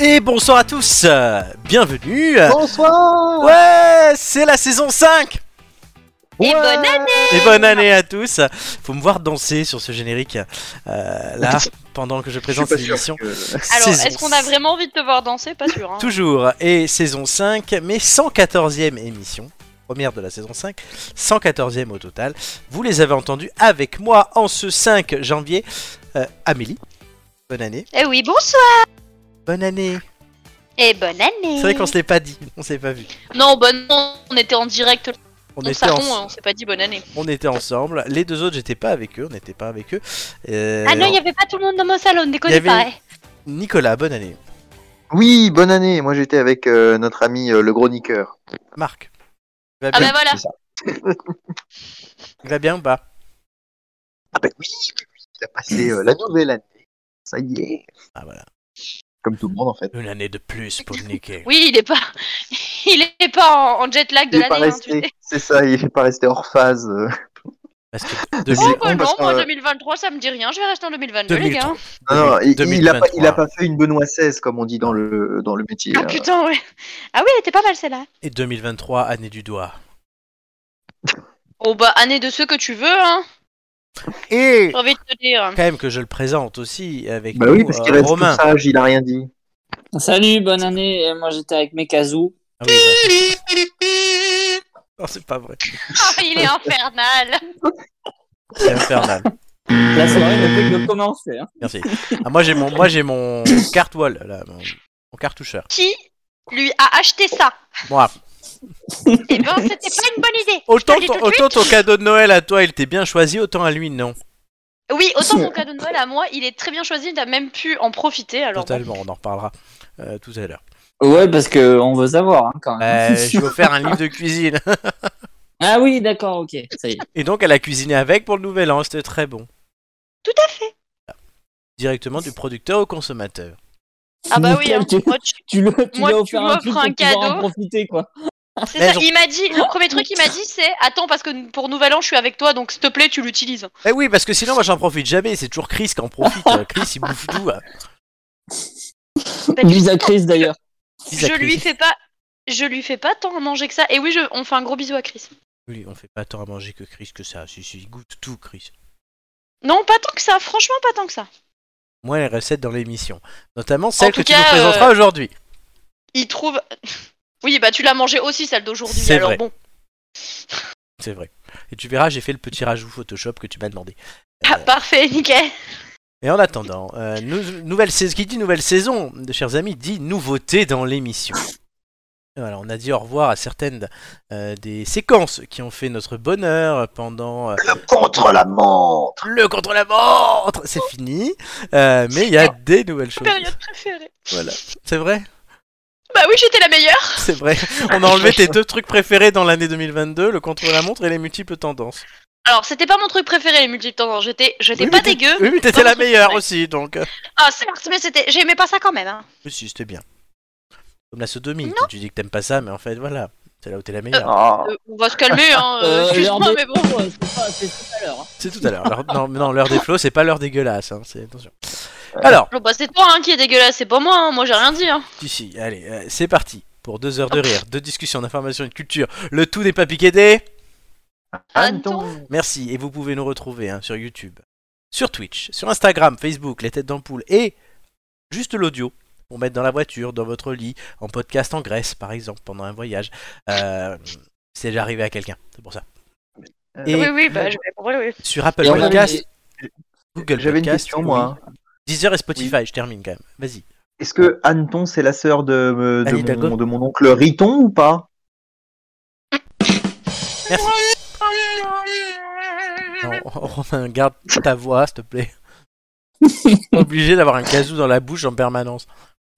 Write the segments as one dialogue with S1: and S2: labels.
S1: Et bonsoir à tous, euh, bienvenue.
S2: Bonsoir
S1: Ouais, c'est la saison 5
S3: Et bonne année
S1: Et bonne année à tous. Faut me voir danser sur ce générique euh, là pendant que je
S2: Je suis
S1: présente
S2: pas
S1: cette
S2: sûr
S1: émission.
S2: que-
S3: Alors,
S1: Saison
S3: est-ce qu'on a vraiment envie de te voir danser Pas sûr. Hein.
S1: Toujours, et saison 5, mais 114e émission, première de la saison 5, 114e au total. Vous les avez entendus avec moi en ce 5 janvier. Euh, Amélie, bonne année.
S3: Eh oui, bonsoir
S1: Bonne année.
S3: Et bonne année
S1: C'est vrai qu'on se l'est pas dit, on s'est pas vu.
S3: Non, bah non, on était en direct.
S1: On
S3: On,
S1: était
S3: s'arrond,
S1: en-
S3: hein, on s'est pas dit bonne année.
S1: on était ensemble. Les deux autres, j'étais pas avec eux, on n'était pas avec eux. Euh,
S3: Ah non, il y avait pas tout le monde dans mon salon,
S1: Il y
S3: déconnez
S1: avait-
S3: pas. hein.
S1: Nicolas, bonne année.
S2: Oui, bonne année. Moi j'étais avec euh, notre ami euh, le gros niqueur.
S1: Marc, il va
S3: Ah
S1: bien,
S3: bah voilà
S2: c'est ça.
S1: il va bien ou pas
S2: Ah ben oui, oui, oui, il a passé euh, la nouvelle année. Ça y est.
S1: Ah voilà.
S2: Comme tout le monde en fait.
S1: Une année de plus pour niquer.
S3: Oui, il est pas... il est pas en, en jet lag de
S2: il est pas
S3: l'année. hein, tu
S2: resté.
S3: sais.
S2: C'est ça, il est pas resté hors phase. euh.
S1: Parce que
S3: Oh
S1: depuis-
S3: bah
S2: on
S3: non,
S2: passe
S3: moi
S2: en- euh,
S3: 2023 ça me dit rien, je vais rester en 2022 les gars.
S1: 2003.
S2: Non, non, il, il a pas, il
S1: 2023.
S2: a pas fait une Benoît XVI comme on dit dans le dans le métier.
S3: Ah
S2: hein.
S3: putain, ouais. Ah oui, elle était pas mal celle-là.
S1: Et 2023, année du doigt.
S3: Oh bah année de ceux que tu veux, hein.
S1: Et
S3: J'ai envie de te dire.
S1: quand même que je le présente aussi avec
S2: Bah
S1: nous,
S2: oui, parce qu'il
S1: euh,
S2: reste
S1: Romain.
S2: tout sage, il a rien dit.
S4: Salut, bonne année. Et Moi j'étais avec Mekazu.
S1: Ah oui, bah. Non, c'est pas vrai.
S3: Oh, il est infernal.
S1: C'est infernal.
S4: La soirée ne peut que commencer. hein.
S1: Merci. Ah, moi j'ai mon, moi j'ai mon cartwall là, mon, mon cartoucheur.
S3: Qui lui a acheté ça
S1: Moi,
S3: Eh ben, c'était pas une bonne idée.
S1: autant,
S3: Je te le dis
S1: ton,
S3: tout de
S1: autant ton cadeau de Noël à toi, il t'est bien choisi, autant à lui non.
S3: Oui, autant mon cadeau de Noël à moi, il est très bien choisi, t'as même pu en profiter. Alors, bon.
S1: Totalement, on en reparlera euh, tout à l'heure.
S4: Ouais, parce que on veut savoir hein, quand même.
S1: Euh, je vais offert un livre de cuisine.
S4: Ah oui, d'accord, ok. Ça y est.
S1: Et donc, elle a cuisiné avec pour le nouvel an, c'était très bon.
S3: Tout à fait.
S1: Directement du producteur au consommateur.
S3: Ah bah oui,
S4: Nickel,
S3: hein.
S4: tu,
S3: Moi, tu-
S4: tu l'as- tu
S3: Moi,
S4: l'as
S3: tu
S4: offert un
S3: m'offres
S4: truc
S3: un
S4: pour pouvoir
S3: cadeau.
S4: en profiter quoi.
S3: c'est
S1: Mais
S3: ça,
S1: j'en-
S3: il m'a dit, le premier truc qu'il m'a dit, c'est Attends, parce que pour Nouvel An, je suis avec toi, donc s'il te plaît, tu l'utilises.
S1: Eh oui, parce que sinon, moi, j'en profite jamais. C'est toujours Chris qui en profite. Euh, Chris, il bouffe tout. hein.
S3: Bah, tu-
S4: Lisa Chris d'ailleurs.
S1: Dis à
S3: Je
S1: Chris.
S3: lui fais pas. Je lui fais pas tant à manger que ça. Et oui, je... on fait un gros bisou à Chris.
S1: Oui, on fait pas tant à manger que Chris que ça. Si, si, il goûte tout, Chris.
S3: Non, pas tant que ça, franchement, pas tant que ça.
S1: Moi, les recettes dans l'émission. Notamment celle
S3: tout
S1: que tu
S3: cas, euh,
S1: nous présenteras aujourd'hui.
S3: Il trouve. Oui, bah tu l'as mangé aussi, celle d'aujourd'hui,
S1: C'est
S3: alors
S1: vrai.
S3: bon.
S1: C'est vrai. Et tu verras, j'ai fait le petit rajout Photoshop que tu m'as demandé.
S3: Ah, parfait, nickel.
S1: Et en attendant, euh, nou- nouvelle saison, qui dit nouvelle saison, de chers amis, dit nouveauté dans l'émission. Et Voilà, on a dit au revoir à certaines euh, des séquences qui ont fait notre bonheur pendant euh,
S2: Contre la montre.
S1: le contre la montre. C'est fini, Euh, mais il y a des nouvelles choses.
S3: Ah. Période préférée.
S1: Voilà, c'est vrai,
S3: Bah oui, j'étais la meilleure.
S1: c'est vrai. On a enlevé tes deux trucs préférés dans l'année 2022, le contre la montre et les multiples tendances.
S3: Alors, c'était pas mon truc préféré, les multiples tendances. J'étais, j'étais
S1: Oui,
S3: pas
S1: mais t'es-
S3: dégueu.
S1: Oui, mais t'étais la
S3: Dans le
S1: meilleure
S3: truc,
S1: aussi, donc. euh,
S3: Ah, certes, mais c'était, j'aimais pas ça quand même. hein.
S1: Oui, si, c'était bien. Comme la sodomie, tu dis que t'aimes pas ça, mais en fait, voilà, c'est là où t'es la meilleure.
S2: Ah.
S3: Euh, on va se calmer, hein. euh,
S4: Euh,
S3: excuse-moi,
S4: l'heure
S3: mais
S4: des
S3: bon.
S4: pros, euh, c'est pas- c'est tout à l'heure. hein.
S1: C'est tout à l'heure. L'heure- Non, mais non, l'heure des flots, c'est pas l'heure dégueulasse. Hein. C'est attention. Alors,
S3: Bon, bah, c'est toi hein, qui est dégueulasse, c'est pas moi. hein, Moi, j'ai rien dit. Hein.
S1: ici, allez, euh, c'est parti pour deux heures de rire, de discussion, d'information et de culture. Le tout n'est pas piqueté.
S2: Anton.
S1: Merci. Et vous pouvez nous retrouver hein, sur YouTube, sur Twitch, sur Instagram, Facebook, les têtes d'ampoule et juste l'audio pour mettre dans la voiture, dans votre lit, en podcast en Grèce par exemple pendant un voyage. Euh, c'est déjà arrivé à quelqu'un. C'est pour ça. Et euh,
S3: Oui, oui, bah, je vais oui, oui.
S1: sur Apple
S4: Et on avait-
S1: Podcast, Google
S2: J'avais une
S1: Podcast,
S2: question moi.
S1: Deezer et Spotify. Je termine quand même. Vas-y.
S2: Est-ce que Anton, c'est la sœur de,
S1: Anne
S2: de,
S1: Hidalgo
S2: mon, de mon oncle Riton ou pas
S1: Merci. Non, Romain, garde ta voix, s'il te plaît. Obligé d'avoir un casou dans la bouche en permanence.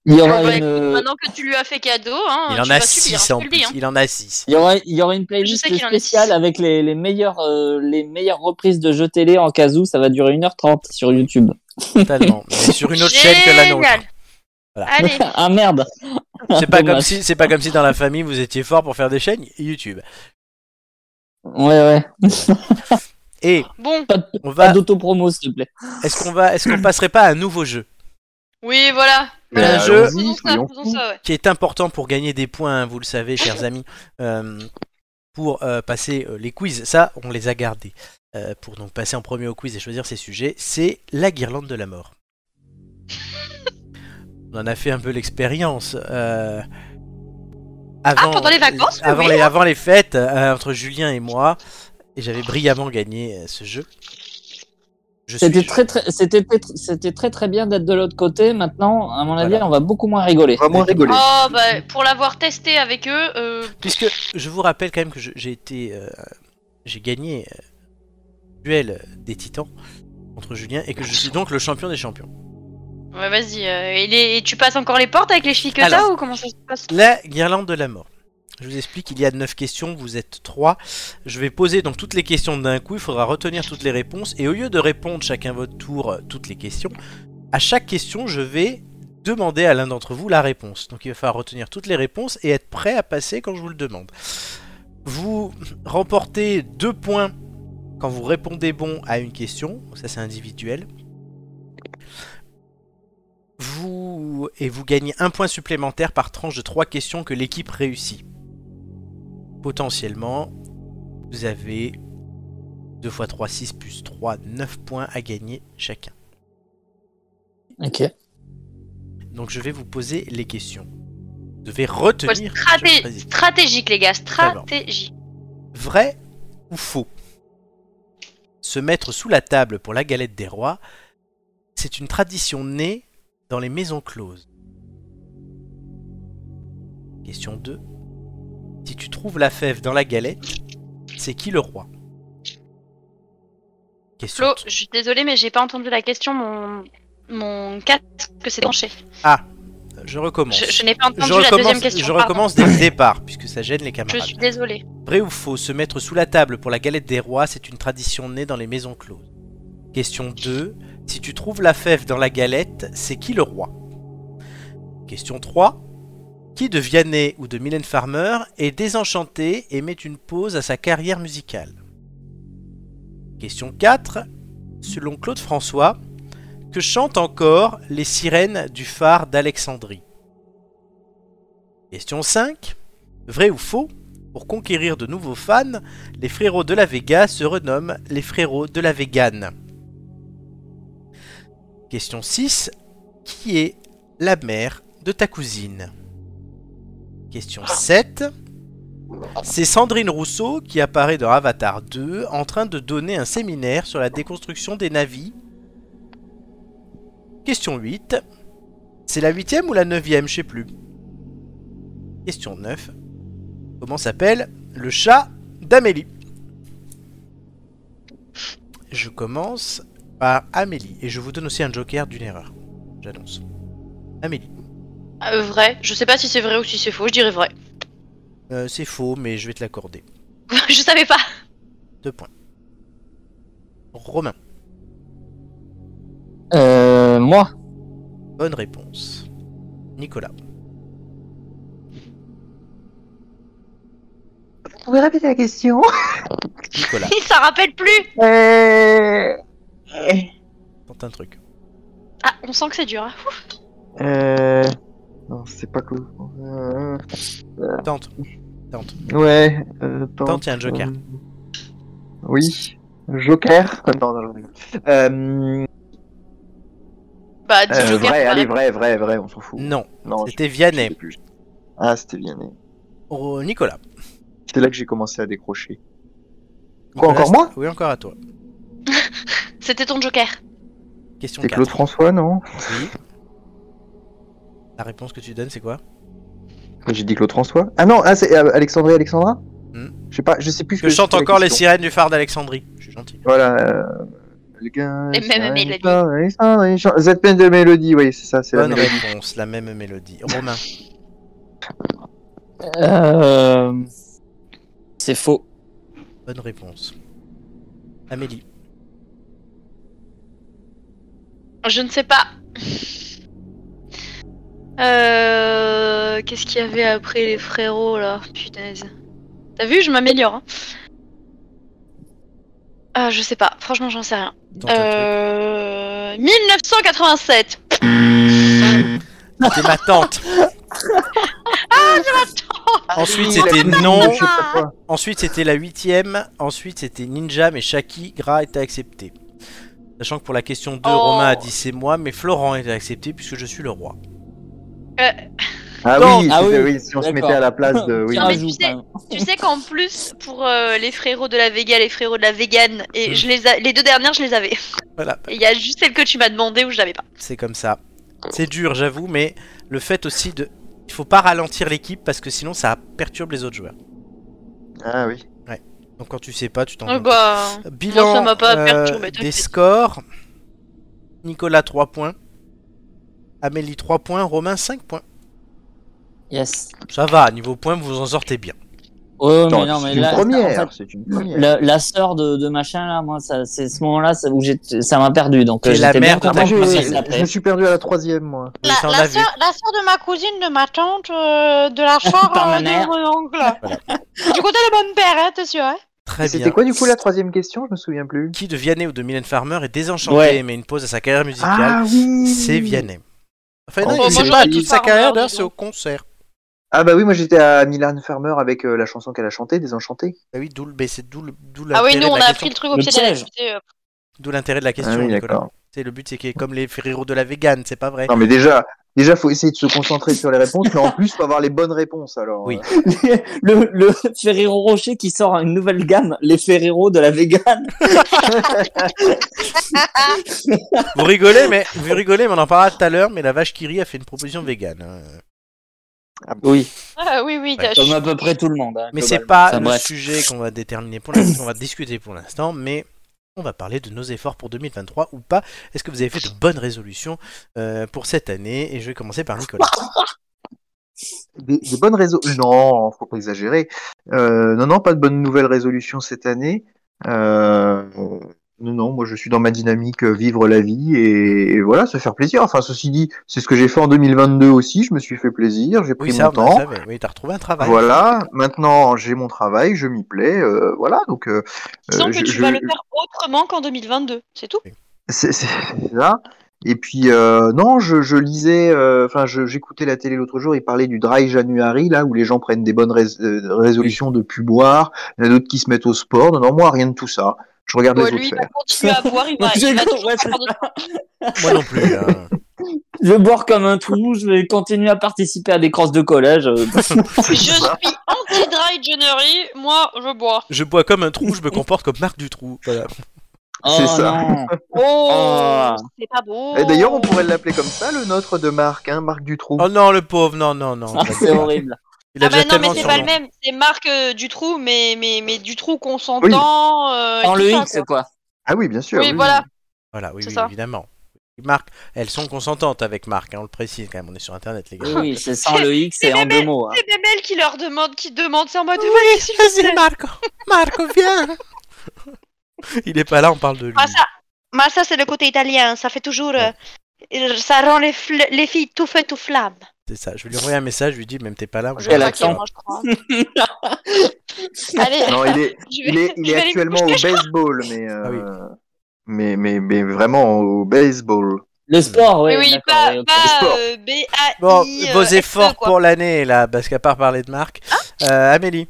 S4: Il y
S3: Bon, bah,
S4: aura
S3: écoute,
S4: une,
S3: Maintenant que tu lui as fait cadeau, hein,
S1: Il
S3: tu
S1: en
S3: vas
S1: a
S3: subir,
S1: 6
S3: hein,
S1: en
S3: je te le dis,
S1: plus.
S3: hein.
S1: Il en a 6.
S4: il y aura, il y aura une playlist
S3: Je sais qu'il en est
S4: spéciale
S3: six.
S4: avec les, les meilleurs euh, les meilleures reprises de jeux télé en Kazoo. Ça va durer 1h30 sur YouTube.
S1: Totalement. Mais sur une autre chaîne que la nôtre.
S3: Génial.
S1: Voilà.
S3: Allez,
S4: ah merde.
S1: C'est pas,
S4: Dommage.
S1: comme si, c'est pas comme si dans la famille vous étiez fort pour faire des chaînes YouTube.
S4: Ouais ouais.
S1: Et
S3: bon,
S1: on
S4: Pas
S1: va.
S4: d'autopromo s'il te plaît.
S1: Est-ce qu'on va. Est-ce qu'on passerait pas à un nouveau jeu
S3: oui, voilà.
S1: Mais
S2: Mais
S1: un jeu-
S2: Ben, allons-y,
S3: Euh, Faisons ça,
S2: soyons
S3: faisons
S2: fous.
S3: ça, ouais.
S1: qui est important pour gagner des points, hein, vous le savez, chers amis, euh, pour euh, passer euh, les quiz. Ça, on les a gardés. Euh, pour donc passer en premier au quiz et choisir ses sujets, c'est la guirlande de la mort. On en a fait un peu l'expérience. euh, avant,
S3: Ah, pendant les vacances, oui,
S1: avant,
S3: oui.
S1: les, avant les fêtes, euh, entre Julien et moi. Et j'avais brillamment gagné euh, ce jeu. Je suis-
S4: C'était très, très, c'était, très- c'était très très bien d'être de l'autre côté. Maintenant, à mon avis,
S1: Voilà.
S4: on va beaucoup moins rigoler.
S2: On va moins rigoler.
S3: Oh, bah, pour l'avoir testé avec eux, euh,
S1: Puisque je vous rappelle quand même que je- j'ai été. euh, j'ai gagné euh, le duel des titans contre Julien et que je suis donc le champion des champions.
S3: ouais, vas-y. euh, et, les- et tu passes encore les portes avec les filles que t'as
S1: Alors.
S3: ou comment ça se passe
S1: La guirlande de la mort. Je vous explique, il y a 9 questions, vous êtes 3. Je vais poser donc toutes les questions d'un coup, il faudra retenir toutes les réponses. Et au lieu de répondre chacun votre tour euh, toutes les questions, à chaque question, je vais demander à l'un d'entre vous la réponse. Donc il va falloir retenir toutes les réponses et être prêt à passer quand je vous le demande. Vous remportez 2 points quand vous répondez bon à une question, ça c'est individuel. Vous et vous gagnez un point supplémentaire par tranche de 3 questions que l'équipe réussit. Potentiellement, vous avez 2 x 3 6 plus 3 9 points à gagner chacun.
S4: Ok.
S1: Donc je vais vous poser les questions. Vous devez
S3: Faut être
S1: retenir.
S3: straté-
S1: je le précise.
S3: stratégique, les gars,
S1: D'accord.
S3: stratégique.
S1: Vrai ou faux Se mettre sous la table pour la galette des rois, c'est une tradition née dans les maisons closes. Question 2. Si tu trouves la fève dans la galette, c'est qui le roi Question
S3: Flo,
S1: t-
S3: je suis désolée, mais j'ai pas entendu la question. Mon, mon casque s'est tranché.
S1: Ah, Je recommence.
S3: Je, je n'ai pas entendu
S1: Je
S3: la
S1: recommence,
S3: deuxième question.
S1: je
S3: pardon.
S1: recommence dès le départ, puisque ça gêne les
S3: Je
S1: camarades.
S3: suis désolée.
S1: Vrai ou faux, se mettre sous la table pour la galette des rois, c'est une tradition née dans les maisons closes. Question 2. Si tu trouves la fève dans la galette, c'est qui le roi Question 3. Qui de Vianney ou de Mylène Farmer est désenchanté et met une pause à sa carrière musicale Question 4. Selon Claude François, que chantent encore les sirènes du phare d'Alexandrie Question 5. Vrai ou faux pour conquérir de nouveaux fans, les frérots de la Vega se renomment les frérots de la Végane. Question 6. Qui est la mère de ta cousine Question 7. C'est Sandrine Rousseau qui apparaît dans Avatar 2 en train de donner un séminaire sur la déconstruction des navis. Question 8. C'est la huitième ou la neuvième, je sais plus. Question 9. Comment s'appelle le chat d'Amélie Je commence par Amélie et je vous donne aussi un joker d'une erreur. J'annonce. Amélie.
S3: Ah, euh, vrai. Je sais pas si c'est vrai ou si c'est faux. Je dirais vrai.
S1: Euh, c'est faux, mais je vais te l'accorder.
S3: je savais pas.
S1: Deux points. Romain.
S4: Euh, moi,
S1: Bonne réponse. Nicolas.
S5: Vous pouvez répéter la question
S1: Nicolas,
S3: Il s'en rappelle plus.
S5: euh...
S1: tente un truc.
S3: Ah, on sent que c'est dur. hein.
S5: euh...
S2: Non, c'est pas cool. Euh,
S1: Tente.
S2: Ouais, euh, attends.
S1: Tente, il y a un joker.
S2: Euh, Oui, Joker. Non, non, non. non. Euh,
S3: Bah, dis
S2: euh,
S3: Joker,
S2: vrai,
S3: c'est
S2: allez,
S3: vrai.
S2: vrai, vrai, vrai, on s'en fout.
S1: Non,
S2: Non, je-
S1: Mm, c'était
S2: je sais
S1: Vianney.
S2: plus. Ah, c'était Vianney.
S1: Oh, Nicolas.
S2: C'est là que j'ai commencé à décrocher. Quoi,
S1: Nicolas,
S2: encore
S1: c'est-
S2: moi
S1: Oui, encore à toi.
S3: C'était ton Joker.
S1: Question
S2: C'est Claude
S1: 4.
S2: François, non
S1: Oui. La réponse que tu donnes, c'est quoi
S2: J'ai dit Claude François. Ah non, ah, c'est euh, Alexandrie Alexandra
S1: Hmm.
S2: Je sais pas, je sais plus. ce
S1: Que chantent
S2: c'était la
S1: encore les
S2: question.
S1: sirènes du phare d'Alexandrie. Je suis gentil.
S2: Voilà. euh, Le gars,
S3: Les mêmes
S2: Sirène,
S3: mélodies.
S2: Alexandre, Alexandre, Alexandre, Cette peine de mélodie, oui, c'est ça, c'est la
S1: Bonne
S2: mélodie.
S1: réponse, la même mélodie. Romain,
S4: euh, c'est faux.
S1: bonne réponse. Amélie,
S3: Je ne sais pas. Euh, Qu'est-ce qu'il y avait après les frérots là Punaise. T'as vu, je m'améliore. Hein. Ah, je sais pas. Franchement, j'en sais rien.
S1: tente un
S3: Euh... 1987.
S1: truc. C'était ma tante. Ensuite, c'était non.
S5: Je sais pas quoi.
S1: Ensuite, c'était la huitième. Ensuite, c'était Ninja, mais Shaki, Gras était accepté. Sachant que pour la question 2,
S3: Oh.
S1: Romain a dit c'est moi, mais Florent était accepté puisque je suis le roi.
S2: Ah
S1: Non.
S2: oui,
S4: Ah
S2: c'était-
S4: oui,
S2: oui, si on se
S4: d'accord.
S2: mettait à la place de. Oui.
S4: Tiens,
S3: mais
S4: joue,
S3: tu sais-
S4: quand même.
S3: Tu sais qu'en plus, pour euh, les frérots de la Vega, les frérots de la Vegan,
S1: Hmm.
S3: et je les, a- les deux dernières, je les avais.
S1: Voilà,
S3: Et Il y a juste celle que tu m'as demandé où je l'avais pas.
S1: c'est comme ça. C'est dur, j'avoue, mais le fait aussi de. Il faut pas ralentir l'équipe parce que sinon ça perturbe les autres joueurs.
S2: Ah oui.
S1: Donc quand tu sais pas, tu t'en
S3: Ah
S1: demandes.
S3: bah,
S1: Bilan
S3: Moi, ça m'a pas
S1: euh,
S3: perturbé,
S1: des
S3: t'inquiète.
S1: scores. Nicolas 3 points. Amélie 3 points. Romain 5 points.
S4: Yes.
S1: Ça va, niveau points, vous en sortez bien.
S4: Ouais,
S2: Attends,
S4: mais non, mais
S2: c'est une
S4: là, en
S2: première.
S4: fait,
S2: C'est une première. Ah,
S4: la, la sœur de, de machin là, moi, ça- c'est ce moment-là ça- où j'ai- ça m'a perdu. Donc,
S1: Et
S4: euh,
S1: la
S4: j'étais bien
S1: mère de ta
S4: content
S5: Moi,
S4: que
S5: je,
S1: Comment
S4: ça
S1: cousine.
S4: s'appelle.
S5: je me suis perdu à la troisième, moi.
S1: Oui, ça, on
S6: La,
S1: l'a
S6: la,
S1: vu.
S6: soeur, la sœur de ma cousine, de ma tante, euh, de la soeur
S4: Par ma
S6: euh, de
S4: mère.
S6: mon oncle. Du côté de mon père, hein, t'es sûr. Hein
S1: Très bien.
S5: C'était quoi du coup la troisième question Je me souviens plus.
S1: Qui de Vianney ou de Mylène Farmer est désenchanté
S4: Ouais.
S1: et met une pause à sa carrière musicale
S5: Ah oui
S1: C'est Vianney. Enfin, non,
S2: Oh,
S1: c'est
S2: moi,
S1: pas
S3: j'aurais
S1: toute
S3: dit
S1: sa
S3: Farmer,
S1: carrière,
S3: dis
S1: d'ailleurs, c'est au
S3: donc.
S1: concert.
S2: Ah bah oui, moi j'étais à Milan Farmer avec euh, la chanson qu'elle a chantée, Désenchantée.
S1: Ah oui, d'où le- mais c'est d'où le- d'où
S3: ah
S1: l'intérêt
S3: oui,
S1: de
S3: nous
S1: la
S3: on a
S1: question.
S3: appris le truc au
S4: Le
S3: pied de la
S4: piège.
S3: lettre, euh,
S1: D'où l'intérêt de la question,
S2: Ah oui,
S1: Nicolas.
S2: d'accord.
S1: C'est le but, c'est qu'il y ait comme les frérots de la végane, c'est pas vrai.
S2: Non mais déjà, déjà faut essayer de se concentrer sur les réponses, mais en plus faut avoir les bonnes réponses alors.
S1: Oui.
S2: Euh,
S4: le, le Ferrero Rocher qui sort une nouvelle gamme, les Ferrero de la vegan.
S1: Vous rigolez, mais vous rigolez, mais on en parlera tout à l'heure. Mais la vache qui rit a fait une proposition végane. hein.
S4: Oui,
S6: Ah oui, oui, t'as-
S4: comme à peu près tout le monde. hein,
S1: Mais c'est
S4: globalement.
S1: pas
S4: Enfin,
S1: le
S4: bref.
S1: sujet qu'on va déterminer pour l'instant, qu'on va discuter pour l'instant, mais on va parler de nos efforts pour 2023 ou pas. Est-ce que vous avez fait de bonnes résolutions euh, pour cette année Et je vais commencer par Nicolas.
S2: Ah, des, des bonnes résolutions. Non, faut pas exagérer. Euh, non, non, pas de bonnes nouvelles résolutions cette année. Euh, non, non, moi je suis dans ma dynamique euh, vivre la vie et, et voilà, se faire plaisir. Enfin, ceci dit, c'est ce que j'ai fait en 2022 aussi. Je me suis fait plaisir, j'ai pris
S1: Oui,
S2: mon
S1: ça, on le
S2: temps.
S1: savait. Oui, t'as retrouvé un travail.
S2: Voilà, maintenant j'ai mon travail, je m'y plais. euh, voilà, donc. Euh,
S3: il semble
S2: euh,
S3: que
S2: je-
S3: tu vas
S2: je-
S3: le faire autrement qu'en 2022, c'est tout.
S2: C'est c'est- c'est ça. Et puis euh, non, je, je lisais, euh, enfin je- j'écoutais la télé l'autre jour, il parlait du dry January, là où les gens prennent des bonnes rés- euh, résolutions de plus boire, il y en a d'autres qui se mettent au sport, non, non moi rien de tout ça, Ah, je regarde les
S3: Ouais, lui,
S2: autres
S3: il
S2: faire.
S3: va continuer à boire, il va,
S4: J'ai
S3: il va
S4: compris,
S3: toujours
S4: ouais,
S3: faire de-
S1: Moi non plus. hein.
S4: Je vais boire comme un trou, je vais continuer à participer à des crosses de collège. euh,
S3: Je suis anti-dry January, moi je bois.
S1: Je bois comme un trou, je me comporte comme Marc Dutroux. Voilà.
S4: Oh
S2: C'est ça.
S4: non.
S3: Oh,
S4: Ah.
S3: c'est pas beau.
S2: Et Eh, d'ailleurs on pourrait l'appeler comme ça, le nôtre de Marc, hein, Marc Dutroux.
S1: Oh non, le pauvre, non, non, non.
S4: Ah, c'est horrible.
S1: Il a
S3: Ah bah
S1: déjà
S3: non, mais
S1: tellement de
S3: c'est pas le
S1: surnoms.
S3: même, c'est Marc euh, Dutroux, mais, mais, mais Dutroux consentant. euh, et
S4: En
S3: tout
S4: le
S3: ça,
S4: X,
S3: quoi.
S4: quoi.
S2: Ah oui, bien sûr.
S3: Oui, voilà.
S1: Voilà, oui,
S3: C'est
S1: oui,
S3: ça.
S1: évidemment. Marc, elles sont consentantes avec Marc, hein, on le précise quand même, on est sur internet, les gars.
S4: Oui, oui, c'est sans le X et en deux mots. hein.
S3: C'est même elle qui leur demande, qui demande, c'est en mode.
S1: Vas-y, Marco, Marco, viens Il est pas là, on parle de lui.
S6: Ah, ça, mais ça c'est le côté italien, ça fait toujours. euh, ça rend les, fl- les filles tout feu, tout flamme.
S1: C'est ça, je vais lui envoyer un message, je lui dis, même t'es pas là. on
S3: Je
S1: parle
S4: Quel
S1: de
S3: crois
S1: toi.
S3: qu'il- moi, je crois. Allez,
S2: Non, il est,
S3: je vais,
S2: il est, il
S3: je
S2: est
S3: vais aller me
S2: actuellement au
S3: coucher, je
S2: baseball, mais, euh,
S1: Ah oui.
S2: mais, mais, mais vraiment au baseball.
S4: Le sport, oui.
S3: Oui, oui,
S4: d'accord,
S3: pas,
S4: oui, ok.
S3: pas,
S2: Sport.
S3: euh, B-A-I,
S1: Bon,
S3: euh,
S1: vos
S3: S-E,
S1: efforts
S3: quoi. Ah.
S1: pour l'année, là, parce qu'à part parler de Marc, euh, Amélie,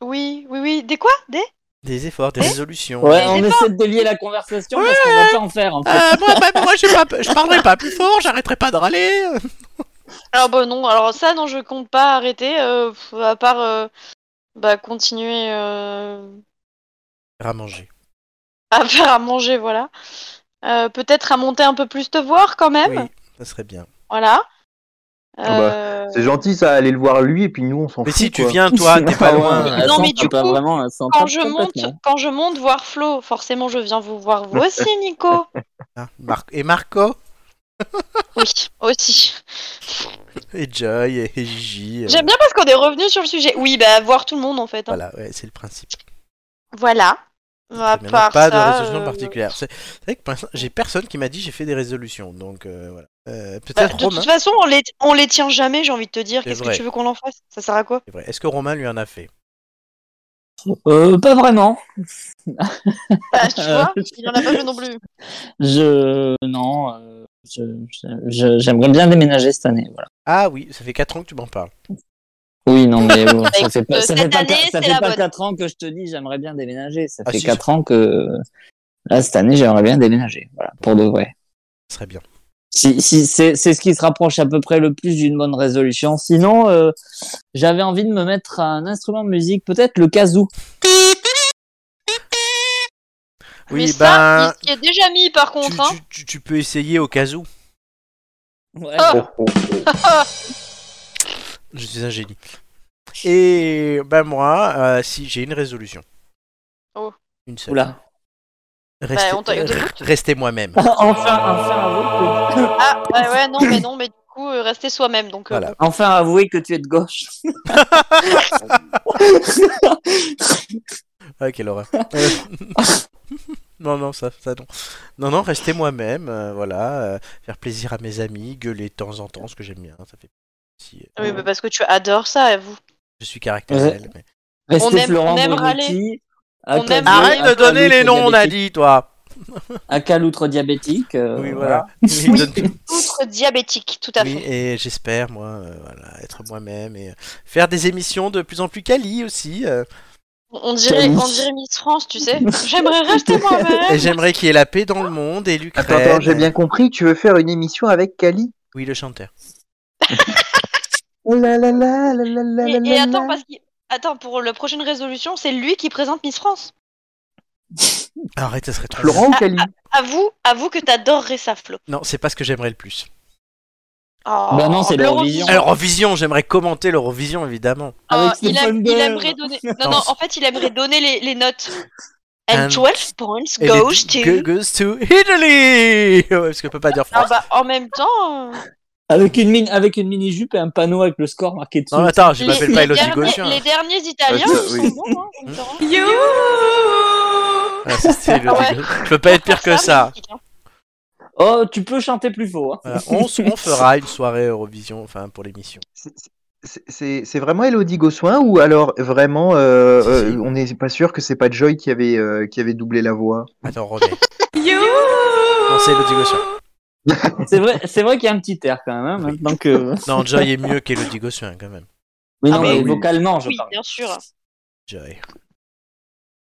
S6: Oui, oui, oui. Des quoi Des
S1: des efforts, des
S3: Eh
S1: résolutions.
S4: Ouais, on essaie de délier la conversation parce qu'on va pas en faire. En fait.
S1: Euh, moi, bah, moi, je, pas, je parlerai pas plus fort, j'arrêterai pas de râler.
S3: Alors, bah non, alors ça, non, je compte pas arrêter, euh, pff, à part euh, bah, continuer euh, Ah,
S1: À manger.
S3: à faire à manger, voilà. Euh, Peut-être à monter un peu plus de voir quand même,
S1: Oui, Ah ça serait bien.
S3: voilà.
S2: bah,
S3: Euh,
S2: C'est gentil ça, aller le voir lui et puis nous on s'en fout.
S1: Mais si tu
S2: quoi.
S1: viens, toi, t'es pas
S4: Ah ouais,
S1: loin.
S4: elle
S3: Non, mais
S4: s'en
S3: du
S4: tape
S3: coup,
S4: vraiment, elle s'en
S3: quand
S4: tape
S3: je monte,
S4: complètement.
S3: quand je monte voir Flo, forcément je viens vous voir vous aussi, Nico.
S1: hein. Mar- et Marco,
S3: Oui, aussi.
S1: et Joy, et et Gigi. euh,
S3: J'aime bien parce qu'on est revenu sur le sujet. Oui, bah voir tout le monde en fait. hein.
S1: Voilà, ouais, c'est le principe.
S3: Voilà. À
S1: Très bien.
S3: part
S1: Donc, pas
S3: ça,
S1: de résolution
S3: euh,
S1: particulière. C'est c'est vrai que pour l'instant, j'ai personne qui m'a dit j'ai fait des résolutions. Donc euh, voilà. Euh,
S3: bah,
S1: Peut-être
S3: de
S1: Romain.
S3: toute façon, on les, on les tient jamais, j'ai envie de te dire.
S1: C'est
S3: Qu'est-ce
S1: vrai.
S3: que tu veux qu'on en fasse Ça sert à quoi
S1: C'est vrai. Est-ce que Romain lui en a fait
S4: Euh, pas vraiment.
S3: bah, Tu
S4: Euh,
S3: vois, il y en a pas fait non plus.
S4: Je non. euh, je- je- j'aimerais bien déménager cette année. Voilà.
S1: Ah oui, ça fait 4 ans que tu m'en parles.
S4: Oui, non, mais bon, ça fait pas,
S6: écoute,
S4: ça fait
S6: cette
S4: pas,
S6: année,
S4: quatre- ça
S6: c'est
S4: fait
S6: la
S4: pas
S6: bonne.
S4: quatre ans que je te dis j'aimerais bien déménager. Ça
S1: Ah,
S4: fait
S1: si,
S4: quatre ans que là cette année j'aimerais bien déménager. Voilà, pour de vrai.
S1: Ce serait bien.
S4: Si, si, c'est c'est ce qui se rapproche à peu près le plus d'une bonne résolution. Sinon, euh, j'avais envie de me mettre à un instrument de musique, peut-être le kazoo.
S3: Mais
S1: Oui, ben.
S3: ça, il s'y est déjà mis par
S1: tu-
S3: contre. Hein.
S1: tu, tu- tu peux essayer au cas où.
S4: Ouais.
S2: Oh,
S1: Je suis un génie. Et ben moi, euh, si j'ai une résolution.
S3: Oh. Ben,
S1: Une seule.
S4: Oula.
S1: Restez,
S3: on t'a- on t'écoute.
S1: restez moi-même.
S4: enfin, enfin, avouer que...
S3: Ah, ouais, ouais, non, mais non, mais du coup, euh, rester soi-même. Donc, euh,
S1: Voilà.
S4: enfin avouer que tu es de gauche.
S1: Ah, quelle horreur. Euh, non, non, ça, ça non. Non, non, rester moi-même, euh, voilà. euh, faire plaisir à mes amis, gueuler de temps en temps, ce que j'aime bien. Ça fait si, euh,
S3: oui, mais parce que tu adores ça, avoue.
S1: Je suis caractériel. mais-
S4: Restez
S3: On aime-
S4: Florent
S3: on aime
S4: Bonetti, à
S3: On aime
S4: Caloute-
S3: râler.
S1: Arrête
S4: à
S1: de donner les
S4: Caloute
S1: noms, on a
S4: diabétique-
S1: dit, toi.
S4: À Caloutre diabétique. euh,
S1: oui, voilà. Il me donne tout.
S6: Outre diabétique, tout à
S1: Oui,
S6: fait.
S1: et j'espère, moi, euh, voilà, être moi-même et euh, faire des émissions de plus en plus quali aussi. euh.
S3: On on dirait,
S4: Camille.
S3: on dirait Miss France, tu sais. J'aimerais rester
S1: et
S3: moi-même.
S1: j'aimerais qu'il y ait la paix dans le monde et l'Ukraine.
S2: Attends, attends, j'ai bien compris, tu veux faire une émission avec Kali
S1: Oui, le chanteur.
S5: Oh là là là là là là
S3: Et,
S5: là
S3: et
S5: là
S3: attends,
S5: là.
S3: parce qu'il- attends, pour la prochaine résolution, c'est lui qui présente Miss France.
S1: Arrête, ça serait trop
S2: Florent ou Kali
S6: Avoue, avoue que t'adorerais ça, Flo.
S1: bien. Non, c'est pas ce que j'aimerais le plus.
S3: Oh,
S4: Bah non, c'est l'Eurovision.
S1: L'Eurovision, j'aimerais commenter l'Eurovision, évidemment.
S3: Oh,
S4: Avec
S3: il,
S4: Stéphane
S3: aime- il
S4: Bern.
S3: aimerait donner. Non, non,
S1: Non.
S3: en fait, il aimerait donner les, les notes.
S1: Un-
S6: And 12 points
S1: Et
S6: goes
S1: les-
S6: to...
S1: go- goes to Italy Ouais, Parce qu'on peut pas dire
S3: Ah
S1: France.
S3: bah, en même temps. euh,
S4: Avec une mini, avec une mini jupe et un panneau avec le score marqué dessus.
S1: Non, mais attends, je
S3: les,
S1: m'appelle pas
S3: les
S1: Elodie hein. Bah,
S3: derniers-
S1: Gauchien.
S3: les derniers Italiens,
S2: Ah,
S3: ils
S2: ça,
S3: sont
S2: oui.
S3: bons, hein,
S1: Hmm.
S3: je me rends compte.
S1: Ah, c'est- c'est Elodie
S3: Ouais.
S1: Gauchien. Je peux pas être pire que ça.
S4: Oh, tu peux chanter plus faux. hein.
S1: Voilà, on, s- on fera une soirée Eurovision, enfin, pour l'émission.
S2: C'est- c'est- C'est c'est vraiment Elodie Gossuin ou alors vraiment euh,
S1: Si,
S2: euh,
S1: si.
S2: on n'est pas sûr que c'est pas Joy qui avait euh, qui avait doublé la voix.
S1: Attends, remets. Non, c'est Elodie Gauchien.
S4: C'est vrai, c'est vrai qu'il y a un petit air quand même. hein, maintenant que.
S1: Non, Joy est mieux qu'Elodie Gossuin, quand même.
S4: Mais
S3: Ah,
S4: non,
S3: mais
S4: mais
S2: oui.
S4: vocalement, je
S3: Oui,
S4: parle.
S3: bien sûr.
S1: Joy.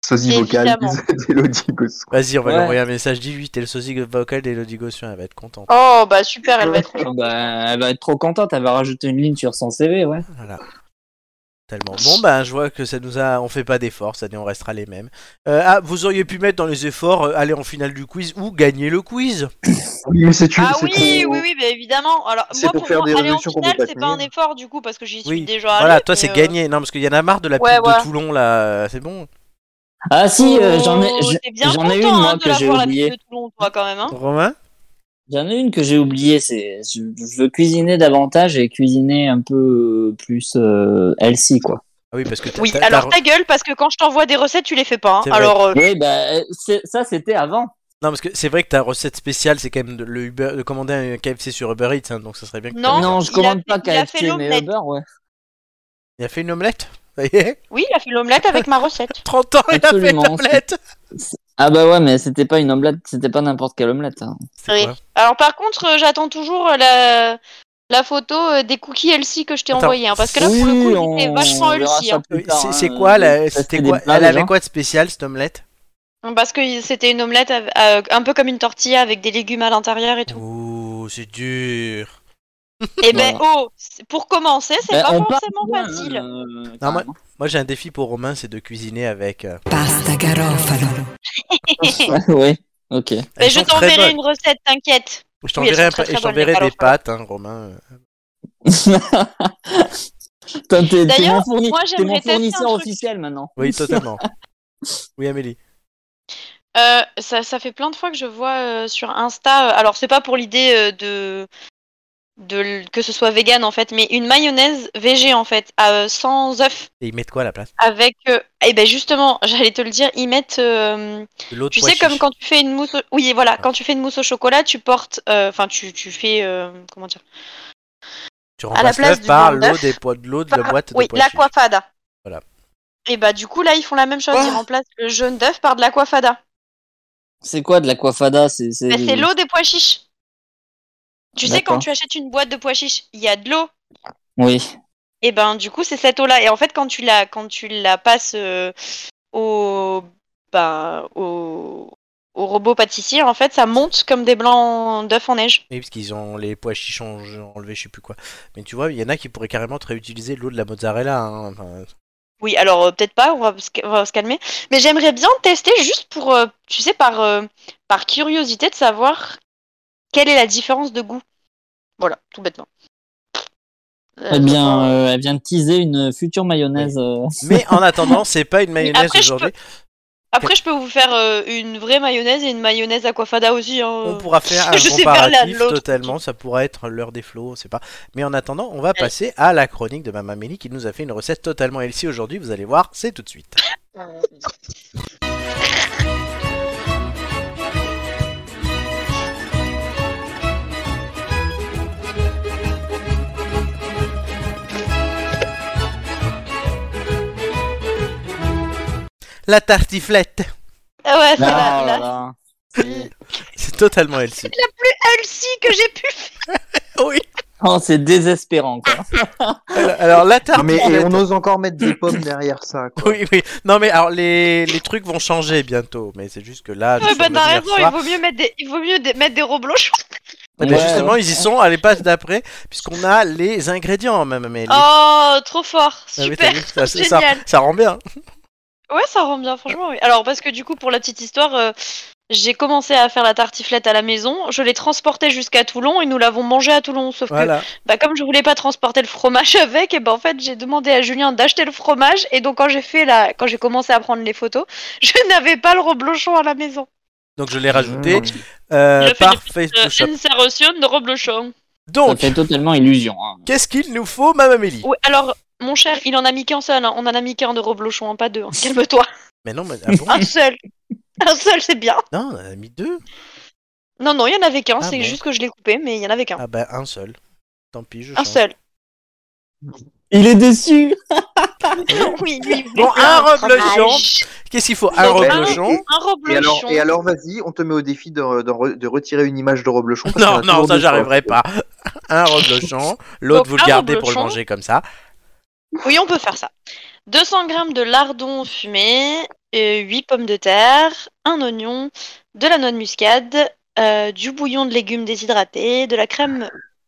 S2: Sosie vocale
S3: Évidemment.
S2: d'Elodie Gossuin.
S1: Vas-y, on va lui
S4: Ouais.
S1: envoyer un message. Dis-lui, t'es le sosie vocal d'Elodie Gossuin, elle va être contente.
S3: Oh, bah super, elle va être.
S4: Ah bah, elle va être trop contente. Elle va rajouter une ligne sur son CV, ouais.
S1: Voilà. Tellement. Bon, ben, je vois que ça nous a. On fait pas d'efforts, ça dit, on restera les mêmes. Euh, ah, vous auriez pu mettre dans les efforts euh, aller en finale du quiz ou gagner le quiz.
S2: Oui, mais c'est une-
S3: Ah
S2: c'est
S3: oui,
S2: pour-
S3: oui, oui, bah évidemment. Alors,
S2: C'est
S3: moi,
S2: pour
S3: pour,
S2: faire
S3: moi,
S2: des
S3: aller en
S2: résolutions qu'on peut
S3: finale,
S2: pas
S3: c'est pas un
S2: tenir.
S3: effort du coup, parce que j'y suis
S1: Oui.
S3: déjà
S1: Voilà,
S3: allée,
S1: toi,
S3: mais,
S1: c'est
S3: euh,
S1: gagné. Non, parce qu'il y en a marre de la pub
S3: Ouais,
S1: de
S3: voilà. Hein
S1: Toulon, là. C'est bon.
S4: Ah si, euh, j'en ai,
S3: Oh,
S4: je-
S3: t'es bien
S4: j'en ai une
S3: content, hein,
S4: moi
S3: de
S4: que
S3: la
S4: j'ai
S3: voir, la
S4: oubliée.
S3: petite de Toulon, toi, quand même. hein.
S1: Romain
S4: J'en ai une que j'ai oubliée, c'est je, je veux cuisiner davantage et cuisiner un peu euh, plus euh, healthy quoi.
S1: Ah oui, parce que t'as-
S3: Oui,
S1: t'as-
S3: alors
S1: t'as-
S3: ta gueule, parce que quand je t'envoie des recettes, tu les fais pas. hein.
S1: C'est vrai.
S3: Alors, euh,
S4: Oui, bah c'est- ça c'était avant.
S1: Non, parce que c'est vrai que ta recette spéciale, c'est quand même de, le Uber... de commander un KFC sur Uber Eats, hein, donc ça serait bien que
S3: Non,
S1: t'aies-
S4: non, je
S3: il a
S4: commande
S3: fait-
S4: pas
S3: il a fait
S4: KFC mais
S3: l'omelette.
S4: Uber, ouais.
S1: Il a fait une omelette Ça y est
S3: oui, il a fait l'omelette avec ma recette.
S1: 30 ans, il a fait une
S4: Absolument.
S1: omelette
S4: Ah bah ouais, mais c'était pas une omelette, c'était pas n'importe quelle omelette. hein.
S1: C'est
S3: Oui.
S1: quoi
S3: Alors, par contre, euh, j'attends toujours euh, la, la photo euh, des cookies Elsie que je t'ai
S1: Attends.
S3: envoyé. hein, parce que là, pour le
S4: Oui,
S3: coup,
S4: on-
S3: c'était vachement
S4: on verra
S3: Elsie.
S4: ça
S3: hein.
S4: plus
S1: Oui,
S4: tard,
S1: Euh, c'est-
S4: hein.
S1: c'est quoi, la-
S4: Ça,
S1: c'était
S4: c'était
S1: quoi
S4: des hein. plats,
S1: Elle avait
S4: déjà.
S1: quoi de spécial cette omelette
S3: Parce que il- c'était une omelette av- euh, un peu comme une tortilla avec des légumes à l'intérieur et tout.
S1: Ouh, c'est dur.
S3: Et ben,
S4: Voilà.
S3: oh, c'est- pour commencer, c'est
S4: Bah,
S3: pas
S4: on part-
S3: forcément
S4: Ouais,
S3: facile.
S4: euh,
S1: Non,
S4: carrément.
S1: Moi, j'ai un défi pour Romain, c'est de cuisiner avec. euh,
S7: Pasta garofalo.
S4: ouais, ok.
S3: Mais
S1: elles
S3: Ben, je
S1: sont très bonnes.
S3: t'enverrai une recette,
S1: Je
S3: t'inquiète. Oui, elles
S1: t'enverrai
S3: sont
S1: un-
S3: très,
S1: et je
S3: très bonnes,
S1: t'enverrai
S3: les
S1: des
S3: palotes.
S1: pâtes, hein, Romain. euh.
S4: Toi, t'es- t'es
S3: D'ailleurs,
S4: mon, fourni-
S3: moi,
S4: t'es
S3: j'aimerais
S4: mon
S3: tester un
S4: fournisseur
S3: truc.
S4: officiel maintenant.
S1: Oui, totalement. oui, Amélie.
S3: Euh, ça, ça fait plein de fois que je vois euh, sur Insta. euh, alors, c'est pas pour l'idée euh, de, de l- que ce soit vegan en fait, mais une mayonnaise VG en fait, euh, sans œuf,
S1: Et ils mettent quoi à la place
S3: avec. euh, eh ben justement, j'allais te le dire, ils mettent. euh,
S1: De l'autre
S3: tu
S1: pois
S3: sais comme
S1: chiche.
S3: quand tu fais une mousse. Au... Oui,
S1: Ah.
S3: voilà, quand tu fais une mousse au chocolat, tu portes. euh, Enfin, tu, tu fais euh, comment dire
S1: Tu
S3: la
S1: remplaces
S3: place
S1: l'œuf
S3: du
S1: par
S3: blanc d'œuf,
S1: l'eau des pois de l'eau de la
S3: par-
S1: boîte
S3: Oui,
S1: de pois chiches.
S3: l'aquafada.
S1: Voilà. Ah.
S3: Et bah du coup là, ils font la même chose. Ils remplacent le jaune d'œuf par de l'aquafada.
S4: C'est quoi de l'aquafada C'est c'est-
S3: Bah, Mais c'est l'eau des pois chiches. Tu sais, quand
S4: D'accord.
S3: tu achètes une boîte de pois chiches, il y a de l'eau.
S4: Oui.
S3: Et ben, du coup, c'est cette eau-là. Et en fait, quand tu la, quand tu la passes euh, au, ben, au, au robot pâtissier, en fait, ça monte comme des blancs d'œufs en neige.
S1: Oui, parce qu'ils ont les pois chiches ont- ont enlevé, je sais plus quoi. Mais tu vois, il y en a qui pourraient carrément te réutiliser l'eau de la mozzarella. hein. Enfin,
S3: Oui, alors euh, peut-être pas, on va, se- on va se calmer. Mais j'aimerais bien tester juste pour, euh, tu sais, par, euh, par curiosité de savoir quelle est la différence de goût. Voilà, tout bêtement. Euh,
S4: Eh bien,
S3: enfin,
S4: euh, elle vient de teaser une future mayonnaise. euh.
S1: Mais en attendant, c'est pas une mayonnaise
S3: après, je
S1: aujourd'hui.
S3: Après, je peux vous faire euh, une vraie mayonnaise et une mayonnaise aquafada aussi. hein.
S1: On pourra faire un
S3: Je sais pas, l'un de
S1: comparatif
S3: l'autre.
S1: totalement, ça pourrait être l'heure des flots, on sait pas. Mais en attendant, on va passer à la chronique de Maman Mélie qui nous a fait une recette totalement healthy aujourd'hui, vous allez voir, c'est tout de suite. La tartiflette,
S3: Ah ouais, c'est
S4: Ah
S3: la-
S4: là
S3: la-
S4: là.
S1: c'est totalement healthy.
S6: Elsie que j'ai pu
S1: Ah, Oui.
S4: Oh, c'est désespérant, quoi.
S3: Ah,
S1: Alors, alors, la
S2: Non, mais
S1: tartiflette.
S2: et on ose encore mettre des pommes derrière ça. Quoi.
S1: Oui, oui. Non, mais alors les, les trucs vont changer bientôt, mais c'est juste que là, je
S3: Ouais,
S1: suis
S3: bah,
S1: en
S3: t'as
S1: train de
S3: raison,
S1: dire
S3: il
S1: ça.
S3: vaut mieux mettre des, il vaut mieux des- mettre des reblochons.
S1: Eh ben,
S4: Ouais,
S1: justement,
S4: ouais.
S1: ils y sont à l'époque d'après, puisqu'on a les ingrédients, même Amélie.
S3: Oh, trop fort,
S1: Ah oui,
S3: super,
S1: t'as vu, ça, ça-
S3: génial.
S1: ça rend bien.
S3: Ouais, ça rend bien, franchement. Oui. Alors, parce que du coup, pour la petite histoire, euh, j'ai commencé à faire la tartiflette à la maison. Je l'ai transportée jusqu'à Toulon et nous l'avons mangée à Toulon. Sauf
S1: Voilà.
S3: que, bah, comme je voulais pas transporter le fromage avec, et ben en fait, j'ai demandé à Julien d'acheter le fromage. Et donc, quand j'ai fait la, quand j'ai commencé à prendre les photos, je n'avais pas le reblochon à la maison.
S1: Donc je l'ai rajouté
S2: Mmh.
S1: euh,
S3: Il a fait
S1: par
S3: des
S1: Facebook Shop.
S3: de reblochon.
S4: Ça
S1: Donc,
S4: fait totalement illusion. hein.
S1: qu'est-ce qu'il nous faut, Mme Amélie
S3: Oui, alors, mon cher, il en a mis qu'un seul. hein. On en a mis qu'un de reblochon, hein, pas deux. hein. Calme-toi.
S1: Mais non, mais ah bon
S3: Un seul. Un seul, c'est bien.
S1: Non, on en a mis deux.
S3: Non, non, il y en avait qu'un.
S1: Ah
S3: c'est
S1: bon
S3: juste que je l'ai coupé, mais il y en avait qu'un.
S1: Ah bah un seul. Tant pis, je
S3: Un
S1: change.
S3: seul.
S4: Il est déçu.
S3: Oui, oui, oui.
S1: Bon, un reblochon.
S3: fromage.
S1: Qu'est-ce qu'il faut Un
S3: Donc, un-
S1: reblochon.
S3: Un
S2: Et alors,
S3: reblochon.
S2: et alors vas-y, on te met au défi de, de re- de retirer une image de Roblochon. parce
S1: Non,
S2: qu'il y en a
S1: non,
S2: toujours
S1: ça
S2: deux
S1: j'arriverai
S2: fois.
S1: pas. Un reblochon, l'autre
S3: Donc,
S1: vous le
S3: un
S1: gardez pour le
S3: reblochon.
S1: manger comme ça.
S3: Oui, on peut faire ça. 200 grammes de lardons fumés, 8 pommes de terre, un oignon, de la noix de muscade, euh, du bouillon de légumes déshydratés, de la crème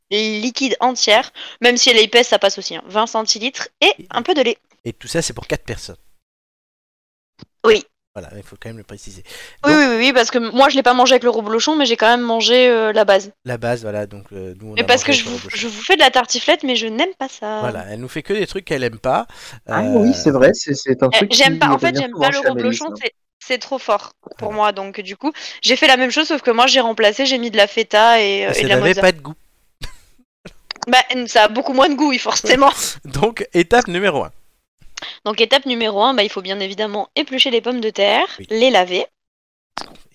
S3: liquide entière, même si elle est épaisse, ça passe aussi, hein, 20 centilitres, et un peu de lait.
S1: Et tout ça, c'est pour quatre personnes.
S3: Oui.
S1: Voilà, il faut quand même le préciser.
S3: Oui,
S1: Donc-
S3: oui, oui, oui, parce que moi, je l'ai pas mangé avec le reblochon, mais j'ai quand même mangé euh, la base.
S1: La base, voilà, donc euh, nous on
S3: Mais
S1: a
S3: parce
S1: mangé
S3: que je
S1: avec le
S3: vous,
S1: reblochon.
S3: je vous fais de la tartiflette, mais je n'aime pas ça.
S1: Voilà, elle nous fait que des trucs qu'elle aime pas.
S2: Ah
S1: Euh,
S2: oui, c'est vrai, c'est- c'est un
S3: Euh,
S2: truc.
S3: J'aime
S2: qui
S3: pas, en
S2: revient
S3: fait, j'aime
S2: souvent
S3: pas le
S2: chez Amélie,
S3: reblochon,
S2: ça.
S3: c'est- c'est trop fort pour moi. Donc, du coup, j'ai fait la même chose, sauf que moi, j'ai remplacé, j'ai mis de la feta et,
S2: Ah,
S3: euh,
S1: mais
S3: et
S1: ça
S3: de la
S1: n'avait
S3: mozza.
S1: pas de goût.
S3: Bah, ça a beaucoup moins de goût, oui, forcément.
S1: Donc, étape numéro 1.
S3: Donc, étape numéro 1, bah, il faut bien évidemment éplucher les pommes de terre,
S1: Oui.
S3: les laver,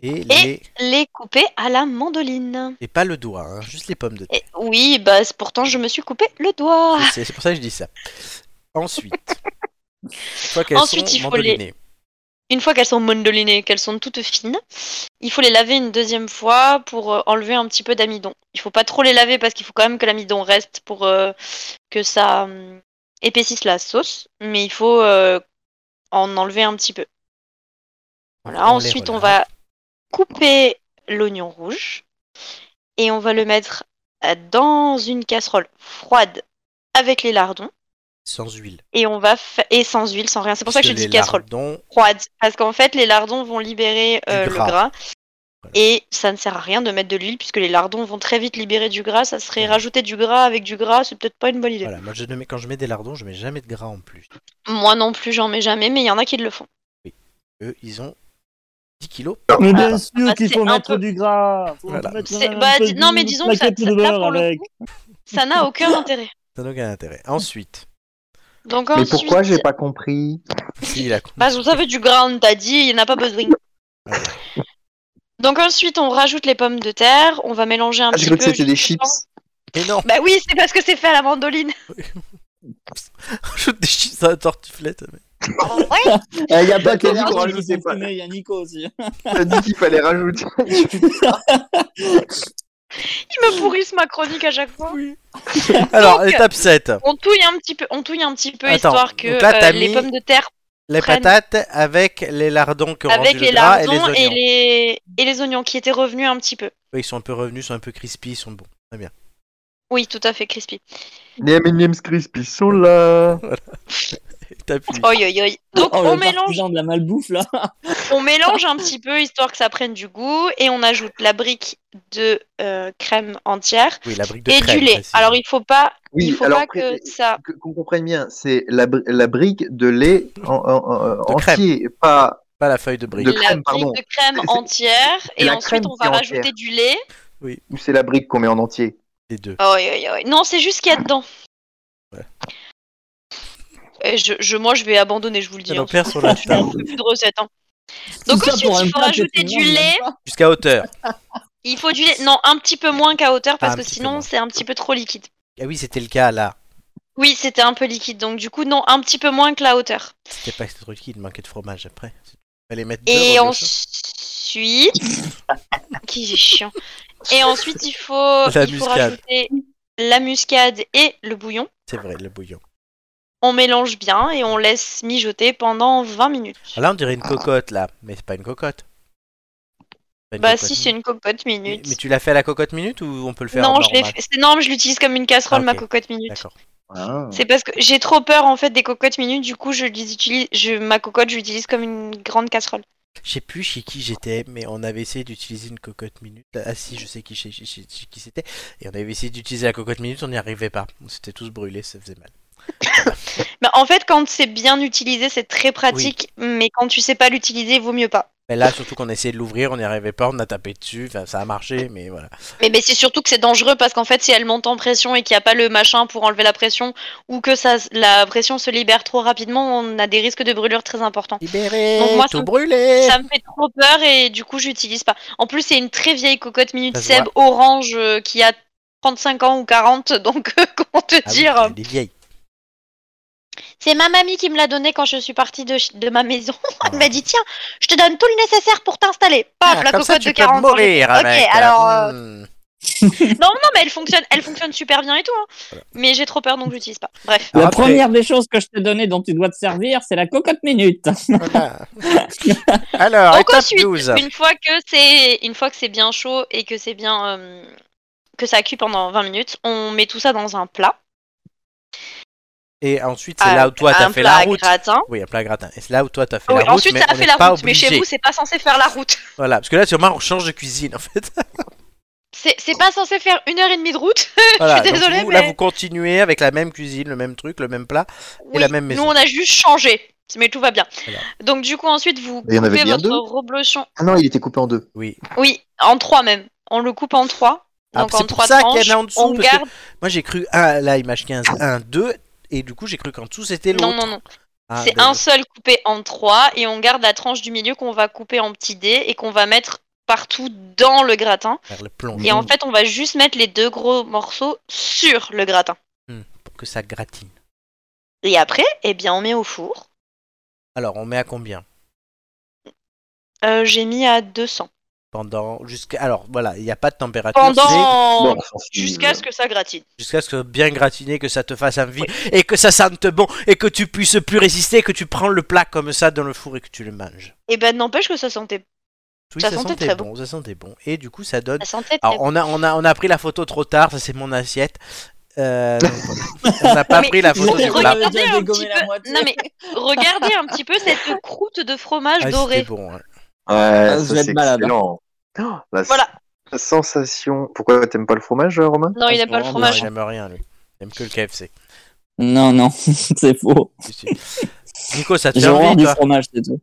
S1: Et, les...
S3: les couper à la mandoline.
S1: et pas le doigt, hein, juste les pommes de terre.
S3: Et Ah. oui, bah, c'est- pourtant, je me suis coupé le doigt.
S1: C'est c'est pour ça que je dis ça. Ensuite, une fois qu'elles
S3: Ensuite,
S1: sont
S3: il faut les-
S1: mandolinées,
S3: Une fois qu'elles sont mandolinées, qu'elles sont toutes fines, il faut les laver une deuxième fois pour euh, enlever un petit peu d'amidon. Il faut pas trop les laver parce qu'il faut quand même que l'amidon reste pour euh, que ça hum, épaississe la sauce, mais il faut euh, en enlever un petit peu. Voilà,
S1: on les
S3: ensuite on
S1: relâche.
S3: va couper l'oignon rouge et on va le mettre euh, dans une casserole froide avec les lardons
S1: Sans huile.
S3: et on va fa- et sans huile, sans rien. C'est pour ça que je te dis casserole
S1: Donc,
S3: froide parce qu'en fait les lardons vont libérer euh,
S1: gras.
S3: le gras
S1: Voilà.
S3: et ça ne sert à rien de mettre de l'huile puisque les lardons vont très vite libérer du gras ça serait rajouter du gras avec du gras c'est peut-être pas une bonne idée
S1: voilà, moi je ne mets- quand je mets des lardons, je mets jamais de gras en plus.
S3: moi non plus j'en mets jamais mais il y en a qui le font
S1: Eux, ils ont 10 kilos.
S4: Mais bien sûr
S3: bah,
S4: qu'il
S3: c'est
S4: faut
S3: un
S4: mettre
S3: peu-
S4: du gras. Faut
S1: Voilà.
S4: mettre
S3: C'est-
S4: un
S3: bah,
S4: peu
S3: dis-
S4: de-
S3: non, mais
S4: une
S3: disons que ça-
S4: plaquette de
S3: ça,
S4: beurre
S3: pour le
S4: avec.
S3: ça n'a aucun intérêt
S1: Ça n'a aucun intérêt. Ensuite,
S3: donc
S2: Mais
S3: ensuite
S2: pourquoi j'ai pas compris
S1: si la
S3: bah, vous savez du gras on t'a dit il n'y en a pas besoin donc ensuite on rajoute les pommes de terre on va mélanger un
S2: Ah,
S3: petit
S2: J'ai
S3: peu
S2: cru que c'était des
S3: jusqu'à
S2: chips.
S1: Mais non,
S3: bah oui c'est parce que c'est fait à la mandoline
S1: rajoute des chips à la tortiflette. mais-
S4: Il Eh, y a pas que
S2: D'accord,
S4: les
S2: on
S4: lardons qui
S2: rajoutait
S4: sont
S2: pas.
S4: fumés, il y a Nico aussi.
S2: T'as dit qu'il fallait rajouter.
S3: Ils me pourrissent ma chronique à chaque fois.
S1: Alors,
S3: Donc,
S1: étape 7.
S3: On touille un petit peu, on touille un petit peu
S1: Attends,
S3: histoire que
S1: donc là,
S3: euh,
S1: t'as mis
S3: les pommes de terre
S1: Les
S3: prennent-
S1: patates avec les lardons qui ont
S3: avec
S1: rendu
S3: les
S1: le gras et les
S3: lardons
S1: oignons.
S3: et les, et les oignons qui étaient revenus un petit peu.
S1: Oui, Ils sont un peu revenus, ils sont un peu crispy, ils sont bons.
S3: Oui, tout à fait crispy.
S2: Les M&M's Crispy sont là.
S1: Étape 8.
S3: Oi, oi, oi. Donc
S4: Oh,
S3: on
S4: le
S3: mélange,
S4: partisan de la malbouffe là.
S3: on mélange un petit peu histoire que ça prenne du goût et on ajoute la brique de euh, crème entière
S1: Oui, la brique de
S3: et
S1: crème.
S3: du lait.
S1: précisément.
S3: Alors il faut pas,
S2: Oui,
S3: il faut
S2: alors, euh,
S3: pas
S2: pré-
S3: que ça.
S2: que- qu'on comprenne bien, c'est la, bri- la brique de lait en, en- en-
S1: De crème.
S2: entier, pas
S1: Pas la feuille de brique.
S2: De
S3: la
S2: crème,
S3: brique
S2: pardon.
S3: de crème
S2: C'est- c'est-
S3: entière
S2: c'est
S3: et
S2: la
S3: ensuite
S2: crème
S3: on
S2: qui
S3: va
S2: est
S3: rajouter
S2: entière.
S3: du lait.
S2: ou c'est la brique qu'on met en entier.
S1: Les deux.
S3: Oi, oi, oi. Non, c'est juste ce qu'il y a dedans.
S1: Ouais.
S3: Et je, je- moi, je vais abandonner, je vous le dis.
S1: Ah non,
S3: hein.
S1: perds sur la
S3: Je n'en peux plus de recettes. hein. Donc
S4: Tout ça
S3: ensuite,
S4: pour un
S3: il faut
S4: plat que hein.
S3: rajouter du
S4: finalement, on
S3: lait.
S4: aime pas.
S1: Jusqu'à hauteur.
S3: Il faut du lait. Non, un petit peu moins qu'à hauteur parce
S1: Ah, un
S3: que
S1: petit peu
S3: sinon,
S1: moins.
S3: c'est un petit peu trop liquide.
S1: Ah oui, c'était le cas là.
S3: Oui, c'était un peu liquide. Donc du coup, non, un petit peu moins que la hauteur.
S1: C'était pas que c'était trop liquide, il manquait de fromage après. Il fallait mettre
S3: Et
S1: deux. au lieu de ça.
S3: ensuite... Qui est chiant. Et ensuite, il faut,
S1: La
S3: il faut
S1: muscade.
S3: rajouter la muscade et le bouillon.
S1: C'est vrai, le bouillon.
S3: On mélange bien et on laisse mijoter pendant 20 minutes.
S1: Ah, Là, on dirait une cocotte là, mais c'est pas une cocotte. Pas une
S3: Bah
S1: cocotte
S3: si, c'est
S1: minute.
S3: une cocotte
S1: Mais,
S3: minute.
S1: mais tu l'as fait à la cocotte minute ou on peut le faire en
S3: non, je l'ai
S1: normal
S3: fait. C'est énorme, je l'utilise comme une casserole,
S1: Ah,
S3: ma
S1: ok.
S3: cocotte minute.
S1: D'accord.
S3: C'est parce que j'ai trop peur en fait des cocottes minutes, du coup je les utilise, je, ma cocotte je l'utilise comme une grande casserole.
S1: Je sais plus chez qui j'étais, mais on avait essayé d'utiliser une cocotte minute. Ah si, je sais qui, chez- chez- chez- chez qui c'était. Et on avait essayé d'utiliser la cocotte minute, on n'y arrivait pas. On s'était tous brûlés, ça faisait mal.
S3: Bah, en fait quand c'est bien utilisé c'est très pratique, mais quand tu sais pas l'utiliser il vaut mieux pas.
S1: Mais là, surtout qu'on essayait de l'ouvrir, on n'y arrivait pas, on a tapé dessus, enfin, ça a marché, mais voilà.
S3: Mais, mais c'est surtout que c'est dangereux parce qu'en fait si elle monte en pression et qu'il n'y a pas le machin pour enlever la pression ou que ça, la pression se libère trop rapidement, on a des risques de brûlure très importants.
S1: Libéré,
S3: Donc, moi, ça
S1: tout
S3: me-
S1: brûlé
S3: Ça me fait trop peur et du coup, j'utilise pas. En plus, c'est une très vieille cocotte Minute
S1: Ça se
S3: Seb orange euh, qui a 35 ans ou 40, donc euh, comment te
S1: Ah oui,
S3: dire
S1: elle est vieille.
S3: C'est ma mamie qui me l'a donnée quand je suis partie de, ch- de ma maison. Elle
S1: Ah.
S3: m'a dit tiens, je te donne tout le nécessaire pour t'installer. Paf,
S1: Ah,
S3: la
S1: comme
S3: cocotte
S1: ça, tu
S3: de
S1: peux
S3: 40 ans.
S1: mourir
S3: Ok,
S1: avec. hein.
S3: alors, euh,
S1: hmm.
S3: Non, non, mais elle fonctionne, elle fonctionne super bien et tout. hein. Mais j'ai trop peur donc je l'utilise pas. Bref.
S1: Alors
S4: La
S1: après-
S4: première des choses que je t'ai donnée dont tu dois te servir, c'est la cocotte minute.
S1: Voilà. Alors,
S3: Donc
S1: étape
S3: ensuite,
S1: 12.
S3: une fois que c'est une fois que c'est bien chaud et que c'est bien euh, que ça cuit pendant 20 minutes, on met tout ça dans un plat.
S1: Et ensuite, c'est là où toi,
S3: Ah, Un
S1: t'as fait
S3: plat
S1: la
S3: à
S1: route.
S3: gratin.
S1: Oui, un plat à gratin. Et c'est là où toi, t'as fait
S3: Ah oui,
S1: la route.
S3: ensuite,
S1: mais
S3: ça a
S1: on
S3: fait
S1: n'est
S3: la
S1: pas
S3: route, mais chez
S1: obligé.
S3: vous, c'est pas censé faire la route.
S1: Voilà, parce que là, sûrement, on change de cuisine, en fait.
S3: C'est c'est pas censé faire une heure et demie de route.
S1: Voilà, donc
S3: désolée,
S1: vous, Là,
S3: mais-
S1: vous continuez avec la même cuisine, le même truc, le même plat.
S3: Oui,
S1: la même maison.
S3: Nous, on a juste changé, mais tout va bien.
S1: Voilà.
S3: Donc, du coup, ensuite, vous
S2: Il y en avait
S3: coupez
S2: bien
S3: votre
S2: deux
S3: reblochon.
S2: Ah non, il était coupé en deux.
S1: Oui.
S3: Oui, en trois même. On le coupe en trois.
S1: Ah,
S3: Donc,
S1: c'est
S3: en
S1: pour
S3: trois
S1: ça qu'il y en a
S3: tranches.
S1: en dessous,
S3: on
S1: parce que-
S3: garde.
S1: Moi, j'ai cru, un, là, image 15, 1, 2. Et du coup, j'ai cru qu'en dessous, c'était l'autre.
S3: Non, non, non.
S1: Ah,
S3: c'est
S1: d'accord.
S3: un seul coupé en trois et on garde la tranche du milieu qu'on va couper en petits dés et qu'on va mettre partout dans le gratin.
S1: Faire le plongeon
S2: Mmh.
S3: Et en fait, on va juste mettre les deux gros morceaux sur le gratin.
S1: Hmm, pour que ça gratine.
S3: Et après, eh bien, on met au four.
S1: Alors, on met à combien
S3: Euh, J'ai mis à 200.
S1: Pendant. Jusqu'à. Alors, voilà, il n'y a pas de température. c'est
S3: Pendant
S2: Bon, sensible.
S3: jusqu'à ce que ça gratine.
S1: Jusqu'à ce que bien gratiné, que ça te fasse envie, et que ça sente bon, et que tu puisses plus résister, et que tu prends le plat comme ça dans le four et que tu le manges.
S3: Et ben n'empêche que ça sentait,
S1: Oui,
S3: Ça sentait très
S1: bon, ça sentait bon. Et du coup, ça donne.
S3: ça sentait très
S1: Alors, on a, on a, on a pris la photo trop tard, ça c'est mon assiette. Euh, donc, voilà. on n'a pas
S3: Mais
S1: pris la photo
S4: Mais
S1: du
S3: regardez
S1: plat.
S4: J'avais déjà
S3: un
S4: dégommé
S3: petit
S4: la
S3: peu-
S4: moitié.
S3: Non mais regardez un petit peu cette croûte de fromage
S1: Ah, c'était
S3: doré.
S1: bon. hein.
S2: Ouais,
S4: je
S2: ça,
S4: vais être
S2: c'est
S4: malade.
S2: excellent. Oh, la
S3: Voilà.
S2: sensation. Pourquoi t'aimes pas le fromage, euh, Romain
S3: Non, il n'aime pas le
S4: Non,
S1: Non,
S3: fromage.
S1: il n'aime rien, lui. Il aime que le KFC.
S4: Non, non, c'est faux.
S1: Si, si. Nico, ça te fait
S4: J'ai horreur
S1: envie,
S4: du
S1: toi
S4: fromage, c'est tout.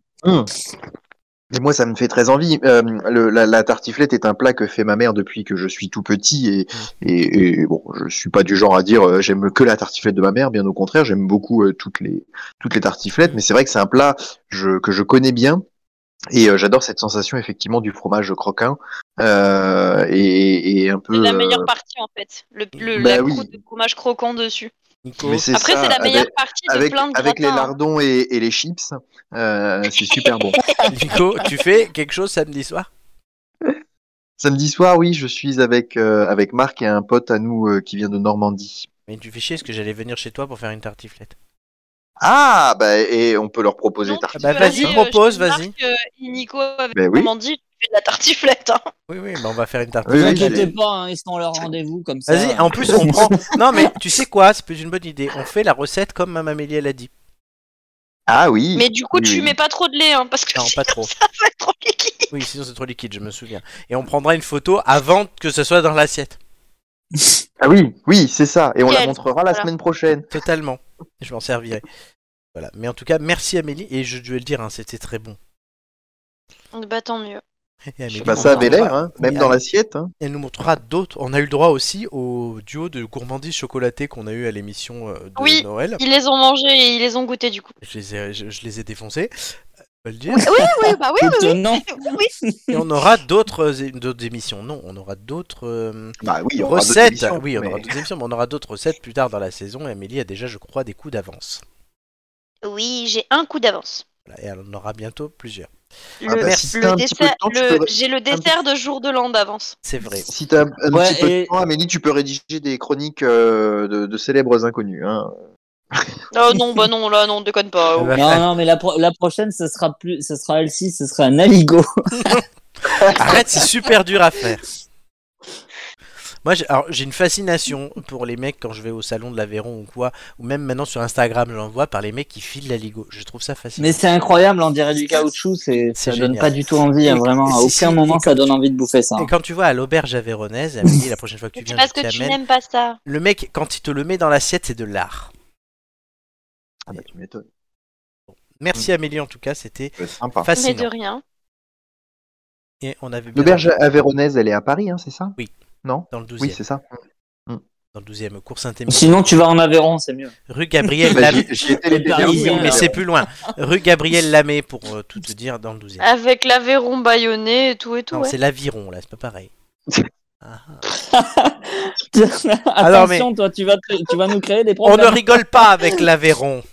S2: Mais moi, ça me fait très envie. Euh, le- la, la tartiflette est un plat que fait ma mère depuis que je suis tout petit. Et, et, et bon, je suis pas du genre à dire euh, j'aime que la tartiflette de ma mère. Bien au contraire, j'aime beaucoup euh, toutes les toutes les tartiflettes. Mais c'est vrai que c'est un plat je- que je connais bien. Et euh, j'adore cette sensation effectivement du fromage croquin euh, et, et un peu.
S3: C'est la
S2: euh,
S3: meilleure partie en fait. Le, le-
S2: Bah
S3: la
S2: oui.
S3: croûte de fromage croquant dessus.
S1: Nico,
S2: mais c'est
S3: Après
S2: ça,
S3: c'est la
S2: avec-
S3: meilleure partie de
S2: avec,
S3: plein de
S2: avec les
S3: gratins, hein.
S2: lardons et, et les chips, euh, c'est super bon.
S1: Nico, tu fais quelque chose samedi soir
S2: Samedi soir, oui, je suis avec, euh, avec Marc et un pote à nous euh, qui vient de Normandie.
S1: Mais tu fais chier parce que j'allais venir chez toi pour faire une tartiflette.
S2: Ah, bah, et on peut leur proposer
S3: Non,
S2: tartiflette.
S1: bah,
S3: Parce que
S1: vas-y,
S3: euh,
S1: propose,
S3: je te
S1: vas-y.
S3: marque, euh, Nico avec
S2: Ben oui.
S3: Normandie, tu fais de la tartiflette. hein.
S1: Oui, oui, mais on va faire une
S2: Oui,
S4: Ne
S1: tartiflette.
S4: vous
S2: oui,
S4: inquiétez
S2: j'ai-
S4: pas, hein, ils sont à leur rendez-vous comme ça.
S1: Vas-y, en plus on prend. Non, mais tu sais quoi C'est plus une bonne idée. On fait la recette comme Maman Amélie elle a dit.
S2: Ah oui.
S3: Mais du coup,
S2: Oui,
S3: tu
S2: oui.
S3: mets pas trop de lait, hein, parce que
S1: Non, pas
S3: sinon,
S1: trop.
S3: ça va être trop liquide.
S1: Oui, sinon c'est trop liquide, je me souviens. Et on prendra une photo avant que ce soit dans l'assiette.
S2: Ah oui, oui, c'est ça. Et on la
S3: Nickel.
S2: montrera la
S3: Voilà.
S2: semaine prochaine.
S1: Totalement. Je m'en servirai. Voilà. Mais en tout cas, merci Amélie. Et je devais le dire, hein, c'était très bon.
S3: Bah tant mieux.
S1: Et Amélie,
S2: Bah,
S1: on
S2: ça avait
S1: montrera-
S2: l'air, hein,
S1: Oui,
S2: même dans l'assiette. hein.
S1: Elle nous montrera d'autres. On a eu le droit aussi au duo de gourmandise chocolatée qu'on a eu à l'émission euh, de
S3: Oui.
S1: Noël.
S3: Ils les ont mangés et ils les ont goûtés du coup.
S1: Je les ai, je, je les ai défoncés. euh, on va le dire.
S6: Oui, oui, bah oui, oui,
S4: Étonnant.
S6: oui. oui.
S1: Et on aura d'autres é- d'autres émissions. Non, on aura d'autres euh,
S2: Bah oui, on aura d'autres
S1: recettes.
S2: émissions,
S1: oui, on
S2: mais-
S1: aura d'autres émissions, mais on aura d'autres recettes plus tard dans la saison. Et Amélie a déjà, je crois, des coups d'avance.
S6: Oui, j'ai un coup d'avance.
S1: Voilà, et elle en aura bientôt plusieurs.
S2: Ah
S6: Le-
S2: bah, si
S6: le
S2: t'as un petit peu de
S6: dessert,
S2: temps, tu
S3: Le-
S2: peux-
S3: J'ai le dessert de jour de l'an d'avance.
S1: C'est vrai.
S2: Si t'as un un
S4: Ouais,
S2: petit peu
S4: et-
S2: de temps, Amélie, tu peux rédiger des chroniques euh, de, de célèbres inconnus. Hein.
S3: Oh non, bah non, là non, déconne pas. Oh.
S1: Elle va
S4: Non,
S1: faire-
S4: non, mais la, pro- la prochaine, ce sera plus, ce sera L6, ce sera un Aligo.
S1: Arrête, c'est super dur à faire. Moi, j'ai alors, j'ai une fascination pour les mecs quand je vais au salon de l'Aveyron ou quoi, ou même maintenant sur Instagram, j'en vois par les mecs qui filent la Ligo. Je trouve ça fascinant.
S4: Mais c'est incroyable, on dirait du caoutchouc, c'est,
S1: C'est
S4: ça
S1: génial.
S4: donne pas du tout envie, hein,
S1: Et-
S4: vraiment.
S1: et
S4: À
S1: si-
S4: aucun
S1: si-
S4: moment,
S1: et
S4: ça donne envie de bouffer ça.
S1: Et quand tu vas à l'auberge aveyronnaise, Amélie, la prochaine fois que tu
S6: C'est
S1: viens,
S6: parce
S1: je t'y
S6: que tu
S1: amène.
S6: n'aimes pas ça.
S1: Le mec, quand il te le met dans l'assiette, c'est de l'art.
S2: Ah bah, tu m'étonnes. Mm.
S1: Merci Amélie, en tout cas, c'était
S2: C'est sympa.
S3: Mais de
S1: fascinant.
S3: rien.
S1: Et on avait bien
S2: L'auberge avéronaise, elle est à Paris, hein, c'est ça
S1: Oui.
S2: Non
S1: dans le 12e,
S2: Oui, c'est ça.
S1: dans le 12e, cours saint
S4: Sinon, tu vas en Aveyron, c'est mieux.
S1: rue Gabriel
S2: Bah,
S1: Lamé.
S2: j'y- j'y étais l'été
S4: Oui,
S2: dernier.
S1: Mais c'est plus loin. Rue Gabriel Lamé, pour euh, tout te dire, dans le 12e.
S3: Avec l'Aveyron bâillonné et tout et tout.
S1: non,
S3: ouais.
S1: c'est l'Aviron, là, c'est pas pareil. Ah, ah. Alors, mais-
S4: Attention, toi, tu vas, te- tu vas nous créer des
S1: On
S4: problèmes.
S1: ne rigole pas avec l'Aveyron.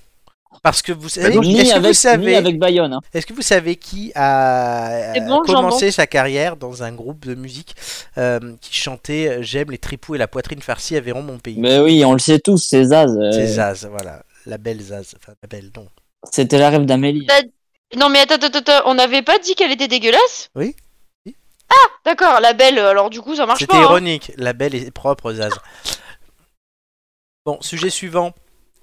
S1: Parce que vous savez,
S4: Bah ni,
S1: est-ce que
S4: avec,
S1: vous
S4: ni
S1: savez,
S4: avec Bayonne. hein.
S1: est-ce que vous savez qui a
S3: C'est bon, le
S1: commencé sa carrière dans un groupe de musique euh, qui chantait J'aime les tripoux et la poitrine farcie Aveyron mon pays.
S4: Mais oui, on le sait tous, c'est Zaz. euh,
S1: C'est Zaz, voilà, la belle Zaz, enfin la belle non.
S4: C'était la rêve d'Amélie.
S3: Non mais attends, attends, attends, on n'avait pas dit qu'elle était dégueulasse
S1: Oui. Oui.
S3: Ah, d'accord, la belle, alors du coup ça marche
S1: C'était
S3: pas. hein.
S1: ironique, la belle et propre Zaz. Bon, sujet suivant.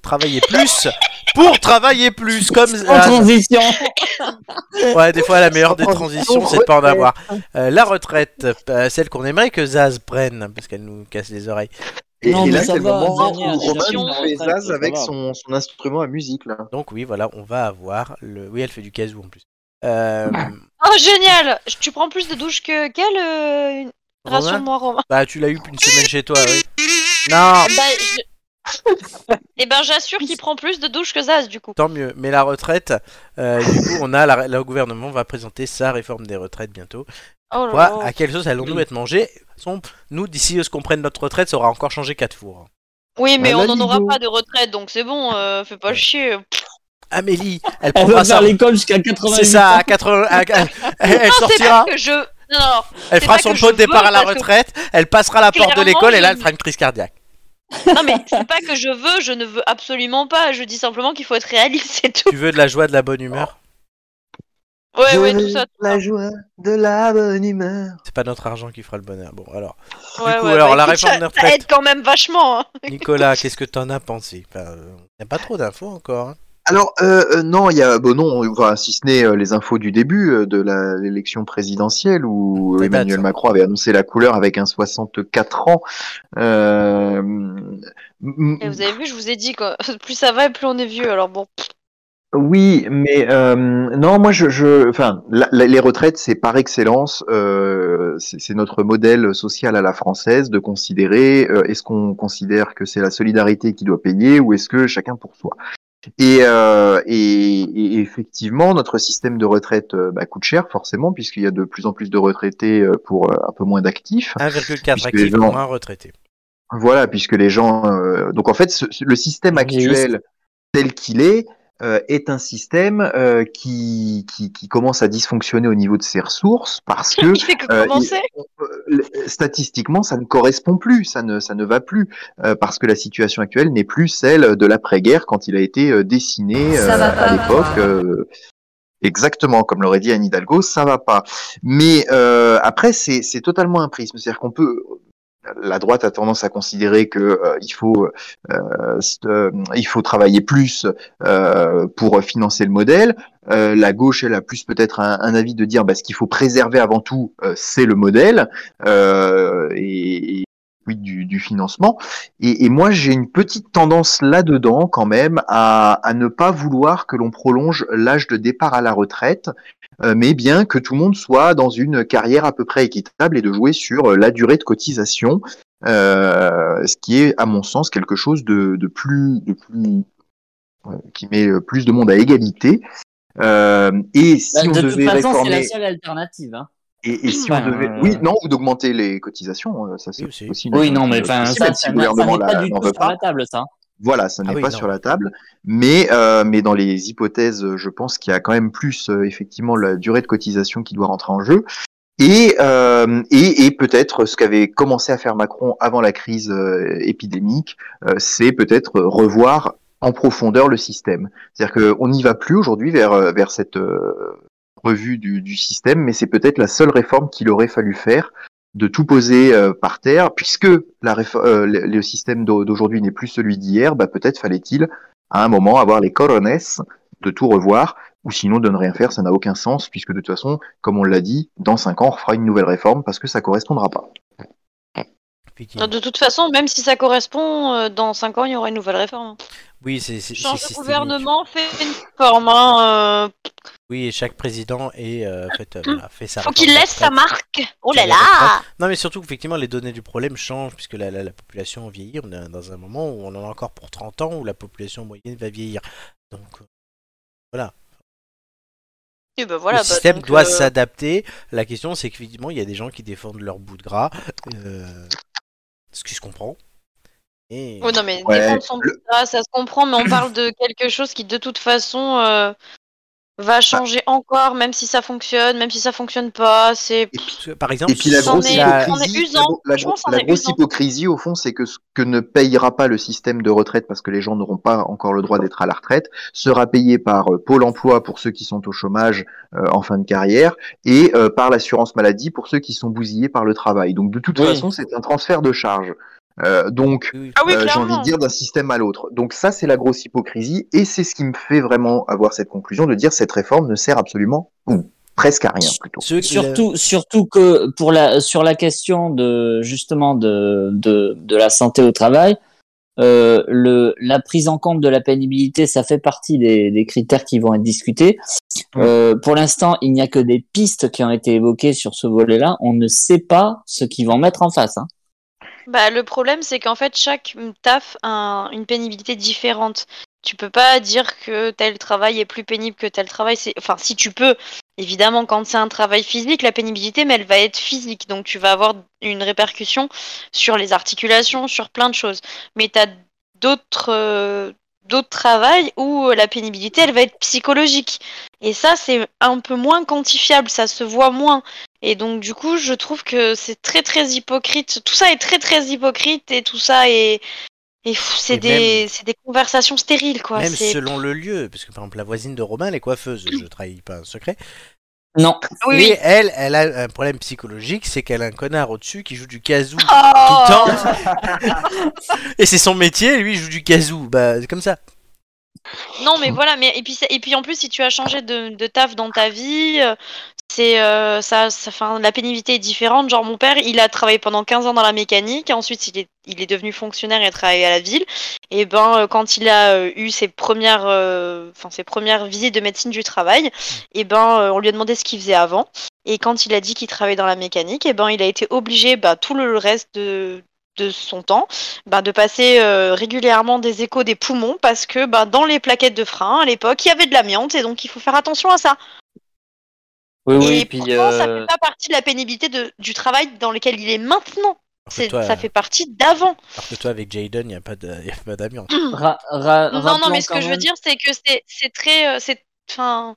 S1: Travailler plus pour travailler plus comme
S3: Oh,
S4: En
S1: Ah, Zaz.
S4: transition.
S1: Ouais, des fois la meilleure des transitions, c'est de pas en avoir. Euh, la retraite, euh, celle qu'on aimerait que Zaz prenne parce qu'elle nous casse les oreilles.
S2: Et,
S4: Non,
S2: et
S4: mais
S2: là,
S4: ça
S2: c'est le
S4: va,
S2: moment
S4: dernière
S2: où Romain
S4: génération,
S2: nous fait
S4: ça va,
S2: Zaz
S4: ça
S2: avec
S4: va.
S2: son, son instrument à musique. Là.
S1: Donc oui, voilà, on va avoir le. Oui, elle fait du casou en plus. Euh,
S3: Oh génial Tu prends plus de douches que qu'elle euh, une-
S1: Romain
S3: Rassure-moi Romain.
S1: bah, tu l'as eu une semaine chez toi, oui. Non,
S3: Bah, je- eh ben j'assure qu'il prend plus de douches que Zaz du coup.
S1: Tant mieux. Mais la retraite, euh, du coup, on a la- le gouvernement va présenter sa réforme des retraites bientôt.
S3: Oh là
S1: Quoi,
S3: là.
S1: à quelle sauce allons-nous être mangés Son- Nous, d'ici euh, ce qu'on prenne notre retraite, ça aura encore changé quatre fours.
S3: Oui mais
S2: Ah,
S3: on
S2: la
S3: n'en aura
S2: Lido.
S3: pas de retraite donc c'est bon, euh, fais pas chier.
S1: Amélie, elle
S4: Elle va
S1: prendra
S4: faire
S1: ça.
S4: l'école jusqu'à 80
S1: C'est ça, à 80. à- à- elle- elle
S3: non c'est pas
S1: sortira,
S3: que je... Non, non,
S1: elle
S3: c'est
S1: fera
S3: pas
S1: son
S3: que
S1: pot
S3: je
S1: de départ
S3: veux,
S1: à la
S3: parce que-
S1: retraite, elle passera la porte de
S3: Clairement,
S1: l'école et là,
S3: je-
S1: elle fera une crise cardiaque.
S3: non, non, mais c'est pas que je veux, je ne veux absolument pas, je dis simplement qu'il faut être réaliste, c'est tout.
S1: Tu veux de la joie, de la bonne humeur
S3: Ouais
S2: Je
S3: ouais tout
S2: veux
S3: ça.
S2: La joie de la bonne humeur.
S1: C'est pas notre argent qui fera le bonheur. Bon, alors,
S3: Ouais,
S1: coup,
S3: ouais,
S1: alors,
S3: bah,
S1: la
S3: écoute,
S1: réforme
S3: ça-
S1: des
S3: Ça
S1: retraites.
S3: aide quand même vachement. hein.
S1: Nicolas, qu'est-ce que t'en as pensé Enfin, euh, On n'a pas trop d'infos encore. hein.
S2: Alors, euh, euh, non, il y a. Bon, non, enfin, si ce n'est euh, les infos du début euh, de la- l'élection présidentielle où euh,
S1: Ça date,
S2: Emmanuel
S1: ça.
S2: Macron avait annoncé la couleur avec un 64 ans. Euh, m- m-
S3: Et vous avez vu, je vous ai dit quoi. Plus ça va, et plus on est vieux. Alors bon.
S2: Oui, mais euh, non, moi je, je enfin, la- la- les retraites, c'est par excellence, euh, c'est c'est notre modèle social à la française de considérer, euh, est-ce qu'on considère que c'est la solidarité qui doit payer ou est-ce que chacun pour soi? Et, euh, et, et effectivement, notre système de retraite euh, bah, coûte cher forcément, puisqu'il y a de plus en plus de retraités euh, pour euh, un peu moins d'actifs.
S1: 1,4
S2: Puisque
S1: actifs
S2: les gens-
S1: pour un retraité.
S2: Voilà, puisque les gens. euh, Donc en fait, ce- ce- le système
S4: Lobbyiste.
S2: actuel tel qu'il est, euh, est un système euh, qui, qui, qui commence à dysfonctionner au niveau de ses ressources parce que
S6: Il fait que
S2: euh,
S6: commencer.
S2: il- euh, statistiquement, ça ne correspond plus, ça ne, ça ne va plus, euh, parce que la situation actuelle n'est plus celle de l'après-guerre quand il a été euh, dessiné
S8: Ça
S2: euh,
S8: va pas.
S2: à l'époque. euh, Exactement, comme l'aurait dit Anne Hidalgo, ça va pas. Mais euh, après, c'est c'est totalement un prisme, c'est-à-dire qu'on peut. La droite a tendance à considérer que euh, il faut euh, st- euh, il faut travailler plus euh, pour financer le modèle. Euh, la gauche, elle a plus peut-être un, un avis de dire bah, ce qu'il faut préserver avant tout, euh, c'est le modèle euh, et, et oui, du, du financement. Et, et moi, j'ai une petite tendance là-dedans quand même à, à ne pas vouloir que l'on prolonge l'âge de départ à la retraite, euh, mais bien que tout le monde soit dans une carrière à peu près équitable et de jouer sur euh, la durée de cotisation. euh, ce qui est, à mon sens, quelque chose de, de plus, de plus, euh, qui met euh, plus de monde à égalité. Euh, et si
S4: Bah,
S2: on
S4: de toute
S2: devait
S4: façon, c'est
S2: réformer...
S4: la seule alternative. Hein.
S2: Et, et si
S4: Enfin,
S2: on devait,
S4: euh,
S2: oui, non, ou d'augmenter les cotisations, euh, ça c'est
S1: Oui, aussi.
S2: aussi. une
S4: Oui, non, mais
S2: alternative
S4: enfin,
S2: possible,
S4: ça,
S2: même si le
S4: ça, n'a- ça
S2: gouvernement
S4: n'est pas
S2: la-
S4: du
S2: n'en
S4: tout
S2: veut
S4: sur
S2: pas.
S4: la table, ça.
S2: Voilà, ça n'est
S1: Ah oui,
S2: pas
S1: non.
S2: sur la table, mais euh, mais dans les hypothèses, euh, je pense qu'il y a quand même plus euh, effectivement la durée de cotisation qui doit rentrer en jeu. Et, euh, et, et peut-être ce qu'avait commencé à faire Macron avant la crise euh, épidémique, euh, c'est peut-être revoir en profondeur le système. C'est-à-dire qu'on n'y va plus aujourd'hui vers, euh, vers cette euh, revue du, du système, mais c'est peut-être la seule réforme qu'il aurait fallu faire, de tout poser euh, par terre, puisque la réfo- euh, le, le système d'au- d'aujourd'hui n'est plus celui d'hier, bah, peut-être fallait-il à un moment avoir les corones de tout revoir, ou sinon de ne rien faire, ça n'a aucun sens, puisque de toute façon, comme on l'a dit, dans cinq ans, on fera une nouvelle réforme, parce que ça correspondra pas.
S1: Effectivement.
S3: De toute façon, même si ça correspond, euh, dans 5 ans, il y aura une nouvelle réforme.
S1: Oui, c'est c'est- c'est
S3: Change de
S1: systémique.
S3: gouvernement, fait une réforme. hein, euh,
S1: Oui, et chaque président est, euh, fait, euh, voilà, fait sa
S6: Faut
S1: réforme
S6: qu'il
S1: de
S6: laisse sa
S1: retraite.
S6: marque. Oh là
S1: Sur
S6: là
S1: la retraite. Non, mais surtout, effectivement, les données du problème changent puisque la, la- la population vieillit. On est dans un moment où on en a encore pour 30 ans où la population moyenne va vieillir. Donc, euh,
S3: et ben voilà,
S1: le
S3: bah,
S1: système
S3: donc,
S1: doit
S3: euh,
S1: s'adapter. La question, c'est qu'évidemment, il y a des gens qui défendent leur bout de gras. euh, ce qui se comprend. Et...
S3: Ouais, non, mais
S2: Ouais,
S3: défendre son
S2: le-
S3: mandat, ça se comprend, mais on parle de quelque chose qui, de toute façon, euh,
S2: Bah
S3: va changer encore, même si ça fonctionne, même si ça fonctionne pas. C'est
S2: Et puis,
S1: Parce que, Par exemple,
S2: Et puis la
S1: si on
S2: grosse
S1: est-
S3: la-
S2: hypocrisie,
S3: on est usant.
S2: la gro- la,
S3: Je
S2: gro-
S3: pense qu'on
S2: la
S3: est
S2: grosse
S3: usant.
S2: hypocrisie au fond, c'est que ce que ne payera pas le système de retraite parce que les gens n'auront pas encore le droit d'être à la retraite sera payé par euh, Pôle Emploi pour ceux qui sont au chômage euh, en fin de carrière et euh, par l'assurance maladie pour ceux qui sont bousillés par le travail. Donc de toute
S4: Oui.
S2: façon, c'est un transfert de charge. Euh, donc
S1: Oui, oui.
S6: Ah oui,
S2: euh, j'ai envie
S6: clairement.
S2: de dire d'un système à l'autre. Donc ça, c'est la grosse hypocrisie et c'est ce qui me fait vraiment avoir cette conclusion de dire cette réforme ne sert absolument ou presque à rien plutôt.
S1: Ceux qui la-
S4: Surtout, surtout que pour la, sur la question de justement de, de, de la santé au travail, euh, le, la prise en compte de la pénibilité, ça fait partie des, des critères qui vont être discutés. Euh, pour l'instant, il n'y a que des pistes qui ont été évoquées sur ce volet-là. On ne sait pas ce qu'ils vont mettre en face. Hein.
S3: Bah, le problème, c'est qu'en fait, chaque taf a un- une pénibilité différente. Tu peux pas dire que tel travail est plus pénible que tel travail. C'est... Enfin, si tu peux, évidemment, quand c'est un travail physique, la pénibilité, mais elle va être physique. Donc, tu vas avoir une répercussion sur les articulations, sur plein de choses. Mais tu as d'autres, euh, d'autres travails où euh, la pénibilité, elle va être psychologique. Et ça, c'est un peu moins quantifiable, ça se voit moins. Et donc, du coup, je trouve que c'est très, très hypocrite. Tout ça est très, très hypocrite et tout ça est. Et pff,
S1: Et
S3: c'est
S1: même-
S3: des, c'est des conversations stériles, quoi.
S1: Même
S3: c'est-
S1: selon le lieu, parce que par exemple la voisine de Romain, elle est coiffeuse, je trahis pas un secret.
S4: Non.
S1: et
S6: Oui, oui.
S1: elle, elle a un problème psychologique, c'est qu'elle a un connard au-dessus qui joue du kazoo tout
S6: Oh
S1: le temps. et c'est son métier, lui, il joue du kazoo. Bah, c'est comme ça.
S3: Non, mais voilà, mais et puis, c'est- et puis en plus, si tu as changé de, de taf dans ta vie, euh, c'est euh, ça, ça, enfin, la pénibilité est différente. Genre, mon père, il a travaillé pendant 15 ans dans la mécanique, ensuite, il est, il est devenu fonctionnaire et a travaillé à la ville. Et ben, euh, quand il a euh, eu ses premières, euh, enfin, ses premières visites de médecine du
S1: Mm.
S3: travail, et ben, euh, on lui a demandé ce qu'il faisait avant. Et quand il a dit qu'il travaillait dans la mécanique, et ben, il a été obligé, bah, tout le reste de de son temps, bah, de passer euh, régulièrement des échos des poumons parce que bah, dans les plaquettes de frein à l'époque il y avait de l'amiante et donc il faut faire attention à ça.
S4: Oui, oui.
S3: et
S4: puis,
S3: pourtant ça
S4: euh,
S3: fait pas partie de la pénibilité de- du travail dans lequel il est maintenant.
S1: Alors que
S3: C'est-
S1: toi, euh,
S3: Ça fait partie d'avant.
S1: alors que toi, avec Jaden, il n'y a pas de- y a pas d'amiante.
S4: Ra- ra-
S3: Non, non,
S4: rappelons
S3: mais ce
S4: quand
S3: que je veux
S4: même-
S3: dire, c'est que c'est- c'est très. euh, c'est enfin,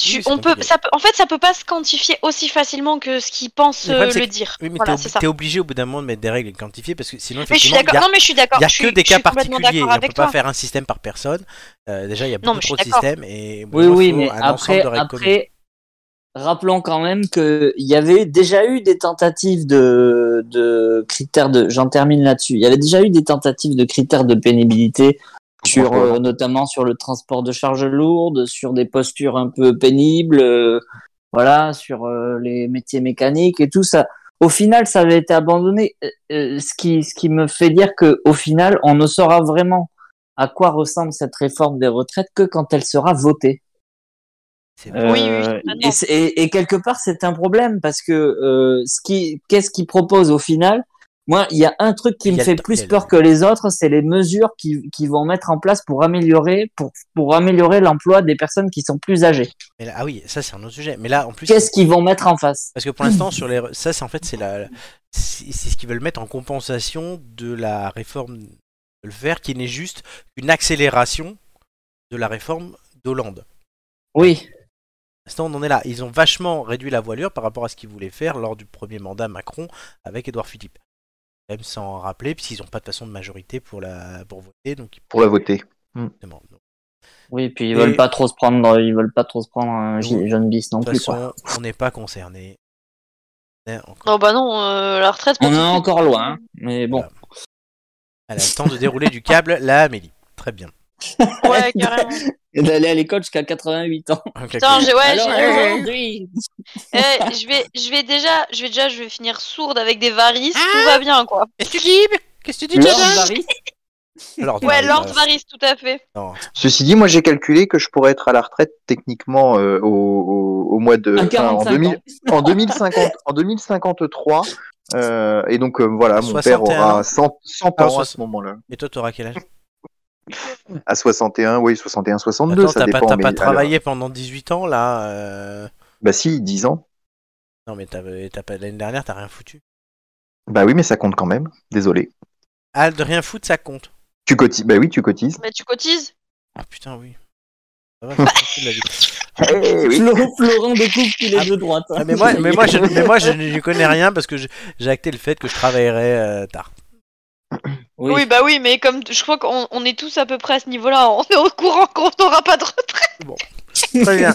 S3: tu-
S1: Oui, c'est
S3: on peut,
S1: compliqué.
S3: ça peut- en fait, ça peut pas se quantifier aussi facilement que ce qu'ils pensent
S1: Le problème,
S3: euh,
S1: c'est
S3: le
S1: que-
S3: dire.
S1: Oui, mais
S3: Voilà,
S1: t'es,
S3: c'est
S1: obli-
S3: ça.
S1: t'es obligé au bout d'un moment de mettre des règles quantifiées parce que sinon,
S3: Mais je suis
S1: effectivement, il y
S3: d'accord.
S1: a,
S3: Non, mais je suis d'accord.
S1: y a
S3: Je
S1: que
S3: suis-
S1: des
S3: je suis
S1: cas
S3: complètement
S1: particuliers. et On
S3: d'accord
S1: peut
S3: avec
S1: pas
S3: toi.
S1: faire un système par personne. Euh, déjà, il y a
S3: Non,
S1: beaucoup
S3: mais je
S1: trop
S3: suis
S1: de
S3: d'accord.
S1: systèmes et au bout
S4: Oui,
S1: d'un moment,
S4: oui,
S1: faut
S4: mais
S1: un ensemble
S4: après,
S1: de règles communes.
S4: après, rappelons quand même que il y avait déjà eu des tentatives de, de critères de. J'en termine là-dessus. Il y avait déjà eu des tentatives de critères de pénibilité sur,
S2: Transport.
S4: euh, notamment sur le transport de charges lourdes, sur des postures un peu pénibles, euh, voilà, sur euh, les métiers mécaniques et tout ça. Au final, ça avait été abandonné, euh, euh, ce qui, ce qui me fait dire que au final, on ne saura vraiment à quoi ressemble cette réforme des retraites que quand elle sera votée.
S1: C'est
S4: Euh,
S3: Oui, oui, totalement.
S4: et, c'est- et- et quelque part, c'est un problème parce que euh, ce qui, qu'est-ce qu'ils proposent au final Moi, il y a un truc qui
S1: Il y
S4: me
S1: a
S4: fait
S1: le- il
S4: plus
S1: y a
S4: peur
S1: le-
S4: que les autres, c'est les mesures qui, qui vont mettre en place pour améliorer, pour, pour améliorer l'emploi des personnes qui sont plus âgées.
S1: Mais là- ah oui, ça c'est un autre sujet. Mais là, en plus,
S4: Qu'est-ce qu'ils vont mettre en face
S1: parce que pour l'instant, sur les, re- ça c'est en fait c'est la, la- c'est c'est ce qu'ils veulent mettre en compensation de la réforme de le faire, qui n'est juste une accélération de la réforme d'Hollande.
S4: Oui,
S1: Pour l'instant, on en est là. Ils ont vachement réduit la voilure par rapport à ce qu'ils voulaient faire lors du premier mandat Macron avec Édouard Philippe. Même sans rappeler, puisqu'ils n'ont pas de façon de majorité pour la pour voter, donc ils
S2: pour la voter.
S1: demandent. Donc,
S4: oui. Puis ils
S1: Et-
S4: veulent pas trop se prendre, ils veulent pas trop se prendre un
S1: Oui.
S4: gi- jaune bis non
S1: De toute
S4: plus. Quoi.
S1: façon, on n'est pas concerné. On est encore-
S3: Non, bah non, euh, la retraite.
S4: On en
S3: pour
S4: est
S3: tout de suite.
S4: encore loin, hein, mais
S1: Oh.
S4: bon.
S1: Elle a le temps de dérouler du câble, la Amélie. Très bien.
S3: Ouais, carrément.
S4: D'aller à l'école jusqu'à 88 ans.
S3: Putain, j'ai- ouais,
S4: Alors,
S3: j'ai-
S1: euh,
S4: aujourd'hui,
S3: Eh, je vais, je vais déjà, je vais déjà, je vais finir sourde avec des varices. tout va bien, quoi.
S1: Qu'est-ce que tu dis Qu'est-ce que tu
S4: Lord Varys,
S2: Euh,
S1: Alors, euh,
S3: Ouais, Lord Varys, tout à fait.
S2: Ceci dit, moi j'ai calculé que je pourrais être à la retraite techniquement euh, au, au- au mois de
S4: un
S2: enfin, en,
S4: 45 ans.
S2: 2000 en 2050 en 2053. euh, et donc euh, voilà, mon père
S1: 61.
S2: aura 100, 100 ans
S1: Ah,
S2: à
S1: soix-
S2: ce moment-là.
S1: Et toi, t'auras quel âge
S2: À 61, oui, 61, 62,
S1: Attends,
S2: ça
S1: t'as pas,
S2: dépend.
S1: t'as
S2: mais
S1: pas
S2: alors-
S1: travaillé pendant 18 ans, là euh,
S2: bah si, 10 ans.
S1: Non, mais t'as, t'as pas... l'année dernière, t'as rien foutu.
S2: Bah oui, mais ça compte quand même. Désolé.
S1: Ah, de rien foutre, ça compte.
S2: Tu cotises. Bah oui, tu cotises.
S3: Mais tu cotises.
S1: Ah, putain, oui. Ça va, c'est facile, la vie.
S2: Eh oui.
S4: Flo- Florent découvre qu'il
S1: Ah,
S4: est de droite. hein.
S1: Ah, mais moi, mais moi, je, mais moi, je n'y connais rien parce que je- j'ai acté le fait que je travaillerais euh, tard.
S3: Oui.
S4: Oui,
S3: bah oui, mais comme t- je crois qu'on on est tous à peu près à ce niveau-là, on est au courant qu'on n'aura pas de retraite.
S1: Très bien.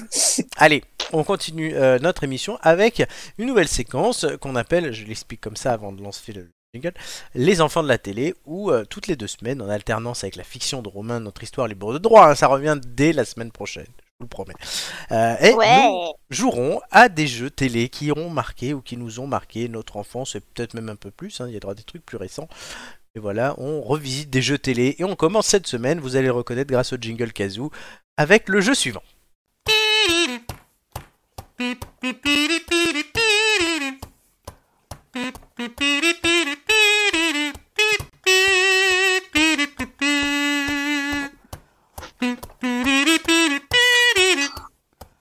S1: Allez, on continue euh, notre émission avec une nouvelle séquence qu'on appelle, je l'explique comme ça avant de lancer le jingle, Les enfants de la télé, où euh, toutes les deux semaines, en alternance avec la fiction de Romain, notre histoire libre de droit, hein, ça revient dès la semaine prochaine, je vous le promets. Euh, et nous jouerons à des jeux télé qui ont marqué ou qui nous ont marqué notre enfance et peut-être même un peu plus, hein, il y aura des trucs plus récents. Et voilà, on revisite des jeux télé et on commence cette semaine, vous allez le reconnaître grâce au jingle Kazoo, avec le jeu suivant.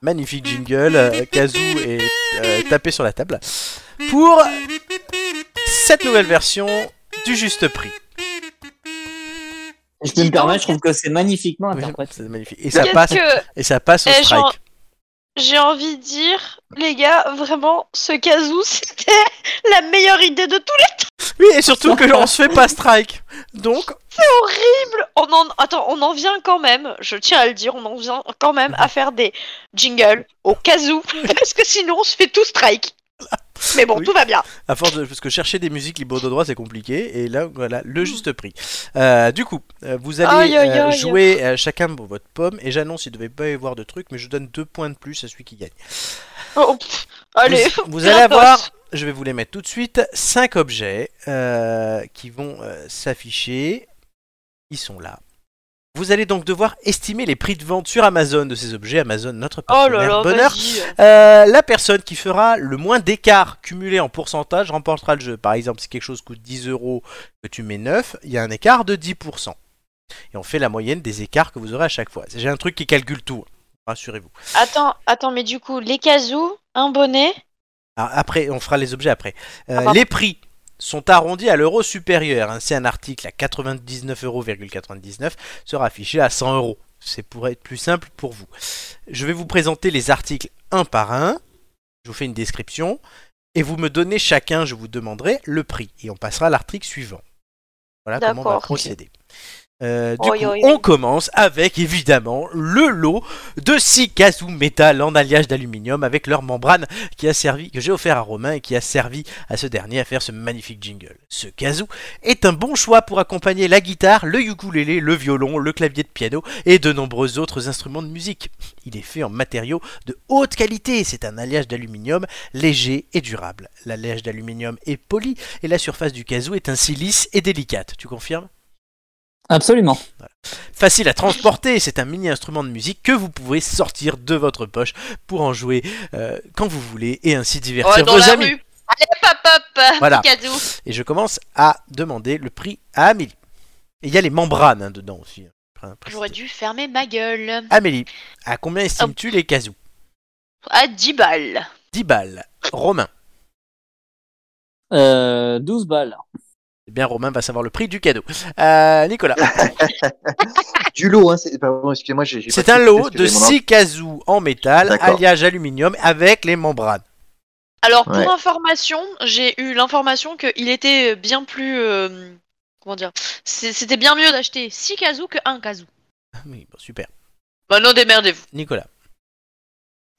S1: Magnifique jingle, euh, Kazoo est euh, tapé sur la table. Pour cette nouvelle version du juste prix.
S4: je peux me permettre, je trouve que c'est magnifiquement interprété.
S1: C'est magnifique. Et ça passe,
S3: Qu'est-ce que
S1: et ça passe au
S3: Eh, genre-
S1: strike.
S3: j'ai envie de dire, les gars, vraiment, ce casou, c'était la meilleure idée de tous les
S1: Oui, et surtout que on se fait pas strike. Donc,
S3: horribles. On en, attends, on en vient quand même. Je tiens à le dire, on en vient quand même à faire des jingles au casou, parce que sinon, on se fait tout strike. Mais bon,
S1: Oui.
S3: tout va bien.
S1: à force de, parce que chercher des musiques libres de droit c'est compliqué, et là voilà le juste prix. Euh, du coup, euh, vous allez
S3: Hmm. Aïe, aïe,
S1: euh,
S3: aïe.
S1: jouer euh, chacun pour votre pomme, et j'annonce il devait pas y avoir de trucs, mais je donne deux points de plus à celui qui gagne.
S3: Oh, pff, allez,
S1: vous, vous
S3: plein
S1: allez
S3: d'os.
S1: avoir, je vais vous les mettre tout de suite, 5 objets euh, qui vont euh, s'afficher. Ils sont là. Vous allez donc devoir estimer les prix de vente sur Amazon de ces objets. Amazon, notre
S3: Oh
S1: partenaire.
S3: là là,
S1: Bonheur.
S3: vas-y.
S1: Euh, la personne qui fera le moins d'écart cumulé en pourcentage remportera le jeu. Par exemple, si quelque chose coûte 10 euros, que tu mets 9, il y a un écart de 10%. Et on fait la moyenne des écarts que vous aurez à chaque fois. J'ai un truc qui calcule tout. hein. Rassurez-vous.
S3: Attends, attends, mais du coup, les casous, un bonnet,
S1: Ah, après, on fera les objets après. Euh,
S3: Ah, pardon.
S1: les prix sont arrondis à l'euro supérieur. Ainsi, un article à 99,99€ sera affiché à 100 euros. C'est pour être plus simple pour vous. Je vais vous présenter les articles un par un. Je vous fais une description. Et vous me donnez chacun, je vous demanderai, le prix. Et on passera à l'article suivant. Voilà comment on va
S3: D'accord.
S1: procéder. Euh, du
S3: Oi,
S1: coup,
S3: oi, oi.
S1: on commence avec évidemment le lot de 6 casous métal en alliage d'aluminium avec leur membrane qui a servi, que j'ai offert à Romain et qui a servi à ce dernier à faire ce magnifique jingle. Ce kazoo est un bon choix pour accompagner la guitare, le ukulélé, le violon, le clavier de piano et de nombreux autres instruments de musique. Il est fait en matériaux de haute qualité, c'est un alliage d'aluminium léger et durable. L'alliage d'aluminium est poli et la surface du kazoo est ainsi lisse et délicate. Tu confirmes
S4: Absolument.
S1: Facile à transporter, c'est un mini instrument de musique que vous pouvez sortir de votre poche pour en jouer euh, quand vous voulez et ainsi divertir
S3: dans
S1: vos
S3: la
S1: amis.
S3: rue. Allez, pop, pop,
S1: Voilà.
S3: Mikado.
S1: Et je commence à demander le prix à Amélie. Et il y a les membranes hein, dedans aussi. hein, pré-
S3: J'aurais
S1: préciser.
S3: dû fermer ma gueule.
S1: Amélie, à combien estimes-tu les casous
S3: À 10 balles.
S1: 10 balles. Romain.
S4: Euh, 12 balles.
S1: Eh bien, Romain va savoir le prix du cadeau. Euh, Nicolas.
S2: Du lot, hein, c'est- pardon, excusez-moi, Ah, j'ai. j'ai
S1: C'est
S2: pas
S1: un
S2: précisé
S1: lot
S2: parce que
S1: de
S2: j'ai mon
S1: 6 casous en métal,
S2: D'accord.
S1: alliage aluminium avec les membranes.
S3: Alors, pour
S2: Ouais.
S3: information, j'ai eu l'information qu'il était bien plus. euh, comment dire C'est- C'était bien mieux d'acheter 6 kazoo que 1 kazoo.
S1: Ah Oui, bon, super.
S3: Bah non, démerdez-vous.
S1: Nicolas.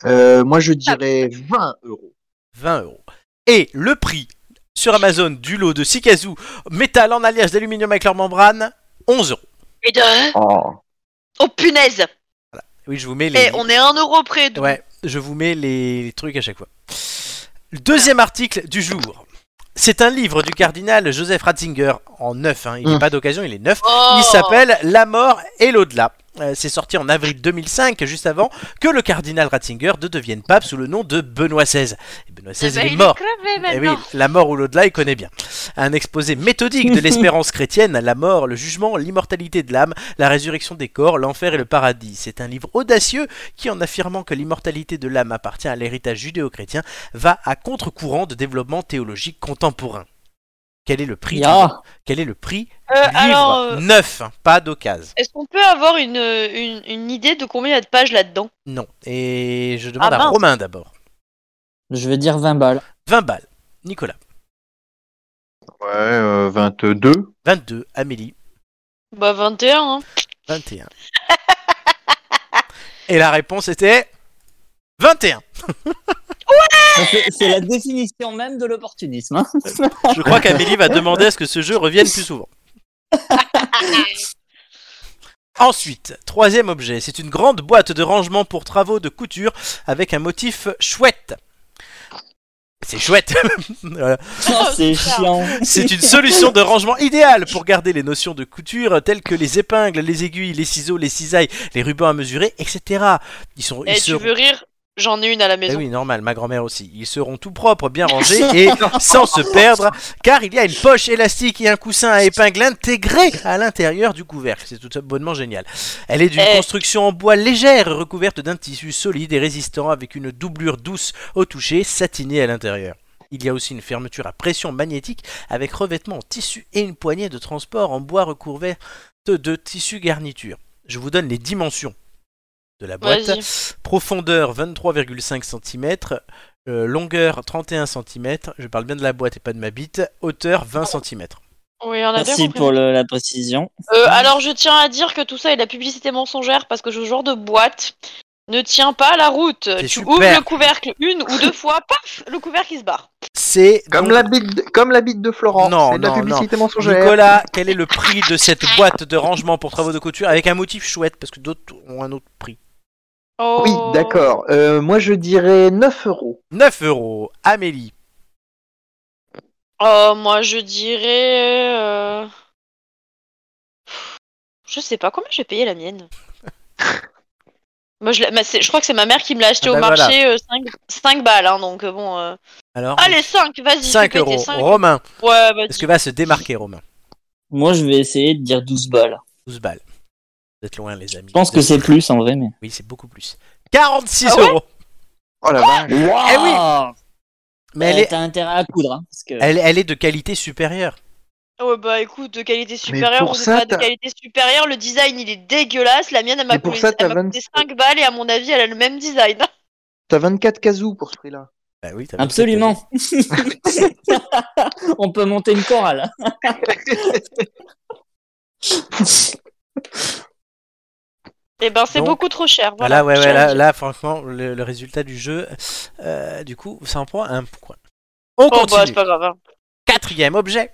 S2: Euh, moi, je dirais 20 euros.
S1: 20 euros. Et le prix sur Amazon du lot de Sikazu métal en alliage d'aluminium avec leur membrane, 11 euros.
S3: Et de.
S2: Oh.
S3: Oh punaise
S1: Oui, je vous mets les.
S3: Et on est un euro près. donc.
S1: Ouais, je vous mets les, les trucs à chaque fois. Le Deuxième article du jour. C'est un livre du cardinal Joseph Ratzinger en neuf. hein. Il n'est
S2: Mm.
S1: pas d'occasion, il est neuf.
S3: Oh.
S1: Il s'appelle La mort et l'au-delà. Euh, C'est sorti en avril 2005, juste avant que le cardinal Ratzinger ne devienne pape sous le nom de Benoît XVI. Et Benoît
S3: Eh
S1: XVI,
S3: ben,
S1: il est mort.
S3: crevé
S1: Eh
S3: maintenant.
S1: oui, la mort ou l'au-delà, il connaît bien. Un exposé méthodique de l'espérance chrétienne, la mort, le jugement, l'immortalité de l'âme, la résurrection des corps, l'enfer et le paradis. C'est un livre audacieux qui, en affirmant que l'immortalité de l'âme appartient à l'héritage judéo-chrétien, va à contre-courant de développement théologique contemporain. Quel est le prix du-
S4: Ya.
S1: Quel est le prix
S3: Euh,
S1: du
S3: alors,
S1: livre
S3: euh,
S1: Neuf, hein, pas d'occasion.
S3: est-ce qu'on peut avoir une, une, une idée de combien il y a de pages là-dedans
S1: Non. Et je demande
S3: Ah,
S1: à
S3: mince.
S1: Romain d'abord.
S4: Je vais dire 20 balles.
S1: 20 balles. Nicolas.
S2: Ouais, euh, 22.
S1: 22. Amélie.
S3: Bah 21. Hein.
S1: 21. Et la réponse était 21.
S4: Ça, c'est- C'est la définition même de l'opportunisme. hein.
S1: Je crois qu'Amélie va demander à ce que ce jeu revienne plus souvent. Ah,
S3: Eh,
S1: Ensuite, troisième objet, c'est une grande boîte de rangement pour travaux de couture avec un motif chouette. C'est chouette. Voilà.
S4: Oh, c'est chiant.
S1: C'est une solution de rangement idéale pour garder les notions de couture telles que les épingles, les aiguilles, les ciseaux, les cisailles, les rubans à mesurer, etc. Ils sont, ils
S3: Eh, tu
S1: seront-
S3: veux rire J'en ai une à la
S1: Eh
S3: maison.
S1: oui, normal, ma grand-mère aussi. Ils seront tout propres, bien rangés et sans se perdre, car il y a une poche élastique et un coussin à épingle intégré à l'intérieur du couvercle. C'est tout bonnement génial. Elle est d'une
S3: Eh.
S1: construction en bois légère, recouverte d'un tissu solide et résistant avec une doublure douce au toucher, satinée à l'intérieur. Il y a aussi une fermeture à pression magnétique avec revêtement en tissu et une poignée de transport en bois recouverte de tissu garniture. Je vous donne les dimensions de la boîte.
S3: Vas-y.
S1: Profondeur 23,5 cm, Euh, longueur 31 cm, je parle bien de la boîte et pas de ma bite, hauteur 20 cm.
S3: Oui, on a bien
S4: Merci
S3: compris.
S4: pour le- la précision.
S3: Euh, alors, je tiens à dire que tout ça est de la publicité mensongère parce que ce genre de boîte ne tient pas la route. Tu
S1: super.
S3: ouvres le couvercle une ou deux fois, paf, le couvercle il se barre.
S1: C'est
S2: Comme
S1: donc-
S2: la bite, de- comme la bite de Florent.
S1: Non,
S2: c'est de la
S1: non,
S2: publicité mensongère.
S1: Nicolas, quel est le prix de cette boîte de rangement pour travaux de couture avec un motif chouette parce que d'autres ont un autre prix.
S3: Oh.
S2: Oui, d'accord. Euh, moi, je dirais 9 euros.
S1: 9 euros, Amélie.
S3: Oh, moi je dirais. euh, Je sais pas combien j'ai payé la mienne. moi, je, l'ai- bah, c'est- je crois que c'est ma mère qui me l'a acheté
S1: Ah
S3: au
S1: bah voilà.
S3: marché 5, balles, hein, donc euh, bon. euh,
S1: Alors,
S3: Allez, 5, vas-y, fais
S1: 5
S3: péter,
S1: euros.
S3: cinq.
S1: Romain,
S3: Ouais, vas-y.
S1: est-ce que va se démarquer Romain
S4: Moi, je vais essayer de dire 12 balles.
S1: 12 balles. Vous êtes loin les amis.
S4: Je pense que c'est plus en vrai, mais.
S1: Oui, c'est beaucoup plus. 46
S3: Ah ouais
S1: euros.
S2: Oh la vache.
S4: Waouh
S1: Eh oui. Mais elle
S4: euh,
S1: est,
S4: t'as intérêt à coudre. hein, parce que...
S1: elle, elle est de qualité supérieure.
S3: Ouais, bah écoute, de qualité supérieure
S2: pour
S3: ou de
S2: ça,
S3: pas de
S2: t'as-
S3: qualité supérieure, le design il est dégueulasse. La mienne, elle m'a
S2: Mais pour
S3: coûté,
S2: ça, t'as
S3: elle m'a coûté
S2: 25.
S3: 5 balles et à mon avis, elle a le même design.
S2: T'as 24 casous pour ce prix-là.
S1: Bah oui, t'as vu,
S4: Absolument. On peut monter une chorale.
S3: Et ben, c'est
S1: Donc,
S3: beaucoup trop cher.
S1: Ah
S3: Voilà,
S1: là, ouais,
S3: Je-
S1: ouais, là, là, franchement, le, le résultat du jeu, euh, du coup, ça en prend un point. On
S3: Bon, bah,
S1: continue.
S3: c'est pas grave. hein.
S1: Quatrième objet.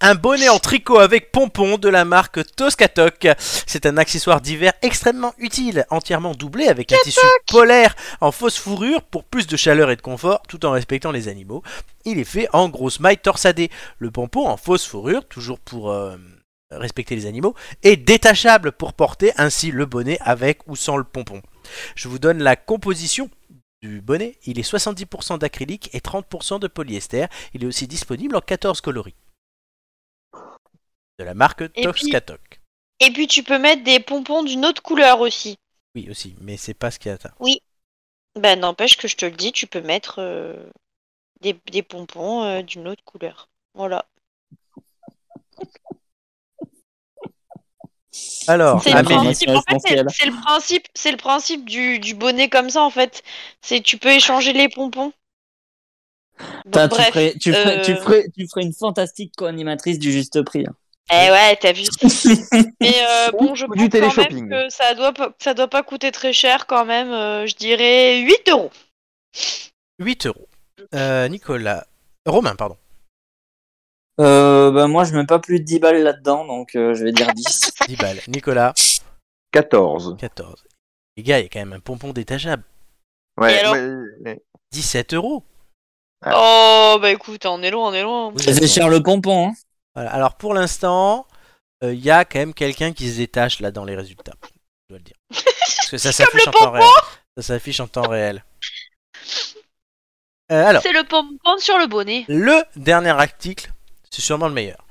S1: Un bonnet en tricot avec pompon de la marque Toscatok. C'est un accessoire d'hiver extrêmement utile, entièrement doublé avec un tissu polaire en fausse fourrure pour plus de chaleur et de confort tout en respectant les animaux. Il est fait en grosse maille torsadée. Le pompon en fausse fourrure, toujours pour euh, respecter les animaux, est détachable pour porter ainsi le bonnet avec ou sans le pompon. Je vous donne la composition du bonnet. Il est 70% d'acrylique et 30% de polyester. Il est aussi disponible en 14 coloris. De la marque
S3: puis-
S1: Toxcatok.
S3: Et puis, tu peux mettre des pompons d'une autre couleur aussi.
S1: Oui, aussi, mais c'est pas ce qu'il y a. là.
S3: Ben, n'empêche que je te le dis, tu peux mettre euh, des, des pompons euh, d'une autre couleur. Voilà.
S1: Alors,
S3: C'est
S4: Ah,
S3: le
S1: Amélie-
S4: mais-
S3: principe. En fait, c'est
S4: essentiel.
S3: c'est le principe, c'est le principe du, du bonnet comme ça en fait. C'est tu peux échanger les pompons. Bon,
S4: Putain, tu,
S3: bref.
S4: ferais, tu, ferais, tu,
S3: euh,
S4: ferais, tu ferais une fantastique co-animatrice du juste prix. hein.
S3: Eh ouais, t'as vu. Mais euh, bon, je
S2: Ou
S3: pense
S2: du
S3: quand même
S2: téléshopping.
S3: que ça doit pas, ça doit pas coûter très cher quand même. euh, je dirais 8 euros.
S1: 8 euros. Euh, Nicolas. Romain, pardon.
S4: Euh, bah, moi, je mets pas plus de 10 balles là-dedans, donc euh, je vais dire 10.
S1: 10 balles. Nicolas,
S2: 14.
S1: 14. Les gars, il y a quand même un pompon détachable.
S2: Ouais,
S3: Et alors
S2: ouais,
S1: 17 euros.
S2: Ah.
S3: Oh bah écoute, on est loin, on est loin.
S1: Vous
S4: Ça fait
S1: êtes-
S4: cher le pompon. hein.
S1: Voilà. Alors, pour l'instant, euh, il y a quand même quelqu'un qui se détache là dans les résultats. Je dois le dire. Parce que ça s'affiche en temps réel. Ça s'affiche en temps réel. Euh, alors.
S6: C'est le pompon sur le bonnet.
S1: Le dernier article, c'est sûrement le meilleur.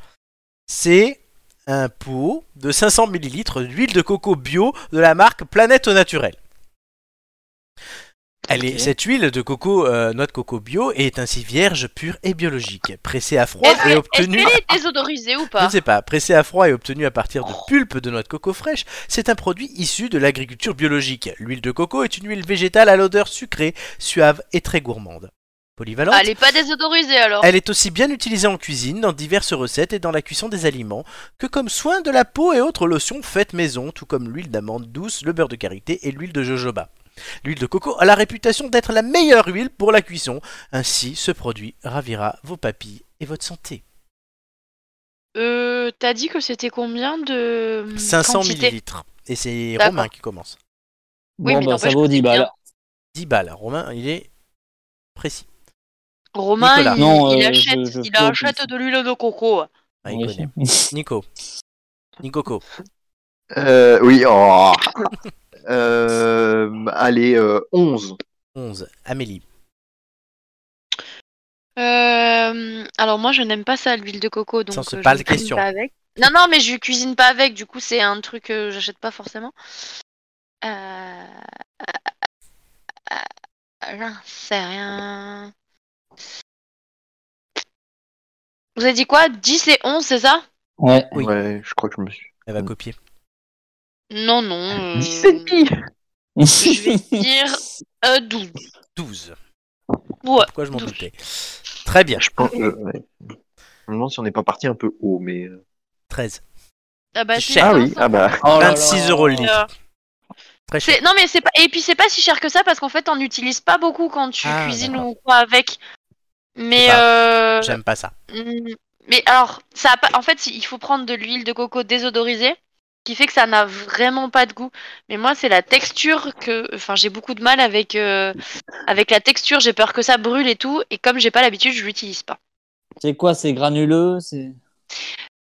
S1: C'est un pot de 500 ml d'huile de coco bio de la marque Planète au naturel. Elle est-
S4: Ok.
S1: cette huile de coco, euh, noix de coco bio, est ainsi vierge, pure et biologique, pressée à froid
S6: Est-ce
S1: et
S6: Est-ce qu'elle
S1: obtenue.
S6: est désodorisée ou
S1: Je
S6: pas Oh.
S1: ne sais pas, pressée à froid et obtenue à partir de pulpe de noix de coco fraîche, c'est un produit issu de l'agriculture biologique. L'huile de coco est une huile végétale à l'odeur sucrée, suave et très gourmande. Polyvalente,
S6: Ah, Elle est pas désodorisée alors.
S1: elle est aussi bien utilisée en cuisine, dans diverses recettes et dans la cuisson des aliments, que comme soin de la peau et autres lotions faites maison, tout comme l'huile d'amande douce, le beurre de karité et l'huile de jojoba. L'huile de coco a la réputation d'être la meilleure huile pour la cuisson. Ainsi, ce produit ravira vos papilles et votre santé.
S6: Euh, t'as dit que c'était combien de
S3: euh,
S1: 500
S6: Mmh, quantité
S1: millilitres. Et c'est
S6: D'accord.
S1: Romain qui commence.
S6: Oui,
S4: bon,
S6: mais
S4: bah,
S6: n'empêche
S4: ça vaut
S6: que
S4: 10
S6: c'est
S4: balles.
S6: bien.
S1: 10 balles. Romain, il est précis. Nicolas.
S6: Romain, il,
S4: Non,
S6: il
S4: euh,
S6: achète,
S4: je- je
S6: il
S4: fais au
S6: achète
S4: pif.
S6: de l'huile de coco.
S1: Ah, il
S4: Oui.
S1: connaît. Nico. Nicoco.
S2: Euh, oui, oh. Euh, allez, euh, 11.
S1: 11. Amélie.
S6: Euh, alors moi, je n'aime pas ça, l'huile de coco, donc
S1: Ça, c'est
S6: euh,
S1: pas
S6: je
S1: la
S6: ne cuisine
S1: question.
S6: pas avec. Non, non, mais je cuisine pas avec. Du coup, c'est un truc que j'achète pas forcément. Euh... euh, euh, J'en sais rien. Vous avez dit quoi 10 et 11, c'est ça
S4: Ouais.
S1: Oui.
S2: Ouais, je crois que je me suis.
S1: Elle va copier.
S6: Non, non. euh,
S2: 10 et demi.
S6: Je vais dire euh, 12.
S1: 12.
S6: Ouais,
S1: Pourquoi je m'en
S6: 12.
S1: doutais Très bien.
S2: Je pense que. ouais. Je me demande si on n'est pas parti un peu haut, mais. euh,
S1: 13.
S6: Ah bah,
S1: C'est
S6: si,
S1: cher.
S2: Ah
S6: c'est
S2: oui,
S6: un
S2: ah bah.
S4: Oh là
S1: 26
S4: là.
S1: euros le
S6: Euh,
S1: litre. Très cher.
S6: C'est- Non mais c'est pas et puis c'est pas si cher que ça parce qu'en fait on n'utilise pas beaucoup quand tu
S1: Ah,
S6: cuisines
S1: d'accord.
S6: ou quoi avec. Mais
S1: pas-
S6: euh,
S1: J'aime pas ça.
S6: mm, mais alors ça a pas en fait il faut prendre de l'huile de coco désodorisée qui fait que ça n'a vraiment pas de goût. Mais moi c'est la texture que enfin j'ai beaucoup de mal avec euh, avec la texture, j'ai peur que ça brûle et tout et comme j'ai pas l'habitude, je l'utilise pas.
S4: C'est quoi C'est granuleux c'est...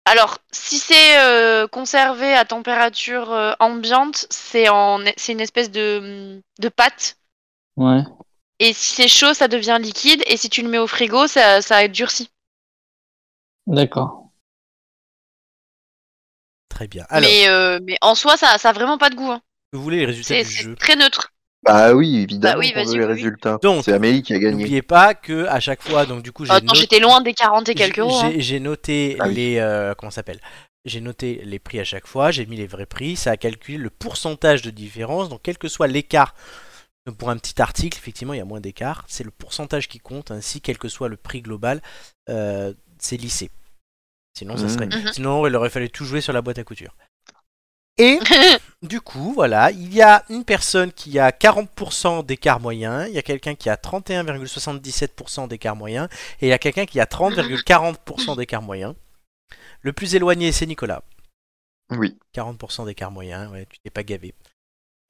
S6: Alors, si c'est euh, conservé à température euh, ambiante, c'est en c'est une espèce de de pâte
S4: Ouais.
S6: Et si c'est chaud, ça devient liquide. Et si tu le mets au frigo, ça, ça durcit.
S4: D'accord.
S1: Très bien. Alors,
S6: mais, euh, mais en soi, ça, ça a vraiment pas de goût. hein.
S1: vous voulez les résultats
S6: C'est
S1: du
S6: c'est
S1: jeu
S6: très neutre.
S2: Bah oui, évidemment,
S6: Bah oui,
S2: qu'on
S6: vas-y,
S2: veut les
S6: oui.
S2: résultats.
S1: Donc,
S2: C'est Amélie qui a gagné.
S1: N'oubliez pas que à chaque fois, donc du coup, j'ai
S6: Oh, Attends,
S1: noté-
S6: j'étais loin des 40 et quelques
S1: j'ai-
S6: euros. hein.
S1: j'ai- J'ai noté
S2: Ah oui.
S1: les euh, comment ça s'appelle J'ai noté les prix à chaque fois. J'ai mis les vrais prix. Ça a calculé le pourcentage de différence. Donc quel que soit l'écart. donc, Pour un petit article, effectivement, il y a moins d'écart. C'est le pourcentage qui compte, ainsi quel que soit le prix global, euh, c'est lissé. Sinon, ça
S2: Mhm.
S1: serait.
S6: Mhm.
S1: Sinon, il aurait fallu tout jouer sur la boîte à couture. Et
S6: hein.
S1: du coup, voilà, il y a une personne qui a 40% d'écart moyen, il y a quelqu'un qui a 31,77% d'écart moyen, et il y a quelqu'un qui a 30,40% d'écart moyen. Le plus éloigné, c'est Nicolas.
S2: Oui.
S1: 40% d'écart moyen, ouais, tu t'es pas gavé.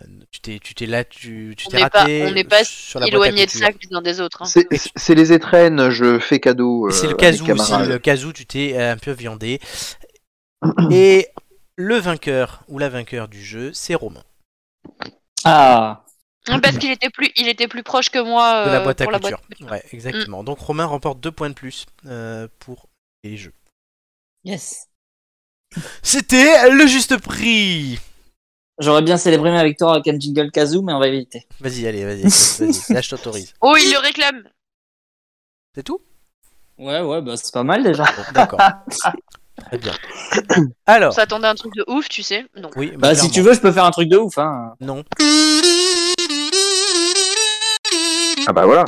S1: Euh, Tu t'es, tu t'es là, tu, tu
S6: On
S1: t'es
S6: n'est pas-
S1: raté. euh,
S6: on n'est pas
S1: sur la boîte à
S6: Éloigné de
S1: couture.
S6: ça que les uns des autres. hein.
S2: C'est- C'est c'est les étrennes, je fais cadeau. euh,
S1: C'est le
S2: à
S1: cas
S2: mes
S1: où,
S2: camarades.
S1: c'est le cas où tu t'es euh, un peu viandé. Et le vainqueur ou la vainqueur du jeu, c'est Romain.
S4: Ah,
S6: Non, Parce qu'il était plus, il était plus proche que moi
S1: De la
S6: euh,
S1: boîte à
S6: pour la
S1: couture. Ouais, exactement. Donc Romain remporte deux points de plus euh, pour les jeux.
S4: yes.
S1: C'était le juste prix.
S4: J'aurais bien célébré ma victoire avec un jingle kazoo, mais on va éviter.
S1: Vas-y, allez, vas-y. vas-y. Là, je t'autorise.
S6: Oh, il le réclame.
S1: C'est tout
S4: Ouais, ouais, bah c'est pas mal déjà.
S1: Bon, D'accord. Très bien. Alors,
S6: On s'attendait à un truc de ouf, tu sais. Non.
S1: Ah. oui,
S4: Bah si
S1: clairement.
S4: tu veux, je peux faire un truc de ouf. Hein.
S1: Non.
S2: Ah bah voilà.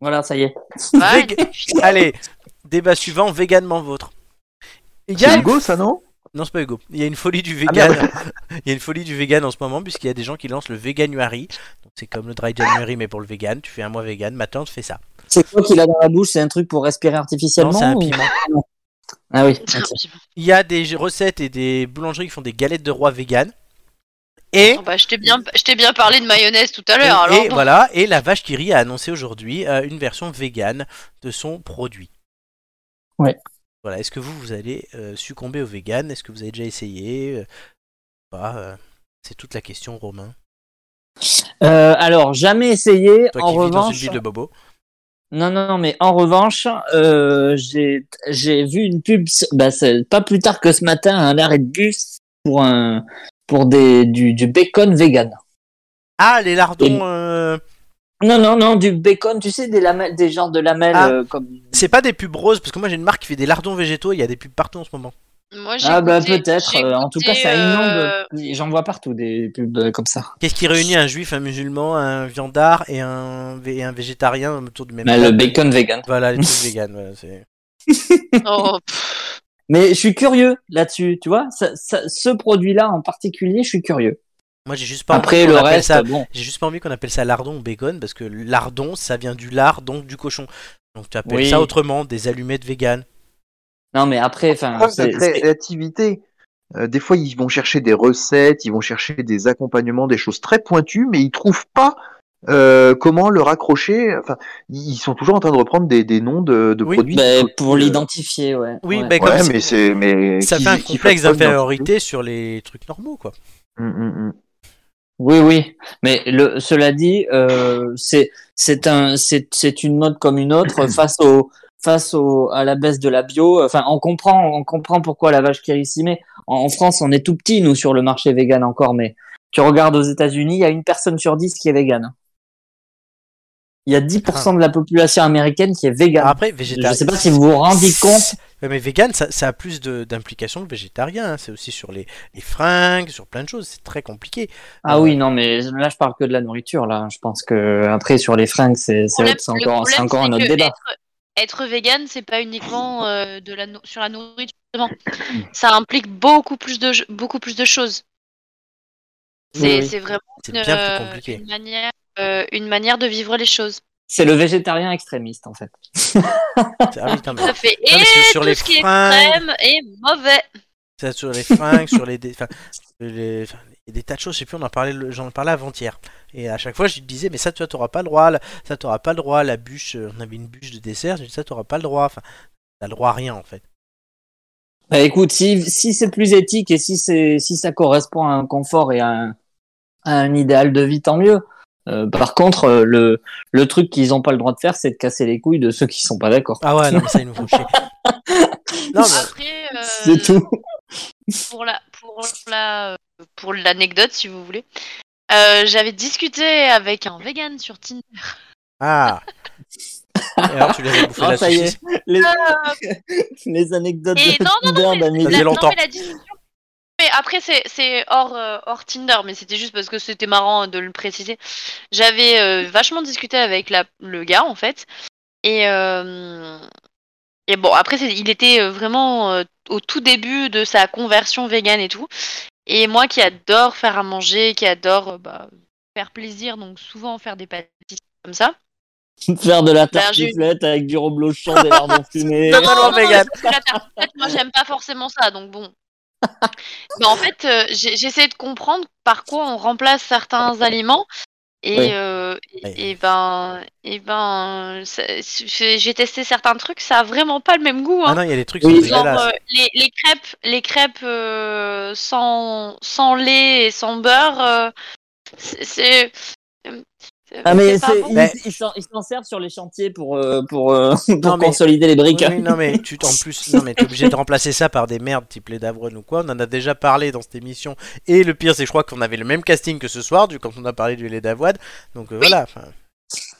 S4: Voilà, ça y est.
S6: Ouais,
S1: Vég- Allez, débat suivant, véganement vôtre. Il y a
S2: C'est Hugo, ça, non
S1: Non, c'est pas Hugo. Il y a une folie du
S2: Ah,
S1: vegan. Il y a une folie du vegan en ce moment puisqu'il y a des gens qui lancent le veganuary. Donc c'est comme le dry January mais pour le vegan. Tu fais un mois vegan. Maintenant, tu fais ça.
S4: C'est quoi qu'il a dans la bouche C'est un truc pour respirer
S1: Non,
S4: artificiellement
S1: c'est un
S4: ou-
S1: piment.
S4: Ah oui.
S6: c'est
S4: ok.
S1: Il y a des recettes et des boulangeries qui font des galettes de roi vegan. Et
S6: Oh, bah, je t'ai bien, je t'ai bien parlé de mayonnaise tout
S3: Ah,
S6: à
S1: Et,
S6: l'heure.
S1: et
S6: alors.
S1: voilà, et la vache qui rit a annoncé aujourd'hui euh, une version végane de son produit.
S4: Ouais.
S1: Voilà, est-ce que vous, vous allez euh, succomber au vegan Est-ce que vous avez déjà essayé euh, pas, euh, C'est toute la question, Romain.
S4: Euh, alors, jamais essayé.
S1: Toi qui
S4: en
S1: vis dans une
S4: revanche,
S1: ville de bobo.
S4: non, non, non, mais en revanche, euh, j'ai j'ai vu une pub. sur- Bah, c'est pas plus tard que ce matin, un arrêt de bus pour un pour des du, du bacon vegan.
S1: Ah, les lardons
S4: Et-
S1: euh,
S4: Non, non, non, du bacon. Tu sais des lamelles, des genres de lamelles
S1: Ah.
S4: euh, comme.
S1: C'est pas des pubs roses, parce que moi j'ai une marque qui fait des lardons végétaux, il y a des pubs partout en ce moment.
S6: Moi, j'ai
S4: Ah bah
S6: goûté-
S4: peut-être.
S6: j'ai
S4: euh, en tout cas,
S6: goûté,
S4: ça
S6: euh,
S4: inonde. J'en vois partout des pubs euh, comme ça.
S1: Qu'est-ce qui réunit un juif, un musulman, un viandard et un, vé- et un végétarien autour du même
S4: Bah,
S1: table
S4: le bacon vegan.
S1: Voilà, les trucs vegan. voilà, c'est-
S6: oh, pff,
S4: Mais je suis curieux là-dessus, tu vois. ça- ça- ce produit-là en particulier, je suis curieux.
S1: Moi j'ai juste pas
S4: Après
S1: envie
S4: le
S1: qu'on appelle
S4: reste,
S1: ça...
S4: bon.
S1: J'ai juste pas envie qu'on appelle ça lardon ou bacon, parce que lardon, ça vient du lard, donc du cochon. Donc tu appelles
S4: Oui.
S1: ça autrement, des allumettes vegan.
S4: Non, mais après, enfin,
S2: Preuve
S4: Ah, c'est-
S2: de créativité. Euh, des fois, ils vont chercher des recettes, ils vont chercher des accompagnements, des choses très pointues, mais ils trouvent pas euh, comment le raccrocher. Enfin, ils sont toujours en train de reprendre des, des noms de, de
S1: Oui,
S4: c'est-
S2: produits. euh,
S4: ben, pour l'identifier, ouais.
S1: Oui,
S4: Ouais.
S1: ben,
S2: Ouais,
S1: comme
S2: mais
S1: c'est-
S2: c'est mais
S1: ça
S2: qui-
S1: fait un
S2: qui
S1: complexe
S2: fasse pas une
S1: d'infériorité sur les trucs normaux, quoi.
S2: Hum, hum, hum.
S4: oui, oui. Mais le, cela dit, euh, c'est c'est un c'est c'est une mode comme une autre face au face au à la baisse de la bio. Enfin, on comprend on comprend pourquoi la vache qui rit s'y met. En, en France, on est tout petit nous sur le marché vegan encore, mais tu regardes aux États-Unis, il y a une personne sur dix qui est végane. Il y a
S1: Ah.
S4: 10% de la population américaine qui est végane.
S1: Alors après,
S4: Je
S1: végétarien.
S4: sais pas si vous vous rendez compte.
S1: Ouais, mais vegan, ça, ça a plus de- d'implications que végétarien. hein. C'est aussi sur les, les fringues, sur plein de choses. C'est très compliqué.
S4: Ah oui, non, mais là, je parle que de la nourriture, là. Je pense que après, sur les fringues, c'est c'est
S6: problème-
S4: c'est
S6: le
S4: encore, c'est
S6: problème,
S4: encore un
S6: c'est
S4: autre
S6: que
S4: débat.
S6: Être, être vegan, c'est pas uniquement euh, de la nou- sur la nourriture. justement. Ça implique beaucoup plus de beaucoup plus de choses. C'est
S4: Oui, oui.
S6: c'est vraiment
S1: C'est
S6: une,
S1: bien
S6: euh,
S1: plus compliqué.
S6: une manière euh, une manière de vivre les choses.
S4: C'est le végétarien extrémiste, en fait.
S1: Ah oui, non, mais-
S6: Ça fait
S1: Non, mais
S6: et
S1: c'est sur
S6: tout
S1: les
S6: ce qui est
S1: fringues.
S6: extrême est mauvais.
S1: Ça, sur les fringues, sur les. dé- Enfin, les- enfin, il y a des tas de choses, je sais plus, on en parlait, le- j'en parlais avant-hier. Et à chaque fois, je disais, mais ça, tu vois, t'auras pas le droit, là, ça, t'auras pas le droit, la bûche, euh, on avait une bûche de dessert, je dis, ça, t'auras pas le droit. Enfin, t'as le droit à rien, en fait.
S4: Bah, écoute, si, si c'est plus éthique et si, c'est si ça correspond à un confort et à un, à un idéal de vie, tant mieux. Euh, par contre, euh, le, le truc qu'ils n'ont pas le droit de faire, c'est de casser les couilles de ceux qui sont pas d'accord.
S1: Ah ouais, non, mais ça, ils nous font chier. Non, mais
S6: Après, euh,
S4: C'est tout.
S6: pour la pour la euh,
S3: pour l'anecdote si vous voulez. Euh, J'avais discuté avec un vegan sur Tinder.
S1: Ah Et alors, tu lui avais bouffé
S4: Ah,
S1: la
S4: ça y est.
S1: saucisse
S4: Les,
S3: Euh,
S4: les anecdotes
S3: Et
S4: de
S3: non, non,
S4: Tinder
S1: Ça
S3: non,
S4: bah,
S3: mais,
S1: faisait
S3: la,
S4: d'Amélie.
S3: non,
S1: longtemps.
S3: mais la discussion- Mais après, c'est- c'est hors, euh, hors Tinder, mais c'était juste parce que c'était marrant de le préciser. J'avais euh, vachement discuté avec la, le gars, en fait. Et, euh, et bon, après, c'est- il était euh, vraiment euh, au tout début de sa conversion vegan et tout. Et moi qui adore faire à manger, qui adore euh, bah, faire plaisir, donc souvent faire des pâtisseries comme ça.
S4: Faire de la
S3: Ben, j'ai-
S4: tartiflette avec du reblochon, des lardons fumés.
S1: Non, non, vegan.
S3: c'est la tartiflette, moi j'aime pas forcément ça, donc bon. Mais en fait, euh, j'ai j'ai essayé de comprendre par quoi on remplace certains aliments. Et,
S4: Oui.
S3: euh, et-
S1: Oui.
S3: et ben, et ben, ça- c'est- j'ai testé certains trucs, ça a vraiment pas le même goût.
S1: Ah
S3: Hein.
S1: non, il y a des trucs qui
S4: Oui.
S1: sont
S3: Genre
S1: dégueulasses.
S3: euh, les, les crêpes, les crêpes euh, sans, sans lait et sans beurre, euh, c'est- c'est. euh,
S4: Ah mais
S3: pas
S4: c'est-
S3: bon.
S4: ils
S1: Mais-
S4: ils s'en- ils s'en servent sur les chantiers pour euh, pour euh, pour
S1: Non, mais-
S4: consolider les briques.
S1: Oui, non mais tu en plus non mais t'es obligé de remplacer ça par des merdes type les d'Avron ou quoi. On en a déjà parlé dans cette émission et le pire c'est que je crois qu'on avait le même casting que ce soir du quand on a parlé du lait d'avoine. Donc euh, voilà. enfin,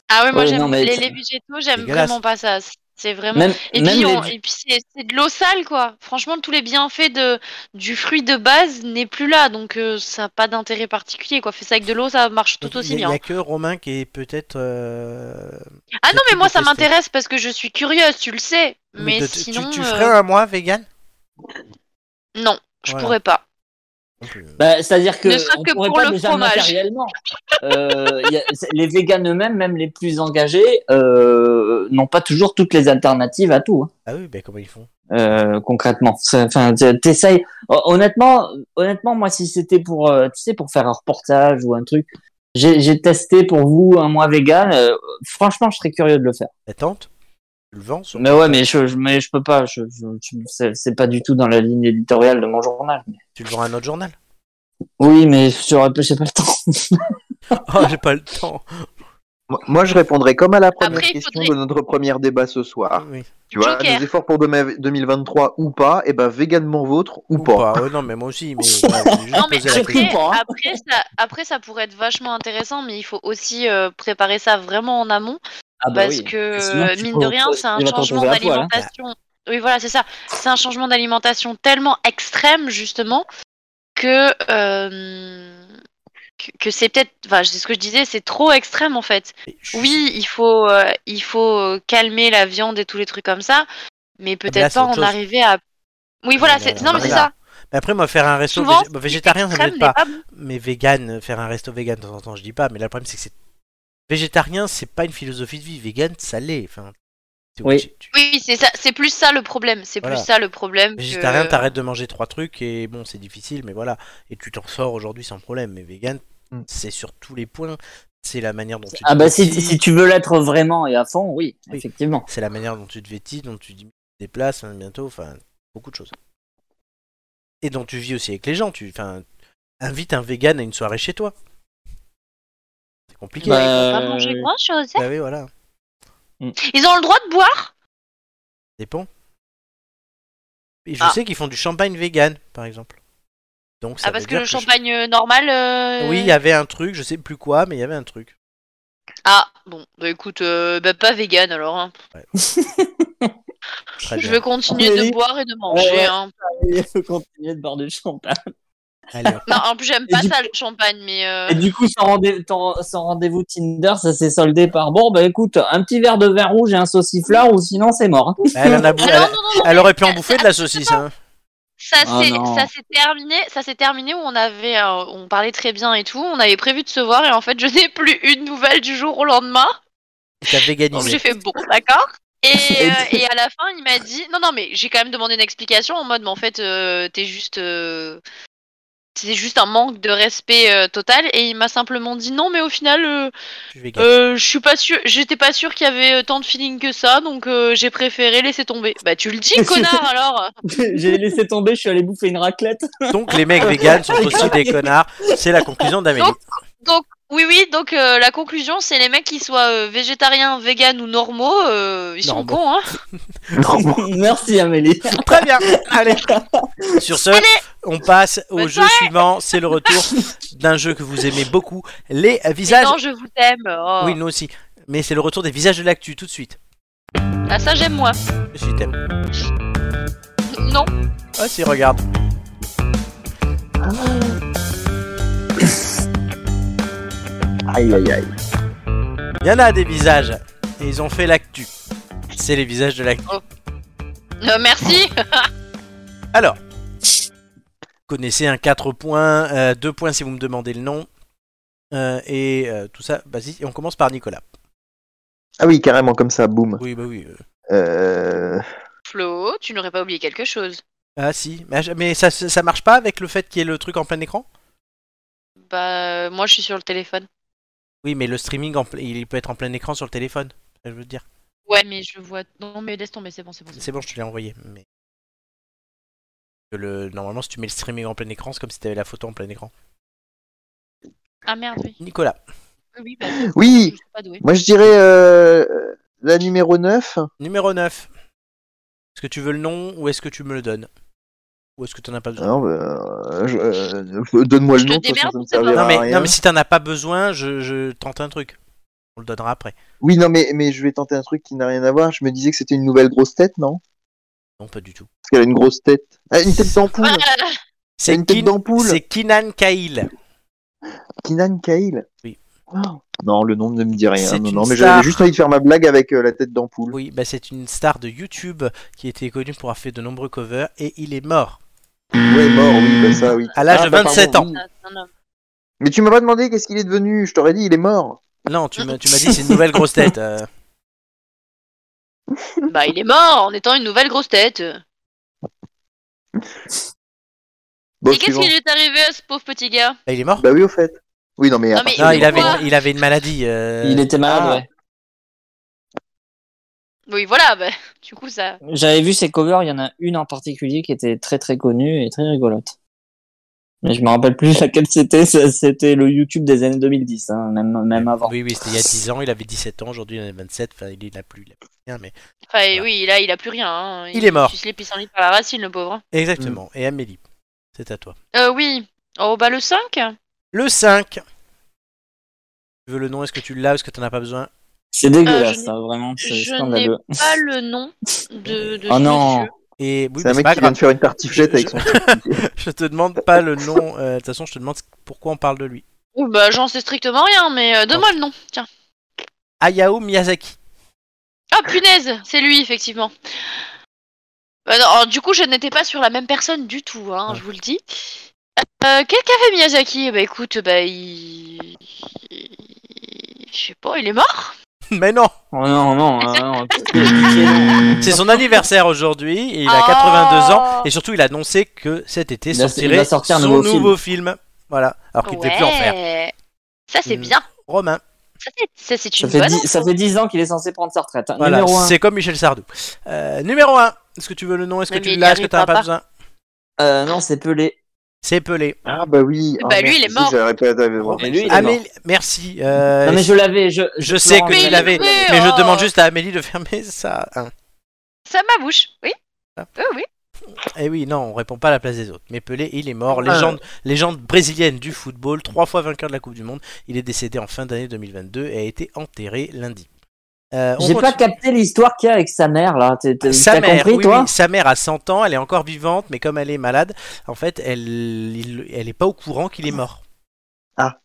S3: Ah oui, moi
S4: Ouais, Oh, non,
S3: j'aime
S4: mais
S3: les,
S4: c'est-
S3: les végétaux, j'aime
S1: Dégueulasse.
S3: vraiment pas ça. C'est vraiment.
S4: Même
S3: Et
S4: même
S3: puis,
S4: les-
S3: on- et puis c'est c'est de l'eau sale, quoi. Franchement, tous les bienfaits de, du fruit de base n'est plus là, donc euh, ça n'a pas d'intérêt particulier, quoi. Fais ça avec de l'eau, ça marche tout
S1: il
S3: aussi
S1: y a- il y
S3: bien.
S1: a que Romain qui est peut-être. euh,
S3: Ah non,
S1: tu
S3: mais
S1: peux
S3: moi ça
S1: tester.
S3: m'intéresse parce que je suis curieuse, tu le sais. Mais,
S1: de- tu-
S3: sinon,
S1: tu,
S3: euh,
S1: ferais un mois vegan
S3: non, je
S1: Voilà.
S3: pourrais pas.
S1: Non plus.
S4: Bah, c'est-à-dire que
S3: Ne serait-ce
S4: on
S3: que
S4: pourrait
S3: pour
S4: pas
S3: le
S4: déjà
S3: fromage.
S4: matériellement. Euh, y a- c'est- les véganes eux-mêmes, même les plus engagés, euh, n'ont pas toujours toutes les alternatives à tout. hein.
S1: Ah oui, ben comment ils font
S4: euh, concrètement. C'est- Enfin, t- t'essayes. Hon- Honnêtement, honnêtement, moi, si c'était pour, euh, tu sais, pour faire un reportage ou un truc, j'ai j'ai testé pour vous un mois vegan. euh, franchement, je serais curieux de le faire.
S1: La tente Tu le vends sur-
S4: Mais ouais, mais je, je- mais je peux pas. Je, je, je- c'est- c'est pas du tout dans la ligne éditoriale de mon journal.
S1: Tu le vends à un autre journal
S4: Oui, mais j'aurais pas, j'ai pas le temps.
S1: Oh, j'ai pas le temps.
S2: Moi- Moi, je répondrai comme à la première
S3: Après, il Mm.
S2: question
S3: faudrait-
S2: de notre premier débat ce
S3: Ah.
S2: soir.
S1: Ah, Oui.
S2: Tu vois,
S3: Joker.
S2: des efforts pour demain- 2023 ou pas, et ben véganement vôtre ou,
S1: Ou
S2: pas.
S1: pas. Ouais, non, mais moi aussi. Mais, voilà, je voulais juste
S3: Non, mais
S1: poser la
S4: surtout-
S1: question.
S3: après,
S4: pas, hein.
S3: après, ça, après, ça pourrait être vachement intéressant, mais il faut aussi euh, préparer ça vraiment en amont.
S4: Ah
S3: parce que euh,
S4: Sinon, tu
S3: mine
S4: peux-
S3: de rien,
S4: tu
S3: c'est un
S4: vas t'en
S3: changement
S4: trouver à poil, hein.
S3: d'alimentation. Oui, voilà, c'est ça. C'est un changement d'alimentation tellement extrême justement que euh, que- que c'est peut-être. Enfin, c'est ce que je disais, c'est trop extrême en fait.
S1: Je-
S3: Oui, il faut euh, il faut euh, calmer la viande et tous les trucs comme ça, mais
S1: Ah, mais là,
S3: peut-être
S1: c'est
S3: pas
S1: autre
S3: en
S1: chose. Ah,
S3: arriver à. Oui, voilà,
S1: mais
S3: c'est
S1: là,
S3: non mais c'est
S1: voilà.
S3: ça.
S1: Mais après, moi, faire un resto
S3: Souvent,
S1: vég- végétarien, ça
S3: extrême
S1: m'aide
S3: n'est
S1: pas. hein.
S3: pas bon.
S1: mais vegan, euh, faire un resto vegan de temps en temps, je dis pas, mais là, le problème c'est que c'est végétarien, c'est pas une philosophie de vie. Vegan, ça l'est. Enfin, t'es
S4: Oui.
S1: obligé- tu-
S3: Oui, c'est ça. C'est plus ça le problème. C'est
S1: Voilà.
S3: plus ça le problème. que-
S1: Végétarien, t'arrêtes de manger trois trucs et bon, c'est difficile, mais voilà. Et tu t'en sors aujourd'hui sans problème. Mais vegan,
S2: Mm.
S1: c'est sur tous les points. C'est la manière dont tu.
S4: Ah
S1: te
S4: bah si,
S1: vêtis,
S4: si tu veux l'être vraiment et à fond, oui,
S1: Oui.
S4: effectivement.
S1: C'est la manière dont tu te vêtis, dont tu te déplaces hein, bientôt, enfin, beaucoup de choses. Et dont tu vis aussi avec les gens. Tu, enfin, invite un vegan à une soirée chez toi. C'est compliqué.
S3: Ils vont
S4: Bah,
S3: pas manger
S4: Euh,
S3: grand chose.
S1: Bah oui, voilà.
S3: Ils ont le droit de boire.
S1: Dépend. Et je
S3: Ah.
S1: sais qu'ils font du champagne vegan, par exemple. Donc ça
S3: Ah, parce
S1: veut
S3: que
S1: dire
S3: le
S1: je-
S3: champagne euh, normal. euh,
S1: Oui, il y avait un truc, je sais plus quoi, mais il y avait un truc.
S3: Ah, bon, bah écoute, euh, bah, pas vegan alors. hein.
S1: Très
S3: Je
S1: bien.
S3: vais continuer de
S4: Oui.
S3: boire et de manger.
S4: Ouais, ouais.
S3: hein.
S4: Il faut continuer de boire du champagne.
S1: Allez, hop.
S3: Non, en plus, j'aime
S4: Et
S3: pas
S4: du
S3: ça le champagne, mais. euh,
S4: Et du coup, sans rendez- ton- sans rendez-vous Tinder, ça s'est soldé par bon, bah écoute, un petit verre de vin rouge et un sauciflard, ou sinon c'est mort. hein.
S1: elle, en a bou-
S3: Ah,
S1: elle-
S3: non, non, non, non,
S1: elle aurait pu en bouffer de la saucisse. Hein.
S3: ça
S4: Ah,
S3: s'est
S4: non.
S3: ça s'est terminé, ça s'est terminé où on avait, euh, on parlait très bien et tout, on avait prévu de se voir et en fait je n'ai plus une nouvelle du jour au lendemain.
S1: T'as
S3: Donc
S1: véganisé.
S3: j'ai fait bon, d'accord. Et, euh, et à la fin, il m'a dit non, non, mais j'ai quand même demandé une explication en mode, mais en fait, euh, t'es juste, euh, c'est juste un manque de respect euh, total. Et il m'a simplement dit non, mais au final, euh,
S1: Je suis vegan.
S3: euh, je suis pas sûr, j'étais pas sûr qu'il y avait euh, tant de feeling que ça, donc euh, j'ai préféré laisser tomber. Bah tu le dis, connard, alors.
S4: J'ai laissé tomber, je suis allé
S3: Euh.
S4: bouffer une raclette.
S1: Donc les mecs véganes sont aussi des connards. C'est la conclusion d'Amélie.
S3: Donc Oui, oui, donc euh, la conclusion, c'est les mecs qui soient euh, végétariens, véganes ou normaux, euh, ils sont
S1: Normaux.
S3: cons, hein.
S4: Merci Amélie.
S1: Très bien, allez. Sur ce,
S3: Allez.
S1: on passe au
S3: Bonne
S1: jeu suivant. C'est le retour d'un jeu que vous aimez beaucoup, les
S3: Mais
S1: visages.
S3: non, je vous aime. oh.
S1: Oui, nous aussi. Mais c'est le retour des visages de l'actu tout de suite.
S3: Ah, ça, j'aime moi.
S1: Je t'aime.
S3: Non.
S1: Ah si, regarde.
S4: Aïe aïe aïe.
S1: Il y en a des visages. Et ils ont fait l'actu. C'est les visages de l'actu.
S3: Euh, merci.
S1: Alors, connaissez un 4 points, euh, 2 points si vous me demandez le nom. Euh, et euh, tout ça, vas-y, et on commence par Nicolas.
S2: Ah oui, carrément comme ça, boum.
S1: Oui, bah oui. euh.
S2: Euh,
S3: Flo, tu n'aurais pas oublié quelque chose.
S1: Ah si, mais, mais ça, ça marche pas avec le fait qu'il y ait le truc en plein écran
S3: Bah, euh, moi, je suis sur le téléphone.
S1: Oui, mais le streaming, en ple- il peut être en plein écran sur le téléphone. Je veux dire.
S3: Ouais, mais je vois. Non, mais laisse tomber, c'est bon, c'est bon.
S1: C'est bon, je te l'ai envoyé. Mais... Que le... Normalement, si tu mets le streaming en plein écran, c'est comme si tu avais la photo en plein écran.
S3: Ah merde, oui.
S1: Nicolas.
S3: Oui, oui, bah, je
S2: Oui,
S3: suis pas douée.
S2: moi je dirais euh, la numéro 9.
S1: Numéro 9. Est-ce que tu veux le nom ou est-ce que tu me le donnes Ou est-ce que tu n'en as pas besoin
S2: Alors, euh, je- euh, donne-moi
S3: Je
S2: le nom, de
S3: te
S2: toute façon, ça me
S3: démerde,
S2: servira
S1: non
S2: à
S1: mais,
S2: Euh, rien.
S1: non, mais si t'en as pas besoin, je, je tente un truc. On le donnera après.
S2: Oui, non, mais, mais je vais tenter un truc qui n'a rien à voir. Je me disais que c'était une nouvelle grosse tête, non
S1: Non, pas du tout.
S2: Parce qu'elle a une grosse tête. Ah, une tête d'ampoule
S1: C'est
S2: une tête
S1: Kin-
S2: d'ampoule.
S1: C'est Kinan Kail.
S2: Kinan Kail
S1: Oui.
S2: Oh. Non, le nom ne me dit rien.
S1: C'est
S2: Non,
S1: une
S2: non, mais
S1: star.
S2: j'avais juste envie de faire ma blague avec euh, la tête d'ampoule.
S1: Oui, bah c'est une star de YouTube qui était connue pour avoir fait de nombreux covers et il est mort.
S2: Ouais, mort, oui, bah ça, oui.
S1: À l'âge de 27
S2: pardon,
S1: ans.
S2: oui.
S3: Ah, non, non.
S2: Mais tu m'as pas demandé qu'est-ce qu'il est devenu. Je t'aurais dit, il est mort.
S1: Non, tu m'as tu m'as dit c'est une nouvelle grosse tête. euh.
S3: Bah, il est mort en étant une nouvelle grosse tête.
S2: Bon,
S3: Et qu'est-ce
S2: suivant.
S3: qui lui est arrivé à ce pauvre petit gars
S1: Ah, il est mort
S2: Bah oui, au fait. Oui, non, mais. à
S3: Non, mais-
S2: partir
S1: Non,
S2: du
S1: il avait,
S2: moment-
S1: une, il avait une maladie. euh,
S4: Il était malade,
S2: ah.
S4: ouais.
S3: Oui, voilà, bah, du coup, ça.
S4: J'avais vu ses covers, il y en a une en particulier qui était très très connue et très rigolote. Mais je me rappelle plus laquelle c'était, ça- c'était le YouTube des années 2010, hein, même, même avant.
S1: Oui, oui, c'était il y a 10 ans, il avait 17 ans, aujourd'hui il en a 27, enfin il n'a plus, il a plus rien, mais...
S3: Enfin,
S1: Voilà.
S3: oui, là, il a plus rien. hein.
S1: Il est mort.
S3: suce les pissenlits par la racine, le pauvre. hein.
S1: Exactement,
S4: Mm.
S1: et Amélie, c'est à toi.
S3: Euh, oui. Oh, bah, le 5
S1: Le 5 Tu veux le nom, est-ce que tu l'as, est-ce que t'en as pas besoin
S4: C'est dégueulasse,
S3: Euh, je
S4: ça, vraiment, c'est
S3: je
S4: scandaleux.
S3: Pas le nom de, de
S4: Oh
S3: ce
S4: non.
S3: monsieur.
S1: Et oui,
S2: C'est
S1: mais
S2: un
S1: c'est
S2: mec
S1: pas
S2: qui vient
S1: grave,
S2: de faire une tartiflette
S1: Je-
S2: avec son.
S1: je te demande pas le nom, euh, de toute façon je te demande pourquoi on parle de lui.
S3: Oh, bah, j'en sais strictement rien, mais euh, donne-moi le nom, tiens.
S1: Hayao Miyazaki.
S3: Ah, punaise, c'est lui, effectivement. Bah, non, alors, du coup, je n'étais pas sur la même personne du tout, hein, je vous le dis. Euh, Qu'est-ce qu'a fait Miyazaki Bah, écoute, bah, il... il- Je sais pas, il est mort
S1: Mais non
S4: Oh non, non, ah non, qu'est-ce que c'est
S1: C'est son anniversaire aujourd'hui, et il a
S3: Oh.
S1: 82 ans, et surtout il a annoncé que cet été
S4: Il va- il va
S1: sortirait
S4: sortir un
S1: son
S4: nouveau film.
S1: nouveau film. Voilà, alors qu'il ne devait plus en faire.
S3: Ouais. Ça, c'est
S1: Mm.
S3: bien.
S1: Romain,
S3: Ça, c'est- ça, c'est
S4: ça
S3: une
S4: fait,
S3: bonne.
S4: dix- ça fait 10 ans qu'il est censé prendre sa retraite. hein.
S1: voilà,
S4: Numéro 1.
S1: c'est comme Michel Sardou. Euh, numéro 1 Est-ce que tu veux le nom Est-ce que
S3: Mais
S1: tu
S3: il y
S1: l'as Est-ce que t'en as
S3: arrivera
S1: pas besoin
S3: pas.
S4: Euh, non, c'est Pelé.
S1: C'est Pelé.
S2: Ah, bah oui.
S3: Bah,
S2: Ah,
S3: lui, il est
S2: si,
S3: mort.
S2: j'aurais pas- j'avais-
S4: Et lui, il est mort.
S1: Amélie, merci. euh,
S4: Non, mais je l'avais. Je,
S1: je sais que
S4: Florent,
S1: tu
S4: il
S1: l'avais,
S4: l'avait.
S3: l'avait,
S1: mais je
S3: oh.
S1: demande juste à Amélie de fermer ça. Hein.
S3: Ça ma bouche, oui.
S1: Ah.
S3: Oui, oui.
S1: Eh oui, non, on répond pas à la place des autres. Mais Pelé, il est mort.
S4: Ah.
S1: Légende, légende brésilienne du football, trois fois vainqueur de la Coupe du Monde. Il est décédé en fin d'année 2022 et a été enterré lundi. Euh, on
S4: J'ai pas
S1: continue.
S4: capté l'histoire qu'il y a avec sa mère, là. T'es- t'es-
S1: Sa
S4: T'as
S1: mère,
S4: compris,
S1: oui,
S4: toi
S1: oui, sa mère a 100 ans, elle est encore vivante, mais comme elle est malade, en fait, elle, il- elle est pas au courant qu'il est mort.
S4: Ah,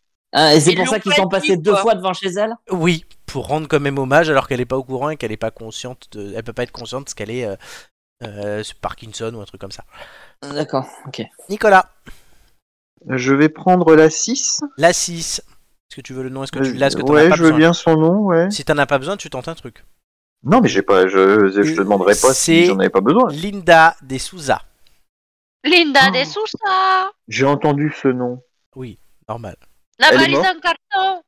S4: et c'est
S3: Ils
S4: pour
S3: l'ont
S4: ça qu'ils
S3: pas
S4: sont
S3: dit,
S4: passés deux
S3: quoi.
S4: fois devant chez elle
S1: Oui, pour rendre quand même hommage alors qu'elle n'est pas au courant et qu'elle n'est pas consciente, de... elle peut pas être consciente parce qu'elle est euh, euh, Parkinson ou un truc comme ça.
S4: Ah, D'accord, ok.
S1: Nicolas,
S2: Je vais prendre la 6.
S1: la 6. Est-ce que tu veux le nom Est-ce que tu l'as Est-ce que t'en as
S2: Euh, Ouais,
S1: pas
S2: je veux
S1: besoin
S2: bien son nom, ouais.
S1: Si t'en as pas besoin, tu tentes un truc.
S2: Non, mais j'ai pas, je, je te demanderai pas
S1: Euh, C'est-
S2: si j'en avais pas besoin.
S1: Linda de Souza.
S3: Linda
S2: Oh.
S3: de Sousa.
S2: J'ai entendu ce nom.
S1: Normal.
S3: La
S2: Elle est
S3: valise
S2: morte
S3: en carton.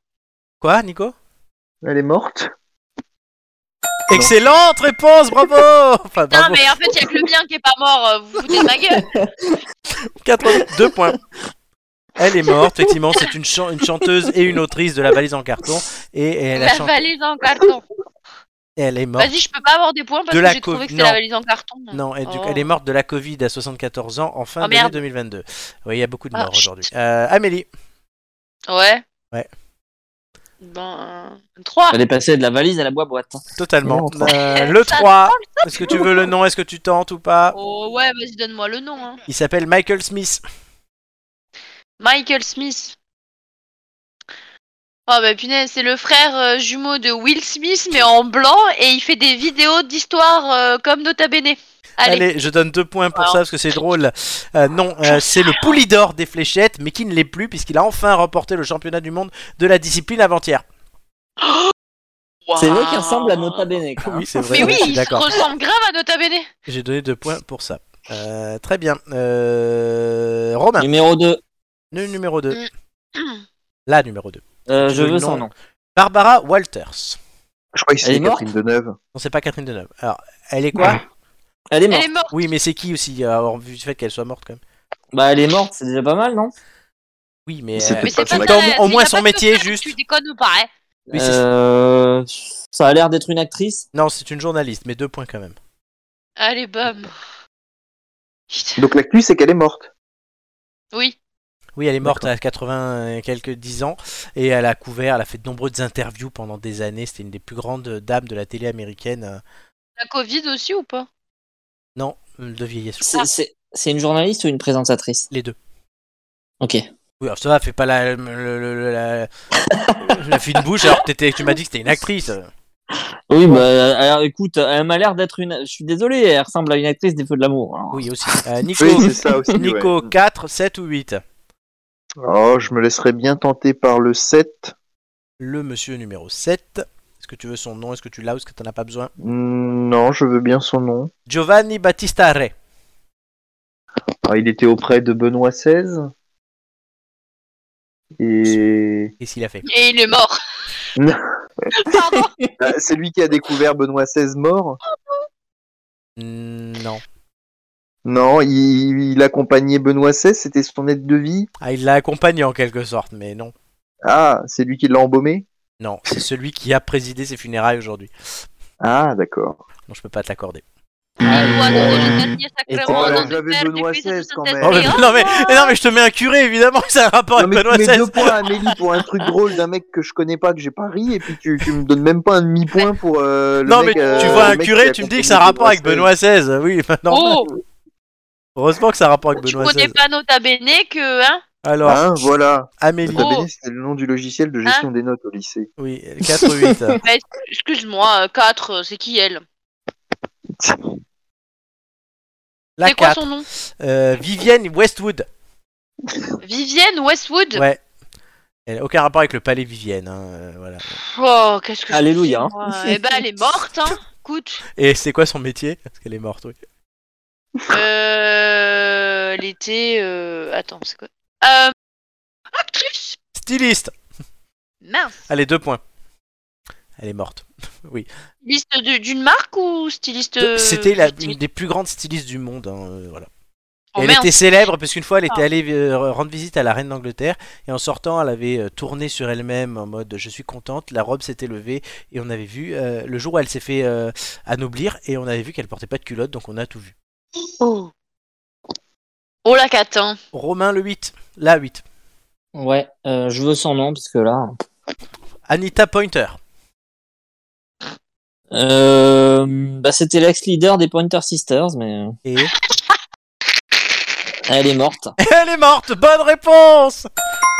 S1: Quoi, Nico
S2: Elle est morte.
S1: Excellente réponse, bravo Enfin,
S3: Non,
S1: bravo.
S3: mais en fait, il y a que le mien qui est pas mort. euh, Vous vous foutez de ma gueule.
S1: 82 points. Elle est morte, effectivement, c'est une, chan- une chanteuse et une autrice de la valise en carton. Et, et elle, a
S3: La
S1: chan-
S3: valise en carton.
S1: elle est morte.
S3: Vas-y, je peux pas avoir des points parce
S1: De
S3: que
S1: la
S3: j'ai
S1: co-
S3: trouvé que
S1: non.
S3: c'était la valise en carton.
S1: Non, elle, du-
S3: Oh.
S1: elle est morte de la Covid à 74 ans en fin
S3: Oh,
S1: d'année
S3: merde.
S1: 2022. Oui, il y a beaucoup de
S3: Ah,
S1: morts
S3: chut.
S1: aujourd'hui. Euh, Amélie,
S3: Ouais.
S1: Ouais.
S3: Ben. 3.
S4: Elle est passée de la valise à la boîte.
S1: totalement.
S4: Non,
S1: Euh, le
S3: Ça
S1: 3, est-ce que tu veux le nom Est-ce que tu tentes ou pas
S3: Oh ouais, vas-y, donne-moi le nom. hein.
S1: Il s'appelle Michael Smith.
S3: Michael Smith. Oh bah punaise, c'est le frère euh, jumeau de Will Smith, mais en blanc, et il fait des vidéos d'histoire euh, comme Nota Bene. Allez.
S1: Allez, je donne deux points pour
S3: Alors.
S1: ça parce que c'est drôle. Euh, non, euh, c'est le Poulidor des fléchettes, mais qui ne l'est plus puisqu'il a enfin remporté le championnat du monde de la discipline avant-hier.
S4: C'est vrai
S3: Waouh.
S4: qu'il ressemble à Nota Bene. quoi.
S1: Oui, c'est vrai.
S3: Mais oui,
S1: Hein? je suis
S3: il se
S1: d'accord.
S3: ressemble grave à Nota Bene.
S1: J'ai donné deux points pour ça. Euh, très bien. Euh, Romain,
S4: Numéro 2.
S1: le numéro 2.
S3: Mm.
S1: La numéro 2. Tu
S4: Euh, je
S1: veux le
S4: veux son
S1: nom
S4: nom.
S1: Barbara Walters.
S2: Je crois que
S4: Elle est
S2: c'est
S4: morte
S2: Catherine Deneuve.
S1: Non, c'est pas Catherine Deneuve. Alors, elle est quoi
S4: Elle est
S3: Elle
S4: morte.
S3: est morte.
S1: Oui, mais c'est qui aussi, euh, en vue du fait qu'elle soit morte quand même
S4: Bah, elle est morte, c'est déjà pas mal, non
S1: Oui, mais.
S2: C'était
S1: euh,
S3: Mais c'est
S2: Pas
S3: pas
S2: son-
S3: ta-
S1: au moins- au
S3: mais
S1: moins
S3: t'as
S1: son
S3: pas de
S1: métier,
S3: faire,
S1: juste.
S3: Tu déconnes ou pas hein
S1: Oui, c'est-
S4: euh... Ça a l'air d'être une actrice.
S1: Non, c'est une journaliste, mais deux points quand même.
S3: Allez, bam. Putain.
S2: Donc l'actu, c'est qu'elle est morte.
S4: Bah.
S3: Oui.
S1: Oui, elle est morte à 80 et quelques 10 ans et elle a couvert, elle a fait de nombreuses interviews pendant des années. C'était une des plus grandes dames de la télé américaine. euh,
S3: La Covid aussi ou pas
S1: Non, euh, de vieillesse. je crois.
S4: C'est- C'est c'est une journaliste ou une présentatrice
S1: Les deux.
S4: Ok.
S1: Oui, alors ça va, fais pas la, le- le- le- la, la fine bouche alors que t'étais- tu m'as dit que c'était une actrice.
S4: Oui, bah, alors, écoute, elle m'a l'air d'être une. Je suis désolé, elle ressemble à une actrice des Feux de l'amour. alors.
S1: Oui, aussi. Euh, Nico,
S2: Oui, c'est ça aussi.
S1: Nico
S2: ouais.
S1: 4, 7 ou 8
S2: Oh, je me laisserais bien tenter par le 7.
S1: Le monsieur numéro 7. Est-ce que tu veux son nom Est-ce que tu l'as ou est-ce que t'en as pas besoin
S2: Mm, Non, je veux bien son nom.
S1: Giovanni Battista Re.
S2: Ah, il était auprès de Benoît XVI. Et
S1: Qu'est-ce qu'il a fait
S3: Et il est mort.
S2: Non.
S3: Pardon.
S2: Ah, c'est lui qui a découvert Benoît XVI mort.
S1: Mm, Non.
S2: Non, il, il accompagnait Benoît XVI, c'était son aide de vie.
S1: Ah, il l'a accompagné en quelque sorte, mais non.
S2: Ah, c'est lui qui l'a embaumé.
S1: Non, c'est celui qui a présidé ses funérailles aujourd'hui.
S2: Ah, d'accord.
S1: Non, je peux pas te l'accorder. Ah,
S3: Ah,
S4: Et
S2: Oh,
S4: Oh,
S2: alors
S4: non,
S2: j'avais Benoît XVI quand même.
S1: Oh, mais-
S3: Eh,
S1: non, mais, mais non, mais je te mets un curé, évidemment, c'est un rapport
S2: Non,
S1: avec
S2: mais tu
S1: Benoît
S2: mets deux
S1: XVI.
S2: points à Amélie pour un truc drôle d'un mec que je connais pas, que j'ai pas ri, et puis tu, tu me donnes même pas un demi-point pour euh, le
S1: Non, mais
S2: mec, euh,
S1: tu vois
S2: le
S1: un
S2: mec
S1: curé,
S2: qui a
S1: tu me dis que ça a rapport
S2: accompagné
S1: avec Benoît XVI. Oui, bah, normal.
S3: Oh,
S1: Heureusement que ça a rapport avec
S3: tu
S1: Benoît
S3: connais
S1: XVI.
S3: pas Nota Bene que, hein
S1: Alors,
S2: Hein, voilà.
S1: Amélie,
S2: Nota
S3: Oh.
S2: Bene, c'était le nom du logiciel de gestion des notes au lycée.
S1: oui, 4-8.
S3: Bah, Excuse-moi, 4, c'est qui elle
S1: La
S3: C'est quoi
S1: 4.
S3: son nom
S1: Euh, Vivienne Westwood.
S3: Vivienne Westwood
S1: Ouais. Elle a aucun rapport avec le palais Vivienne. hein, euh, voilà.
S3: Oh, qu'est-ce que je
S4: Alléluia.
S3: fais, moi Eh ben, elle est morte, hein Écoute,
S1: Et c'est quoi son métier Parce qu'elle est morte, oui.
S3: euh... elle était... euh, Attends, c'est quoi euh... Actrice
S1: Styliste.
S3: Mince
S1: Allez, deux points. Elle est morte.
S3: Styliste de- d'une marque ou styliste... euh,
S1: C'était la- une
S3: styliste
S1: des plus grandes stylistes du monde. hein, euh, voilà.
S3: Oh,
S1: elle
S3: merde.
S1: était célèbre parce qu'une fois elle était allée euh, rendre visite à la reine d'Angleterre et en sortant elle avait euh, tourné sur elle-même en mode je suis contente, la robe s'était levée et on avait vu euh, le jour où elle s'est fait euh, anoblir et on avait vu qu'elle portait pas de culotte donc on a tout vu.
S3: Oh, oh la 4, hein
S1: Romain le 8, la 8,
S4: Ouais, euh, je veux son nom, parce que là.
S1: Anita Pointer,
S4: Euh, bah, c'était l'ex-leader des Pointer Sisters, mais euh,
S1: et
S4: elle est morte.
S1: elle est morte, bonne réponse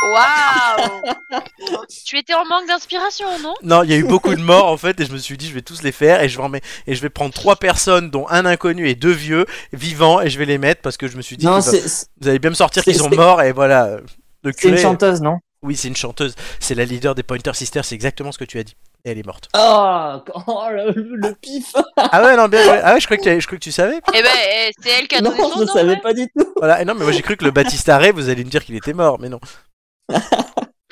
S3: Waouh Tu étais en manque d'inspiration, non
S1: Non, il y a eu beaucoup de morts en fait et je me suis dit je vais tous les faire et je vais, en mettre- et je vais prendre trois personnes dont un inconnu et deux vieux vivants et je vais les mettre parce que je me suis dit
S4: Non,
S1: que
S4: c'est c'est-
S1: vous allez bien me sortir
S4: c'est-
S1: qu'ils sont
S4: c'est-
S1: morts et voilà. Le
S4: c'est une
S1: curé-
S4: chanteuse, non
S1: Oui, c'est une chanteuse. C'est la leader des Pointer Sisters. C'est exactement ce que tu as dit. Et elle est morte.
S4: Oh, oh, le, le pif
S1: Ah ouais, non, bien joué. Ah ouais, je croyais que tu, je croyais que tu savais.
S3: Eh ben, eh, c'est elle qui a
S4: Non,
S3: donné son
S4: je
S3: nom.
S4: savais
S3: ouais.
S4: pas du tout.
S1: Voilà. Et non, mais moi j'ai cru que le Baptiste vous allez me dire qu'il était mort, mais non.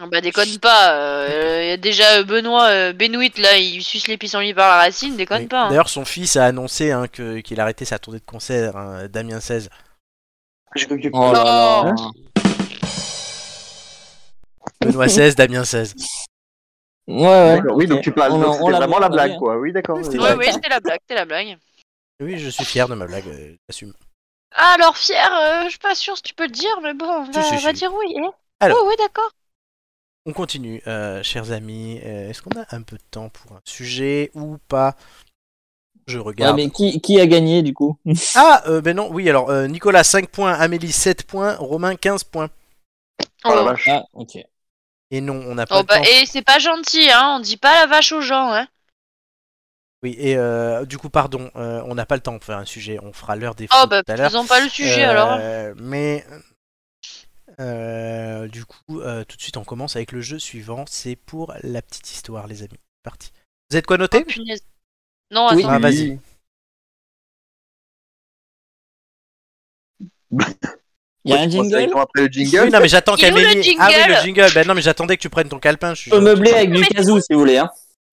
S3: Non, bah déconne pas. euh, y a déjà euh, Benoît euh, Benoît là, il suce les pissenlits par la racine, déconne
S1: Mais-
S3: pas. hein.
S1: D'ailleurs, son fils a annoncé hein, que- qu'il arrêtait sa tournée de concert, hein, Damien 16.
S2: Oh Hein J'ai cru que tu-
S4: Oh là là.
S1: Benoît XVI, Damien XVI.
S4: Ouais, ouais.
S2: D'accord, Oui, donc tu parles.
S4: On
S2: donc
S4: en-
S2: c'était
S4: on l'a-
S2: vraiment
S4: on
S2: la
S4: l'a
S2: blague,
S4: bien.
S2: quoi. Oui, d'accord.
S1: Oui,
S2: oui,
S1: c'était
S6: Ouais,
S1: la
S2: d'accord.
S6: ouais, c'était la blague, c'était la blague.
S1: Oui, je suis fier de ma blague, euh, j'assume.
S6: Alors, fier, euh, je suis pas sûre si tu peux le dire, mais bon, va,
S1: si, si.
S6: va dire oui. hein.
S1: Alors.
S6: Oh, oui, d'accord.
S1: On continue, euh, chers amis. Euh, Est-ce qu'on a un peu de temps pour un sujet ou pas Je
S4: Ouais,
S1: regarde.
S4: mais qui, qui a gagné du coup
S1: Ah, euh, ben non, oui, alors euh, Nicolas 5 points, Amélie 7 points, Romain 15 points.
S2: Oh la
S6: Oh.
S2: vache.
S4: Ah, ok.
S1: Et non, on n'a pas
S6: Oh,
S1: le
S6: bah,
S1: temps.
S6: et c'est pas gentil, hein, on dit pas la vache aux gens, hein.
S1: Oui, et euh, du coup, pardon, euh, on n'a pas le temps pour faire un sujet. On fera l'heure des
S6: Oh,
S1: fous
S6: bah,
S1: tout à l'heure.
S6: faisons pas le sujet
S1: Euh,
S6: alors. hein.
S1: Mais euh, du coup, euh, tout de suite, on commence avec le jeu suivant. C'est pour la petite histoire, les amis. C'est parti. Vous êtes quoi noté
S6: Oh, punaise. Non, attends.
S4: Oui.
S1: Ah, vas-y.
S4: Il y a
S2: Ouais,
S4: un
S2: tu prends
S4: jingle
S2: directement Après le jingle.
S1: Oui, non, mais j'attends
S6: Il est où le
S1: qu'Amélie. Ah oui, le
S6: jingle
S1: jingle. Ben non, mais j'attendais que tu prennes ton calepin. Je suis...
S4: Je peux meubler avec du
S6: Mais-
S4: casou si vous voulez. Hein.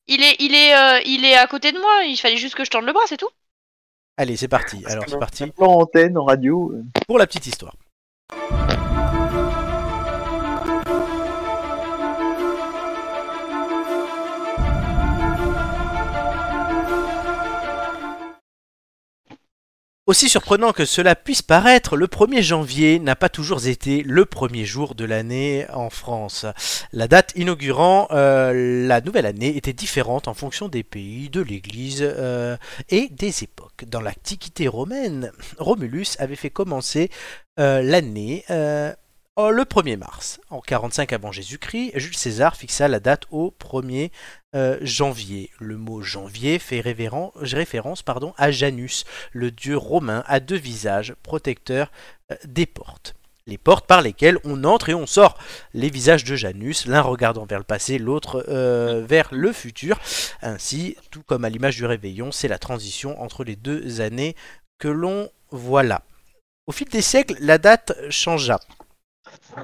S6: Il est, il est, euh, il est à côté de moi. Il fallait juste que je tende le bras, c'est tout.
S1: Allez, c'est parti. Alors, c'est parti.
S2: Plan en antenne, en radio. euh,
S1: pour la petite histoire. Aussi surprenant que cela puisse paraître, le 1er janvier n'a pas toujours été le premier jour de l'année en France. La date inaugurant euh, la nouvelle année était différente en fonction des pays, de l'Église euh, et des époques. Dans l'Antiquité romaine, Romulus avait fait commencer euh, l'année euh, oh, le 1er mars. En 45 avant Jésus-Christ, Jules César fixa la date au 1er euh, janvier. Le mot janvier fait révéren- référence pardon, à Janus, le dieu romain à deux visages, protecteur euh, des portes. Les portes par lesquelles on entre et on sort. Les visages de Janus, l'un regardant vers le passé, l'autre euh, vers le futur. Ainsi, tout comme à l'image du réveillon, c'est la transition entre les deux années que l'on voit là. Au fil des siècles, la date changea.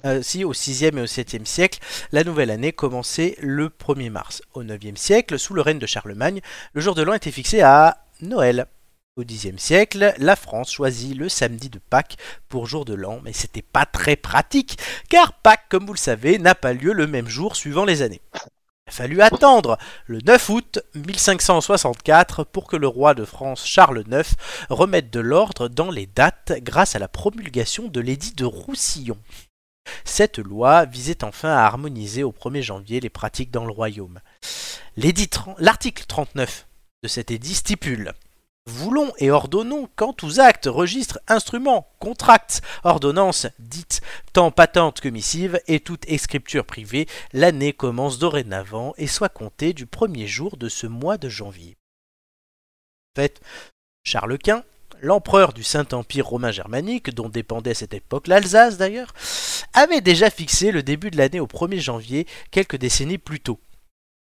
S1: Euh, si au 6e et au 7e siècle, la nouvelle année commençait le 1er mars. Au 9e siècle, sous le règne de Charlemagne, le jour de l'an était fixé à Noël. Au 10e siècle, la France choisit le samedi de Pâques pour jour de l'an, mais c'était pas très pratique, car Pâques, comme vous le savez, n'a pas lieu le même jour suivant les années. Il a fallu attendre le 9 août 1564 pour que le roi de France Charles IX remettre de l'ordre dans les dates grâce à la promulgation de l'édit de Roussillon. Cette loi visait enfin à harmoniser au 1er janvier les pratiques dans le royaume. L'édit tren- L'article 39 de cet édit stipule Voulons et ordonnons quant aux actes, registres, instruments, contracts, ordonnances, dites, tant patentes que missives et toute escripture privée, l'année commence dorénavant et soit comptée du premier jour de ce mois de janvier. Faites Charles Quint, l'empereur du Saint-Empire romain germanique, dont dépendait à cette époque l'Alsace d'ailleurs, avait déjà fixé le début de l'année au 1er janvier quelques décennies plus tôt.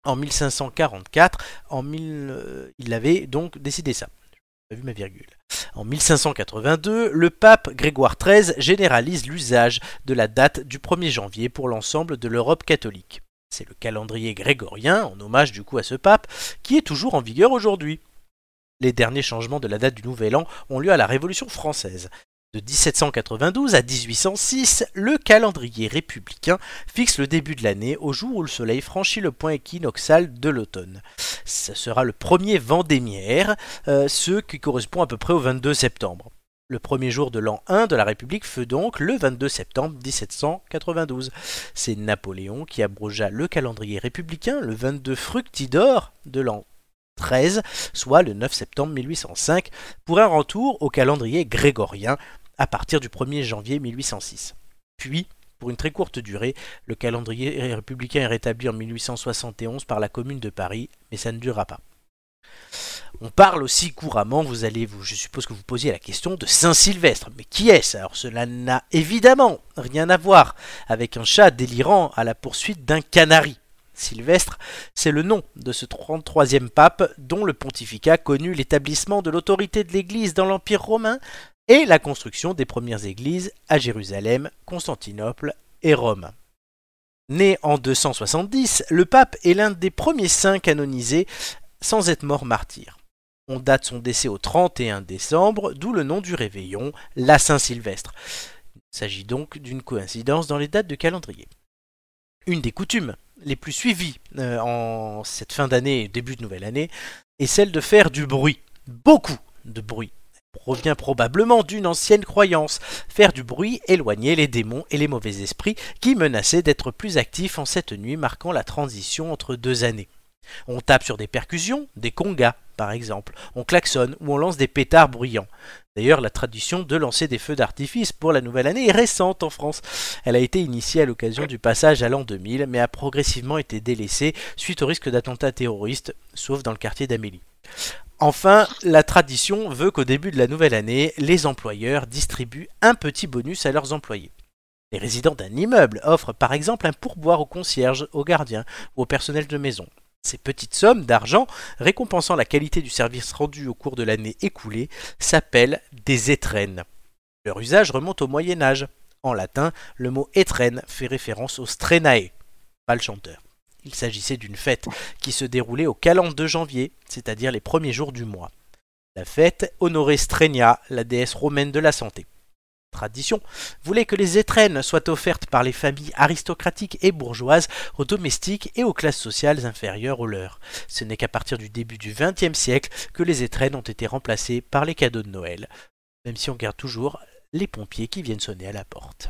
S1: En 1544, en mille- euh, il avait donc décidé ça. J'ai pas vu ma virgule. En 1582, le pape Grégoire XIII généralise l'usage de la date du 1er janvier pour l'ensemble de l'Europe catholique. C'est le calendrier grégorien, en hommage du coup à ce pape, qui est toujours en vigueur aujourd'hui. Les derniers changements de la date du Nouvel An ont lieu à la Révolution française. De 1792 à 1806, le calendrier républicain fixe le début de l'année au jour où le soleil franchit le point équinoxal de l'automne. Ce sera le premier vendémiaire, euh, ce qui correspond à peu près au 22 septembre. Le premier jour de l'an 1 de la République fut donc le 22 septembre 1792. C'est Napoléon qui abrogea le calendrier républicain le 22 fructidor de l'an 13 soit le 9 septembre 1805, pour un retour au calendrier grégorien à partir du 1er janvier 1806. Puis, pour une très courte durée, le calendrier républicain est rétabli en 1871 par la Commune de Paris, mais ça ne durera pas. On parle aussi couramment, vous allez, vous, je suppose que vous posiez la question de Saint-Sylvestre. Mais qui est-ce Alors cela n'a évidemment rien à voir avec un chat délirant à la poursuite d'un canari. Sylvestre c'est le nom de ce 33e pape dont le pontificat connut l'établissement de l'autorité de l'Église dans l'Empire romain et la construction des premières églises à Jérusalem, Constantinople et Rome. Né en 270, le pape est l'un des premiers saints canonisés sans être mort martyr. On date son décès au 31 décembre, d'où le nom du réveillon, la Saint-Sylvestre. Il s'agit donc d'une coïncidence dans les dates de calendrier. une des coutumes les plus suivies euh, en cette fin d'année et début de nouvelle année est celle de faire du bruit. Beaucoup de bruit. Elle provient probablement d'une ancienne croyance. Faire du bruit éloignait les démons et les mauvais esprits qui menaçaient d'être plus actifs en cette nuit marquant la transition entre deux années. On tape sur des percussions, des congas par exemple, on klaxonne ou on lance des pétards bruyants. D'ailleurs, la tradition de lancer des feux d'artifice pour la nouvelle année est récente en France. Elle a été initiée à l'occasion du passage à l'an 2000, mais a progressivement été délaissée suite au risque d'attentats terroristes, sauf dans le quartier d'Amélie. Enfin, la tradition veut qu'au début de la nouvelle année, les employeurs distribuent un petit bonus à leurs employés. Les résidents d'un immeuble offrent par exemple un pourboire aux concierges, aux gardiens ou au personnel de maison. Ces petites sommes d'argent récompensant la qualité du service rendu au cours de l'année écoulée s'appellent des étrennes. Leur usage remonte au Moyen Âge. En latin, le mot étrenne fait référence au strenae, pas le chanteur. Il s'agissait d'une fête qui se déroulait au calende de janvier, c'est-à-dire les premiers jours du mois. La fête honorait Strenia, la déesse romaine de la santé tradition, voulait que les étrennes soient offertes par les familles aristocratiques et bourgeoises aux domestiques et aux classes sociales inférieures aux leurs. Ce n'est qu'à partir du début du XXe siècle que les étrennes ont été remplacées par les cadeaux de Noël, même si on garde toujours les pompiers qui viennent sonner à la porte.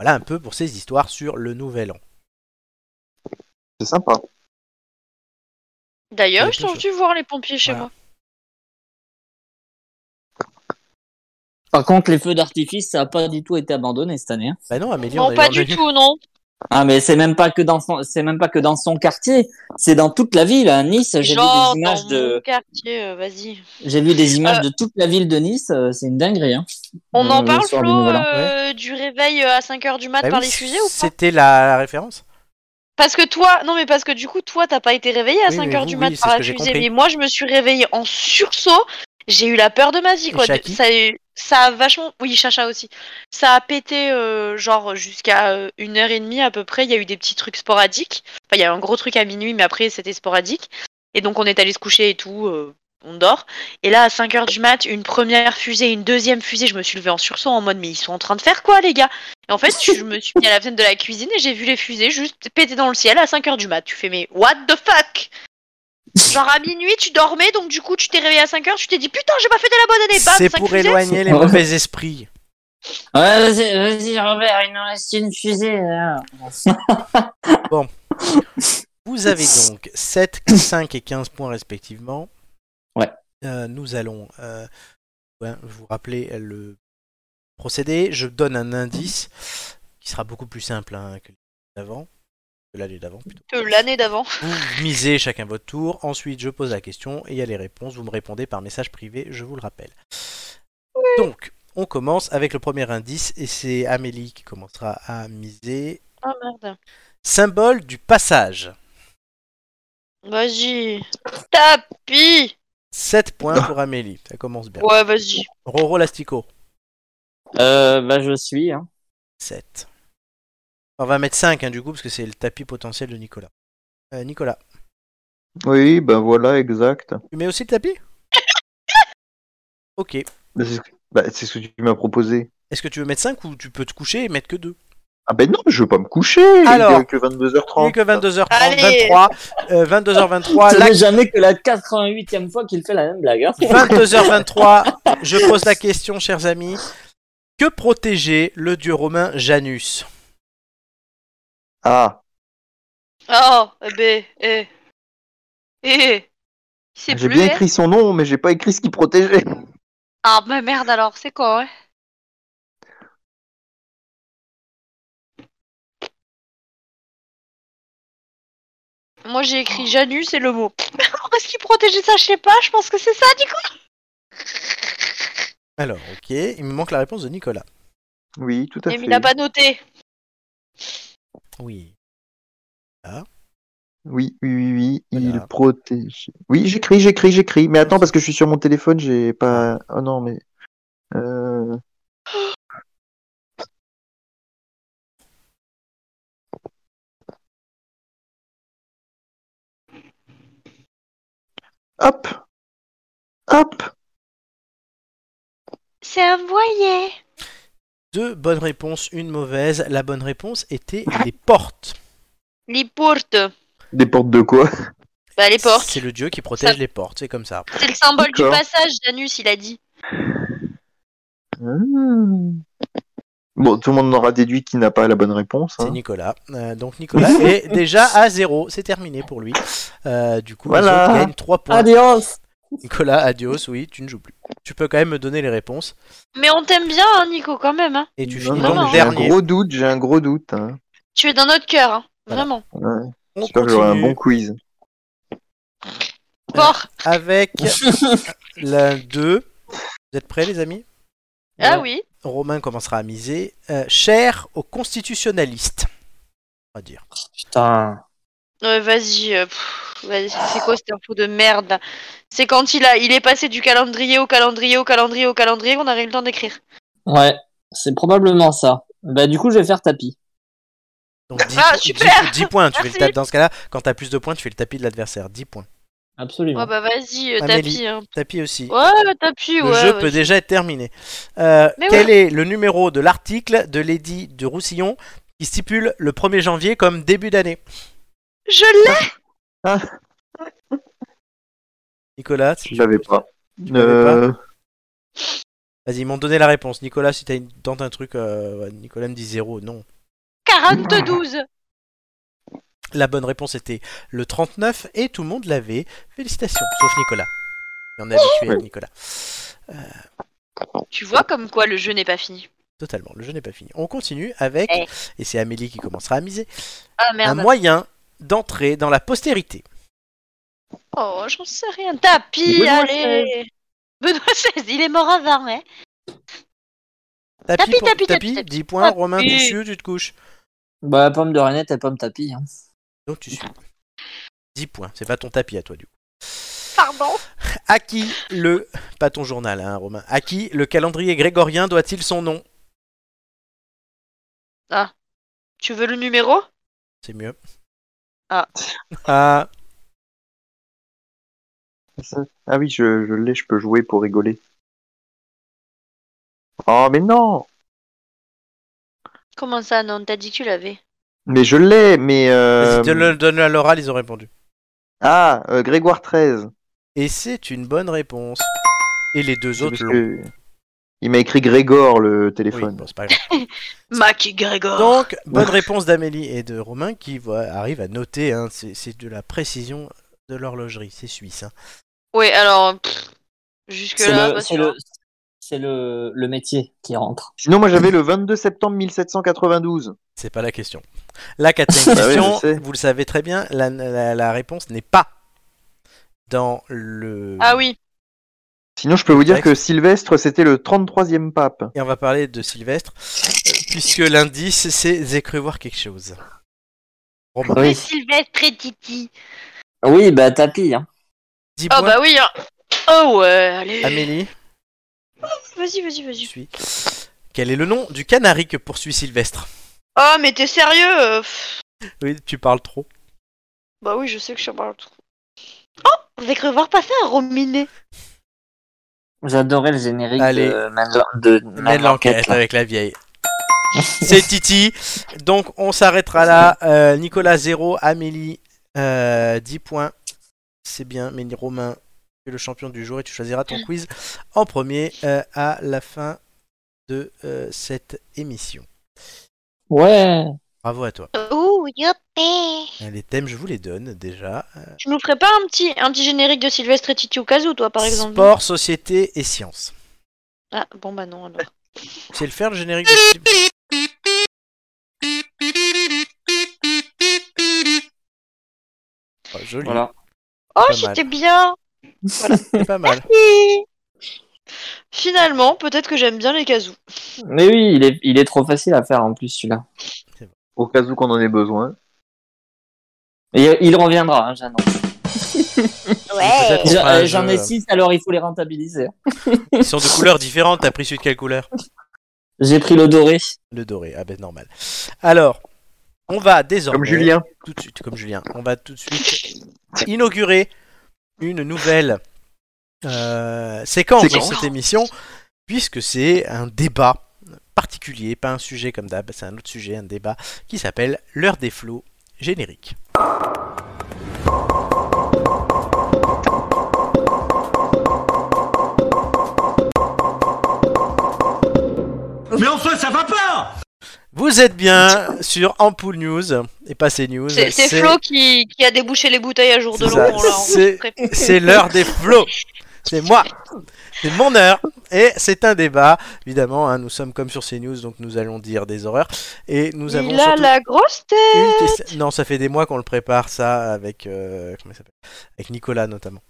S1: Voilà un peu pour ces histoires sur le Nouvel An.
S2: C'est sympa.
S1: Il y a
S3: D'ailleurs, je
S1: plein de
S3: suis dû voir les pompiers chez
S1: Voilà.
S3: moi.
S4: Par contre, les feux d'artifice, ça n'a pas du tout été abandonné cette année. hein.
S1: Bah non, Amélie, on
S3: Non,
S1: a eu-
S3: pas
S1: on a eu-
S3: du tout, non.
S4: Ah, mais c'est même pas que dans son, c'est même pas que dans son quartier, c'est dans toute la ville. À Nice, j'ai vu
S3: Genre,
S4: des
S3: dans
S4: images de,
S3: mon quartier, euh, vas-y.
S4: j'ai vu des images de toute la ville de Nice. euh, C'est une dinguerie. Hein.
S3: On en
S4: Euh,
S3: parle,
S4: le soir du
S3: Flo,
S4: Nouvel An.
S3: euh, du réveil euh, à 5h du mat
S1: Bah
S3: par
S1: oui,
S3: les fusées ou pas
S1: C'était la référence
S3: Parce que toi, non mais parce que du coup, toi, t'as pas été réveillé à
S1: Oui, mais
S3: 5h
S1: vous,
S3: du
S1: oui,
S3: mat
S1: c'est ce
S3: par
S1: que
S3: la
S1: j'ai
S3: fusée,
S1: compris.
S3: mais moi, je me suis réveillée en sursaut. J'ai eu la peur de ma vie, quoi. De-
S1: Shaki
S3: ça, a eu- ça a vachement. Oui, Chacha aussi. Ça a pété, euh, genre, jusqu'à euh, une heure et demie à peu près. Il y a eu des petits trucs sporadiques. Enfin, il y a eu un gros truc à minuit, mais après, c'était sporadique. Et donc, on est allé se coucher et tout. euh, on dort. Et là, à 5h du mat, une première fusée, une deuxième fusée. Je me suis levée en sursaut en mode, mais ils sont en train de faire quoi, les gars et en fait, je me suis mis à la fenêtre de la cuisine et j'ai vu les fusées juste péter dans le ciel à 5h du mat. Tu fais, mais what the fuck Genre à minuit, tu dormais, donc du coup, tu t'es réveillé à 5h, tu t'es dit, putain, j'ai pas fêté la bonne année, bam,
S1: C'est
S3: 5
S1: pour
S3: fusées.
S1: éloigner les mauvais esprits.
S4: Ouais, vas-y, vas-y, Robert, il nous reste une fusée. là.
S1: Vous avez donc 7, 5 et 15 points respectivement.
S4: Ouais.
S1: Euh, nous allons euh, ouais, vous rappeler le procédé. Je donne un indice qui sera beaucoup plus simple hein, que l'avant. Que l'année d'avant plutôt.
S3: Que L'année d'avant.
S1: Vous misez chacun votre tour. Ensuite, je pose la question et il y a les réponses. Vous me répondez par message privé, je vous le rappelle. Donc, on commence avec le premier indice et c'est Amélie qui commencera à miser.
S3: Oh merde.
S1: Symbole du passage.
S3: Vas-y. Tapis
S1: 7 points pour Amélie. Ça commence bien.
S3: Ouais, vas-y.
S1: Roro Lastico,
S4: Euh, bah, je suis. Hein.
S1: 7. On va mettre 5 du coup, parce que c'est le tapis potentiel de Nicolas. Euh, Nicolas,
S2: Oui, ben voilà, exact.
S1: tu mets aussi le tapis Ok.
S2: Ben, c'est ben, c'est ce que tu m'as proposé.
S1: Est-ce que tu veux mettre 5 ou tu peux te coucher et mettre que 2
S2: Ah ben non, je veux pas me coucher.
S1: Alors.
S2: il est que
S1: Plus
S2: 22h30.
S1: que 22h30,
S3: Allez
S1: 23, euh, 22h23,
S4: Ce
S1: la...
S4: n'est jamais que la 88e Oh, fois qu'il fait la même blague. hein.
S1: 22h23, je pose la question, chers amis. Que protégeait le dieu romain Janus
S2: Ah,
S3: Oh, eh ben, eh. Eh. C'est
S2: j'ai
S3: plus.
S2: bien
S3: eh.
S2: écrit son nom, mais j'ai pas écrit ce qui protégeait.
S3: Ah, bah merde alors, c'est quoi, ouais Moi j'ai
S2: Oh.
S3: écrit Janus et le mot. Est-ce qu'il protégeait ça Je sais pas, je pense que c'est ça du coup.
S1: Alors, ok, il me manque la réponse de Nicolas.
S2: Oui, tout à
S3: Mais
S2: fait.
S3: il a pas noté.
S1: Oui.
S2: Oui, oui, oui, oui,
S1: Voilà.
S2: il protège. Oui, j'écris, j'écris, j'écris. Mais attends, parce que je suis sur mon téléphone, j'ai pas. Oh non, mais. Euh... Hop! Hop!
S3: C'est un voyer.
S1: deux bonnes réponses, une mauvaise. La bonne réponse était les portes.
S3: Les portes.
S2: Des portes de quoi
S3: Bah, les portes.
S1: C'est le dieu qui protège les portes, c'est comme ça.
S3: C'est le symbole du
S2: D'accord.
S3: passage, Janus, il a dit.
S2: Ah. Bon, tout le monde en aura déduit qui n'a pas la bonne réponse.
S1: C'est
S2: hein.
S1: Nicolas. Euh, donc Nicolas est déjà à zéro, c'est terminé pour lui. Euh, du coup, les
S2: Voilà.
S1: autres gagnent 3 points.
S4: Adios
S1: Nicolas, adios, oui, tu ne joues plus. Tu peux quand même me donner les réponses.
S3: Mais on t'aime bien, hein, Nico, quand même. hein.
S1: Et tu
S2: Non,
S1: finis
S2: non,
S1: donc
S2: j'ai un
S1: dernier.
S2: gros doute, j'ai un gros doute. hein.
S3: Tu es dans notre cœur, hein.
S1: Voilà.
S3: vraiment.
S2: Ouais.
S1: On
S2: J'espère que j'aurai un
S1: continue
S2: bon quiz.
S3: Fort.
S1: avec la 2. Vous êtes prêts, les amis
S3: Ah
S1: Euh,
S3: oui.
S1: Romain commencera à miser. Euh, cher aux constitutionnalistes. On va dire.
S4: Putain.
S3: Ouais, vas-y. euh, pff, vas-y, c'est quoi cette info de merde là C'est quand il a, il est passé du calendrier au calendrier au calendrier au calendrier qu'on a eu le temps d'écrire.
S4: Ouais, c'est probablement ça. Bah du coup, je vais faire tapis.
S1: Donc 10,
S3: Ah, super
S1: points, tu fais le
S3: Merci.
S1: tapis dans ce cas-là. Quand t'as plus de points, tu fais le tapis de l'adversaire. 10 points.
S4: Absolument.
S3: Ouais, bah vas-y, euh,
S1: Amélie.
S3: tapis. Hein.
S1: Tapis aussi.
S3: Ouais, tapis,
S1: Le
S3: ouais.
S1: jeu
S3: ouais.
S1: peut déjà être terminé. Euh,
S3: Mais
S1: quel est le numéro de l'article de Lady de Roussillon qui stipule le 1er janvier comme début d'année
S3: Je l'ai
S1: Nicolas, si
S2: Je
S1: tu-
S2: l'avais pas.
S1: tu l'avais pas
S2: Euh,
S1: Vas-y, ils m'ont donné la réponse. Nicolas, si t'as une... tente un truc, euh, ouais, Nicolas me dit zéro, non.
S3: 42
S1: La bonne réponse était le 39 et tout le monde l'avait. Félicitations, sauf Nicolas. On est habitué,
S2: Ouais.
S1: Nicolas.
S3: Tu vois comme quoi le jeu n'est pas fini.
S1: Totalement, le jeu n'est pas fini. On continue avec,
S3: Eh.
S1: et c'est Amélie qui commencera à miser,
S3: Ah merde.
S1: un moyen d'entrer dans la postérité.
S3: Oh, j'en sais rien. Tapis,
S4: Benoît
S3: allez Benoît XVI, il est mort avant, hein
S1: Tapis,
S3: Tapis,
S1: pour-
S3: tapis,
S1: tapis,
S3: tapis,
S1: 10 points.
S3: tapis.
S1: Romain, tu suis ou tu te couches
S4: Bah pomme de Renette et pomme tapis. hein.
S1: Donc tu suis. 10 points, c'est pas ton tapis à toi du coup.
S3: Pardon
S1: À qui le. Pas ton journal, hein, Romain. À qui le calendrier grégorien doit-il son nom
S3: Tu veux le numéro
S1: C'est mieux.
S3: Ah.
S1: Ah,
S2: ça- Ah oui, je, je l'ai, je peux jouer pour rigoler. Oh, mais non
S3: Comment ça, non T'as dit que tu l'avais.
S2: Mais je l'ai, mais. euh,
S1: vas-y, donne-le- donne-le à l'oral, ils ont répondu.
S2: Ah, euh, Grégoire XIII.
S1: Et c'est une bonne réponse. Et les deux autres
S2: Parce
S1: l'ont.
S2: que Il m'a écrit Grégor le
S1: Oui,
S2: téléphone.
S1: bon, c'est pas grave.
S3: Mac Gregor
S1: Donc, bonne réponse d'Amélie et de Romain qui voilà, arrivent à noter. hein, c'est c'est de la précision de l'horlogerie, c'est suisse. hein.
S3: Oui, alors... pff, Jusque-là, bah,
S4: C'est
S3: pas sûr.
S4: le, c'est le, c'est le, le métier qui rentre.
S2: Sinon, moi j'avais le 22 septembre 1792.
S1: C'est pas la question. La quatrième
S2: Bah oui, je
S1: question,
S2: sais.
S1: vous le savez très bien, la, la- la réponse n'est pas dans le.
S3: Ah oui,
S2: Sinon, je peux vous dire
S1: Ouais.
S2: que Sylvestre, c'était le 33e pape.
S1: Et on va parler de Sylvestre, euh, puisque l'indice, c'est j'ai cru voir quelque chose. Romain,
S3: c'est
S4: Oui.
S3: Sylvestre et Titi.
S4: Oui, bah tapis. Hein.
S1: 10
S3: Oh
S1: points.
S3: bah oui, hein. Oh ouais, allez.
S1: Amélie,
S3: Vas-y, vas-y,
S1: Ah, je
S3: vas-y.
S1: suis. Quel est le nom du canari que poursuit Sylvestre
S3: Oh, mais t'es sérieux euh, pff.
S1: Oui, tu parles trop.
S3: Bah oui, je sais que je suis pas trop. Oh J'ai cru voir passer un Rominé.
S4: J'adorais le générique
S1: Allez.
S4: de Man, de Man
S1: Mène
S4: l'enquête.
S1: l'enquête avec la vieille. C'est Titi. Donc on s'arrêtera là. Euh, Nicolas 0, Amélie euh, 10 points. C'est bien, mais Romain, tu es le champion du jour et tu choisiras ton quiz en premier euh, à la fin de euh, cette émission.
S4: Ouais.
S1: Bravo à toi.
S3: Ouh, yopé
S1: Euh, Les thèmes, je vous les donne déjà. Euh,
S3: Tu nous ferais pas un petit, un petit générique de Sylvestre et Titi Okazu, toi, par exemple
S1: Sport, société et sciences.
S3: Ah, bon bah non, alors.
S1: Tu sais le faire, le générique de- Oh, Joli,
S4: Voilà.
S1: Pas
S3: Oh,
S1: mal.
S3: c'était bien
S1: c'est pas mal.
S3: Finalement, peut-être que j'aime bien les casous.
S4: Mais oui, il est, il est trop facile à faire en plus celui-là.
S2: Au cas où qu'on en ait besoin.
S4: Et il reviendra, hein, j'annonce.
S1: Ouais.
S4: J'en-
S1: Enfin,
S4: euh, J'en
S1: je-
S4: ai six, alors il faut les rentabiliser. hein.
S1: Ils sont de couleurs différentes. T'as pris celui de quelle couleur
S4: J'ai pris le doré.
S1: Le doré. Ah ben normal. Alors, on va désormais.
S2: Comme Julien.
S1: Tout de suite, comme Julien. On va tout de suite inaugurer une nouvelle euh, séquence dans
S2: Séquence.
S1: cette émission, puisque c'est un débat particulier, pas un sujet comme d'hab, c'est un autre sujet, un débat qui s'appelle l'heure des flots générique.
S9: Mais enfin, ça va pas
S1: Vous êtes bien sur Ampoule News et pas CNews.
S10: C'est c'est Flo qui, qui a débouché les bouteilles à jour de
S1: C'est
S10: l'eau.
S1: ça,
S10: on l'a
S1: c'est-
S10: enregistré.
S1: C'est l'heure des flots. C'est moi. C'est mon heure. Et c'est un débat. Évidemment, hein, nous sommes comme sur CNews, donc nous allons dire des horreurs. Et nous avons
S10: Il a
S1: surtout
S10: la grosse tête.
S1: une question- Non, ça fait des mois qu'on le prépare, ça, avec, euh, comment il s'appelle avec Nicolas notamment.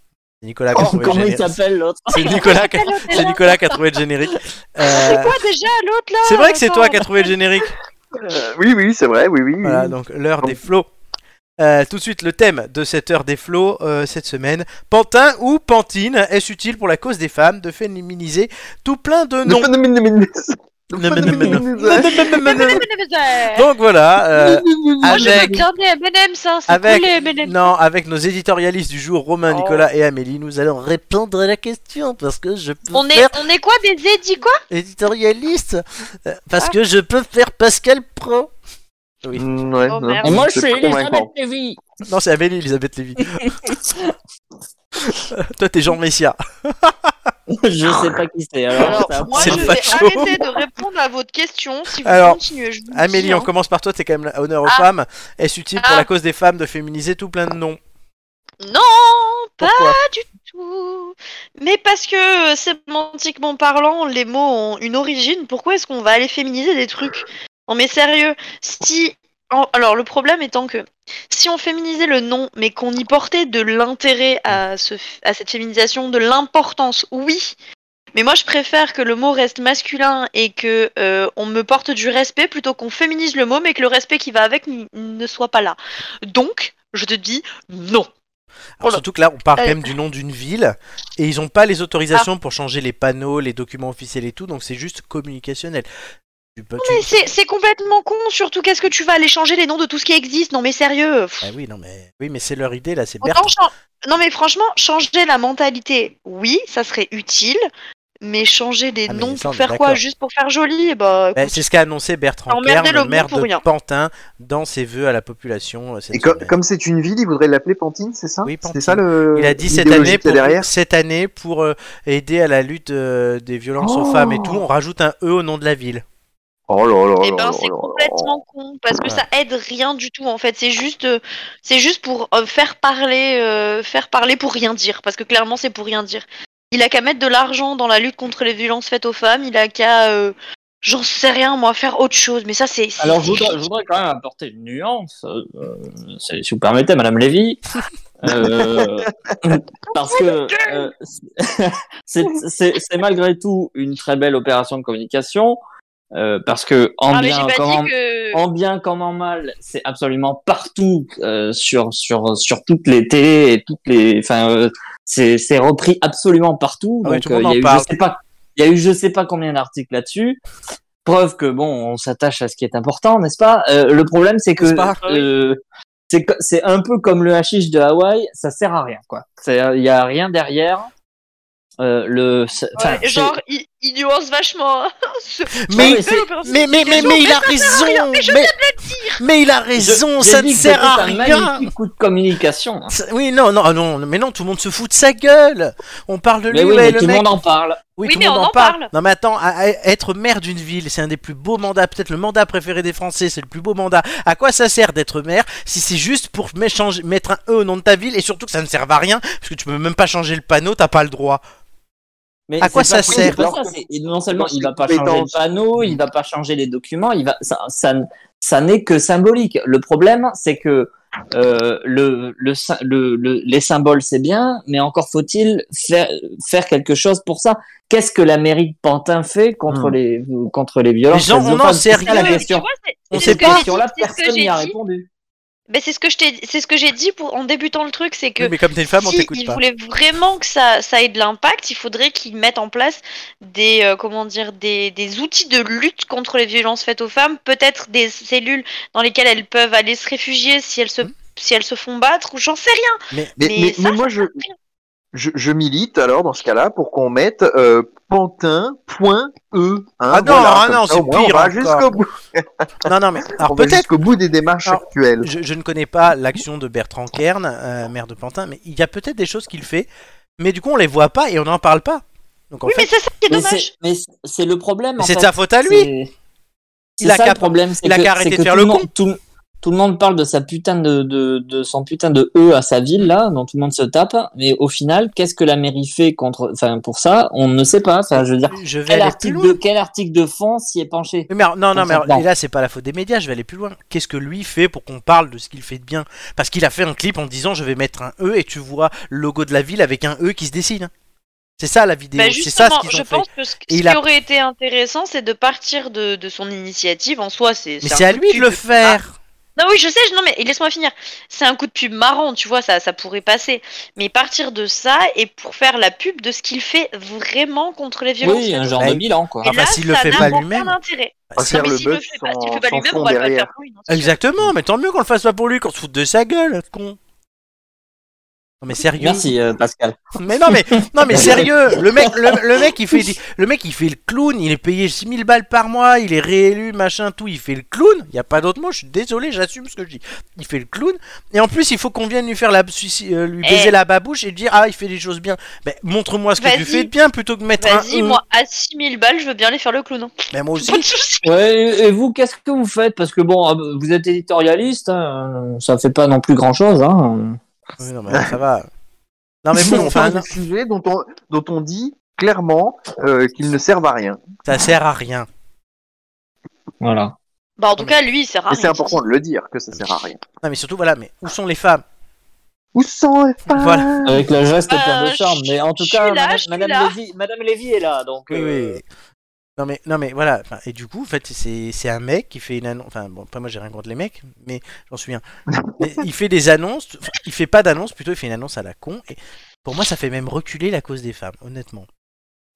S1: C'est Nicolas qui a
S2: Oh,
S1: trouvé le
S4: Ah, Oh, comment il
S1: générique.
S4: s'appelle l'autre
S1: C'est Nicolas, qui a- c'est Nicolas qui a trouvé le générique. Euh,
S10: Ah, C'est quoi déjà l'autre là
S1: c'est vrai que c'est toi qui as
S10: Attends.
S1: trouvé le générique.
S2: Euh, oui, oui, c'est vrai, oui, oui. oui.
S4: Mm.
S1: Voilà, donc l'heure des flots. Euh, tout de suite, le thème de cette heure des flots euh, cette semaine. Pantin ou Pantine, est-ce utile pour la cause des femmes de féminiser tout plein de
S2: Le
S1: noms
S2: phénomène de Mendes. Le
S1: Non, non,
S2: phénomène
S1: non,
S2: de Mendes.
S1: Donc voilà, euh,
S10: Moi, je veux
S1: avec,
S10: bien des M&M's, hein, c'est
S1: avec,
S10: cool, les M&M's.
S1: non, avec nos éditorialistes du jour, Romain,
S10: Oh.
S1: Nicolas et Amélie, nous allons répondre à la question parce que je peux
S10: On est,
S1: faire
S10: on est quoi des édits quoi
S1: éditorialiste, euh, parce que je peux faire Pascal Pro. Oui.
S2: Mm, ouais,
S10: Oh,
S2: non,
S10: merde.
S4: Et moi, je
S2: c'est
S4: suis
S2: pas
S4: Elisabeth
S2: convaincant.
S4: Lévy.
S1: Non, c'est Amélie, Elisabeth Lévy. Euh, Toi, t'es Jean Messia.
S4: je
S2: Ah.
S4: sais pas qui c'est. Alors, ça-
S3: Alors, moi,
S1: C'est
S3: je vais
S1: facho.
S3: arrêter de répondre à votre question si vous
S1: Alors,
S3: continuez. je vous le dis,
S1: Amélie,
S3: hein.
S1: on commence par toi, t'es quand même la- honneur aux
S3: Ah.
S1: femmes. Est-ce utile pour
S3: Ah.
S1: la cause des femmes de féminiser tout plein de noms
S3: Non, pas
S1: Pourquoi
S3: tout. Mais parce que euh, sémantiquement parlant, les mots ont une origine. Pourquoi est-ce qu'on va aller féminiser des trucs Non mais sérieux, si en- alors le problème étant que si on féminisait le nom, mais qu'on y portait de l'intérêt à ce f- à cette féminisation, de l'importance, oui. Mais moi, je préfère que le mot reste masculin et que euh, on me porte du respect plutôt qu'on féminise le mot, mais que le respect qui va avec n- ne soit pas là. Donc, je te dis non.
S1: Alors,
S3: Oh là.
S1: Surtout que là, on parle quand
S3: Allez.
S1: même du nom d'une ville et ils n'ont pas les autorisations pour changer les panneaux, les documents officiels et tout, donc c'est juste communicationnel. Tu peux, tu-
S3: Mais c'est c'est complètement con, surtout qu'est-ce que tu vas aller changer les noms de tout ce qui existe Non mais sérieux pff.
S1: Ah oui, non, mais oui, mais c'est leur idée là, c'est Berthe.
S3: Autant chan- Non mais franchement, changer la mentalité, oui, ça serait utile, mais changer les
S1: Ah, mais
S3: noms
S1: ça, on
S3: pour
S1: est
S3: faire quoi
S1: d'accord.
S3: Juste pour faire joli Bah
S1: Ben,
S3: écoute,
S1: c'est ce qu'a annoncé Bertrand
S3: Emmerdez
S1: Kern,
S3: le
S1: le
S3: mot
S1: maire
S3: pour
S1: de
S3: rien.
S1: Pantin, dans ses vœux à la population. euh, cette
S2: Et co-
S1: semaine.
S2: comme c'est une ville, il voudrait l'appeler Pantine, c'est ça
S1: Oui, Pantine.
S2: C'est ça le.
S1: Il a dit cette
S2: euh, l'idéologie
S1: année,
S2: qu'il
S1: pour,
S2: y a derrière.
S1: cette année pour euh, aider à la lutte euh, des violences aux
S2: Oh.
S1: femmes et tout, on rajoute un E au nom de la ville.
S2: Oh là là
S3: eh
S2: là
S3: ben
S2: là
S3: c'est
S2: là là.
S3: complètement con parce que
S1: Ouais.
S3: ça aide rien du tout en fait. C'est juste, euh, c'est juste pour euh, faire parler, euh, faire parler pour rien dire parce que clairement c'est pour rien dire. Il a qu'à mettre de l'argent dans la lutte contre les violences faites aux femmes. Il a qu'à, euh, j'en sais rien moi, faire autre chose. Mais ça c'est. c'est-
S4: Alors, je
S3: c'est
S4: voudrais, je voudrais quand même apporter une nuance, euh, euh, si vous permettez, Madame Lévy. Euh, parce que euh, c'est- c'est- c'est c'est malgré tout une très belle opération de communication, euh, parce que en
S3: Ah, mais
S4: bien,
S3: j'ai pas
S4: comme en,
S3: dit que.
S4: en bien comme en mal, c'est absolument partout euh, sur sur sur toutes les télés et toutes les, enfin, euh, c'est c'est repris absolument partout.
S1: Ah oui,
S4: donc
S1: tout le
S4: euh,
S1: monde en
S4: il y a eu,
S1: parle.
S4: je sais pas, il y a eu je sais pas combien d'articles là-dessus. Preuve que bon, on s'attache à ce qui est important, n'est-ce pas Euh, Le problème, c'est que
S1: N'est-ce pas
S4: euh, c'est co- c'est un peu comme le hashish de Hawaï, ça sert à rien, quoi. C'est- euh, Il y a rien derrière. Euh, le c'est- enfin,
S3: Ouais, genre, il, il nuance vachement. hein, ce-
S1: Mais,
S4: mais c'est-
S1: mais, mais, mais, mais il a raison mais, mais il a raison,
S4: j'ai
S1: ça
S4: dit
S1: ne
S4: que
S1: sert à
S4: c'était un
S1: rien
S4: magnifique coup de communication. hein.
S1: C'est- Oui, non, non, ah non, mais non, tout le monde se fout de sa gueule. On parle de lui,
S4: Mais oui,
S1: ouais,
S4: mais
S1: le
S4: tout le
S1: mec-
S4: monde en parle.
S1: Oui,
S3: Oui,
S1: tout
S3: mais
S1: le monde
S3: on
S1: en
S3: en
S1: parle.
S3: parle.
S1: Non, mais attends, à- à- être maire d'une ville, c'est un des plus beaux mandats, peut-être le mandat préféré des Français, c'est le plus beau mandat. À quoi ça sert d'être maire si c'est juste pour mé- changer- mettre un E au nom de ta ville et surtout que ça ne sert à rien parce que tu peux même pas changer le panneau, t'as pas le droit.
S4: Mais
S1: À
S4: c'est
S1: quoi
S4: pas
S1: ça
S4: possible,
S1: sert Hmm.
S4: c'est pas ça, c'est- et Non seulement il va pas
S2: Compétence.
S4: changer le panneau, il va pas changer les documents, il va ça ça, n- ça n'est que symbolique. Le problème c'est que euh, le, le, sy- le, le- les symboles c'est bien, mais encore faut-il faire, faire quelque chose pour ça. Qu'est-ce que la mairie de Pantin fait contre
S2: Hmm.
S4: les contre les violences
S1: Les gens,
S4: faites
S1: on
S4: aux
S1: n'en
S4: femmes
S1: sait
S4: C'est ça,
S1: rien.
S4: La
S3: Ouais, mais tu
S4: question.
S3: vois, c'est-
S4: On
S3: c'est
S4: sait
S3: ce que
S4: pas
S3: j'ai
S4: question
S3: dit,
S4: là,
S3: c'est ce que
S4: personne n'y
S3: j'ai
S4: a
S3: dit.
S4: répondu.
S3: Ben, c'est ce que je t'ai, c'est ce que j'ai dit pour en débutant le truc, c'est que
S1: Oui, mais comme t'es une femme, on
S3: si
S1: t'écoute
S3: ils
S1: pas.
S3: voulaient vraiment que ça, ça ait de l'impact, il faudrait qu'ils mettent en place des, euh, comment dire, des, des outils de lutte contre les violences faites aux femmes, peut-être des cellules dans lesquelles elles peuvent aller se réfugier si elles se, si elles se font battre, ou j'en sais rien.
S2: Mais,
S3: Mais
S2: mais-
S3: ça,
S2: mais moi, je, je, je milite alors dans ce cas-là pour qu'on mette euh, pantin.e. hein,
S1: Ah non, ah
S2: comme
S1: non,
S2: ça,
S1: c'est
S2: au moins, on va
S1: pire
S2: jusqu'au
S1: encore.
S2: bout.
S1: Non, non, mais alors
S2: on va
S1: peut-être.
S2: jusqu'au bout des démarches
S1: Alors,
S2: actuelles.
S1: Je, je ne connais pas l'action de Bertrand Kern, euh, maire de Pantin, mais il y a peut-être des choses qu'il fait, mais du coup on les voit pas et on n'en parle pas. Donc en
S3: Oui, mais
S1: fait,
S3: c'est ça qui est
S4: Mais
S3: dommage.
S4: c'est- mais c'est- c'est le problème. en
S1: c'est de
S4: fait.
S1: sa faute à lui.
S4: C'est-
S1: Il
S4: c'est
S1: a
S4: ça
S1: qu'à-
S4: le problème, c'est
S1: il a
S4: que-
S1: qu'à arrêter
S4: c'est
S1: de
S4: que
S1: faire
S4: tout
S1: le
S4: monde-
S1: con.
S4: Tout, le- tout le monde parle de sa putain de, de, de son putain de E à sa ville là, dont tout le monde se tape. Mais au final, qu'est-ce que la mairie fait contre, enfin pour ça, on ne sait pas. Enfin, je veux dire,
S1: Je vais
S4: quel
S1: aller plus
S4: article
S1: loin.
S4: de quel article de fond s'y est penché
S1: Oui, Mais alors- non, non, mais
S4: Comme ça,
S1: alors,
S4: non.
S1: et là, c'est pas la faute des médias, je vais aller plus loin. Qu'est-ce que lui fait pour qu'on parle de ce qu'il fait de bien Parce qu'il a fait un clip en disant je vais mettre un E et tu vois le logo de la ville avec un E qui se dessine. C'est ça la vidéo,
S3: Bah,
S1: c'est ça
S3: justement,
S1: ce qu'ils
S3: je
S1: ont fait.
S3: pense que ce,
S1: Et
S3: ce
S1: il
S3: qui
S1: a-
S3: aurait été intéressant, c'est de partir de, de son initiative en soi. C'est,
S1: Mais
S3: un
S1: c'est à
S3: coup
S1: lui de
S3: pub.
S1: le faire
S3: Non, oui, je sais, je- non, mais laisse-moi finir. C'est un coup de pub marrant, tu vois, ça, ça pourrait passer. Mais partir de ça et pour faire la pub de ce qu'il fait vraiment contre les violences.
S4: Oui, un genre
S1: Bah,
S4: de bilan quoi.
S1: Ah
S3: Et
S1: bah,
S3: là,
S1: s'il le
S3: ça
S1: fait
S3: n'a
S1: pas
S3: aucun
S1: lui-même.
S3: intérêt.
S4: Ah,
S2: On va
S3: Ah, Non,
S2: faire
S3: mais
S2: le
S3: s'il le
S2: buzz
S3: fait pas,
S2: sans,
S3: si tu le fais pas
S2: sans
S3: lui-même,
S2: fond
S3: on va le
S2: derrière.
S3: faire pour lui. non, c'est sûr.
S1: Exactement, mais tant mieux qu'on le fasse pas pour lui, qu'on se foute de sa gueule, con Non mais sérieux
S4: Merci euh, Pascal.
S1: Mais non mais non mais sérieux, le mec le, le mec il fait des- le mec il fait le clown, il est payé 6000 balles par mois, il est réélu, machin tout, il fait le clown, il y a pas d'autre mot, je suis désolé, j'assume ce que je dis. Il fait le clown et en plus il faut qu'on vienne lui faire la suici- euh, lui
S3: Eh.
S1: baiser la babouche et lui dire ah, il fait des choses bien. Ben montre-moi ce que tu
S3: Vas-y.
S1: fais de bien plutôt que de mettre un
S3: Vas-y,
S1: euh.
S3: moi, à 6000 balles, je veux bien les faire le clown. hein.
S1: Ben, moi
S3: Pas
S1: aussi.
S3: de soucis.
S4: Ouais, et et vous, qu'est-ce que vous faites Parce que bon, euh, vous êtes éditorialiste, hein, ça fait pas non plus grand chose. Hein.
S1: Oui, non, mais ça va. Non mais bon,
S2: on
S1: enfin
S2: parle de sujets dont on, dont on dit clairement euh, qu'ils ne servent à rien.
S1: ça sert à rien.
S4: Voilà.
S3: Bah, en tout cas, lui, c'est rare.
S2: Et c'est important de le dire que ça sert à rien.
S1: Non mais surtout voilà, mais où sont les femmes
S2: Où sont les femmes
S1: Voilà.
S4: Avec la geste
S3: Euh,
S4: plein de charme, mais en tout
S3: je
S4: cas,
S3: suis là,
S4: madame,
S3: je suis
S4: madame
S3: là.
S4: Lévy, madame Lévy est là, donc.
S1: Oui,
S4: euh,
S1: oui. Non mais, non mais voilà, Enfin, et du coup, en fait, c'est c'est un mec qui fait une annonce, enfin bon, après moi j'ai rien contre les mecs, mais j'en suis un. Mais il fait des annonces, Enfin, il fait pas d'annonce, plutôt il fait une annonce à la con, et pour moi ça fait même reculer la cause des femmes, honnêtement.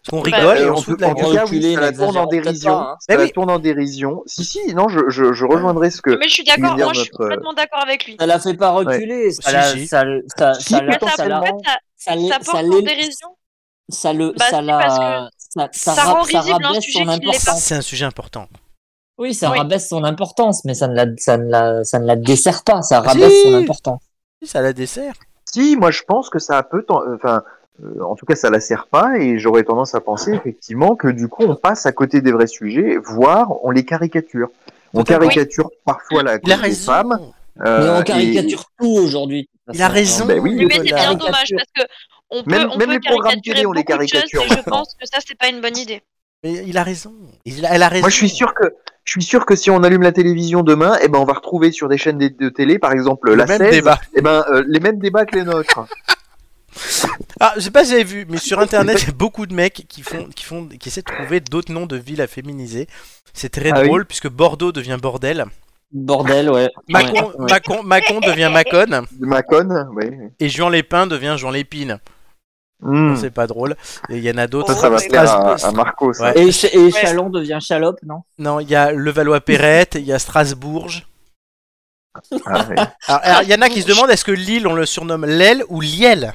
S1: Parce qu'on
S3: Bah,
S1: rigole et
S2: Euh,
S1: on
S2: on
S1: se fout de
S2: peut-
S1: la
S2: en tout
S1: gueule.
S2: cas, oui,
S4: Reculer,
S2: ça la tourne en
S4: n'exagérons peut-être
S2: dérision.
S4: pas, hein.
S2: Ça
S1: Mais
S2: la
S1: oui.
S2: tourne en dérision. Si, si, non, je, je, je rejoindrai ce que.
S3: Mais je suis d'accord,
S2: Humilier
S3: moi, je suis
S2: notre- euh,
S3: complètement d'accord avec lui.
S4: Ça la fait pas reculer. Ça,
S1: Si,
S4: la-
S1: si.
S4: ça, ça,
S2: Si,
S4: ça
S2: mais
S4: la-
S2: Attends,
S3: Ça,
S4: Ah, ça
S3: ça,
S4: la-
S3: en fait, ça,
S4: ça l'é-
S3: ça
S4: ça
S3: porte en
S4: l'é-
S3: dérision.
S4: ça le,
S3: Bah,
S4: ça
S3: si,
S4: la-
S3: parce que
S4: ça, ça,
S3: ça
S4: ra-
S3: rend
S4: ça
S3: risible un
S4: rabaisse
S3: sujet
S4: son
S3: qui ne l'est pas.
S4: importance.
S1: C'est un sujet important.
S4: Oui, ça
S3: Oui.
S4: rabaisse son importance, mais ça ne la, ça ne la, ça ne la dessert pas. Ça
S1: Si.
S4: rabaisse son importance.
S1: Si, Ça la dessert.
S2: Si, moi, je pense que ça peut. t'en- Enfin, euh, en tout cas, ça la sert pas, et j'aurais tendance à penser effectivement que du coup, on passe à côté des vrais sujets, voire on les caricature. On
S1: Totalement.
S2: caricature parfois
S1: Il
S2: la
S1: a
S2: cause des
S1: raison.
S2: femmes. euh,
S4: mais on
S2: et-
S4: caricature tout aujourd'hui.
S1: Il a raison.
S2: Ben oui,
S3: Oui, mais c'est
S1: Nicolas.
S3: bien dommage parce que on peut,
S2: Même-
S3: on
S2: même
S3: peut
S2: les programmes
S3: caricaturer
S2: télé, on les
S3: beaucoup de choses,
S2: caricature
S3: et je
S2: maintenant.
S3: pense que ça, c'est pas une bonne idée.
S1: Mais il a raison. Il a- elle a raison.
S2: Moi, je suis sûr que je suis sûr que si on allume la télévision demain, eh ben, on va retrouver sur des chaînes de, de télé, par exemple
S1: Le
S2: la
S1: même
S2: 16,
S1: débat.
S2: eh ben, euh, les mêmes débats que les nôtres.
S1: Ah, je sais pas si vous avez vu, mais sur internet, il y a beaucoup de mecs qui font, qui font, qui essaient de trouver d'autres noms de villes à féminiser. C'est très
S2: Ah oui.
S1: drôle puisque Bordeaux devient bordel,
S4: Bordel, ouais.
S1: Macon,
S4: Ouais, ouais.
S1: Macon, Macon devient Macon
S2: Macon, oui. oui.
S1: et Juan Lépin devient Juan Lépine.
S2: Hmm.
S1: Non, C'est pas drôle. Et Il y en a d'autres.
S2: Ça, ça va
S1: Stras-
S2: plaire à, à Marco. Ça.
S1: Ouais.
S4: Et, Ch- et Chalon devient Chalope, non
S1: Non, il y a Levallois-Perrette, il y a Strasbourg.
S2: Ah, ouais.
S1: Alors, alors, il y en a qui se demandent est-ce que Lille on le surnomme l'aile ou Liel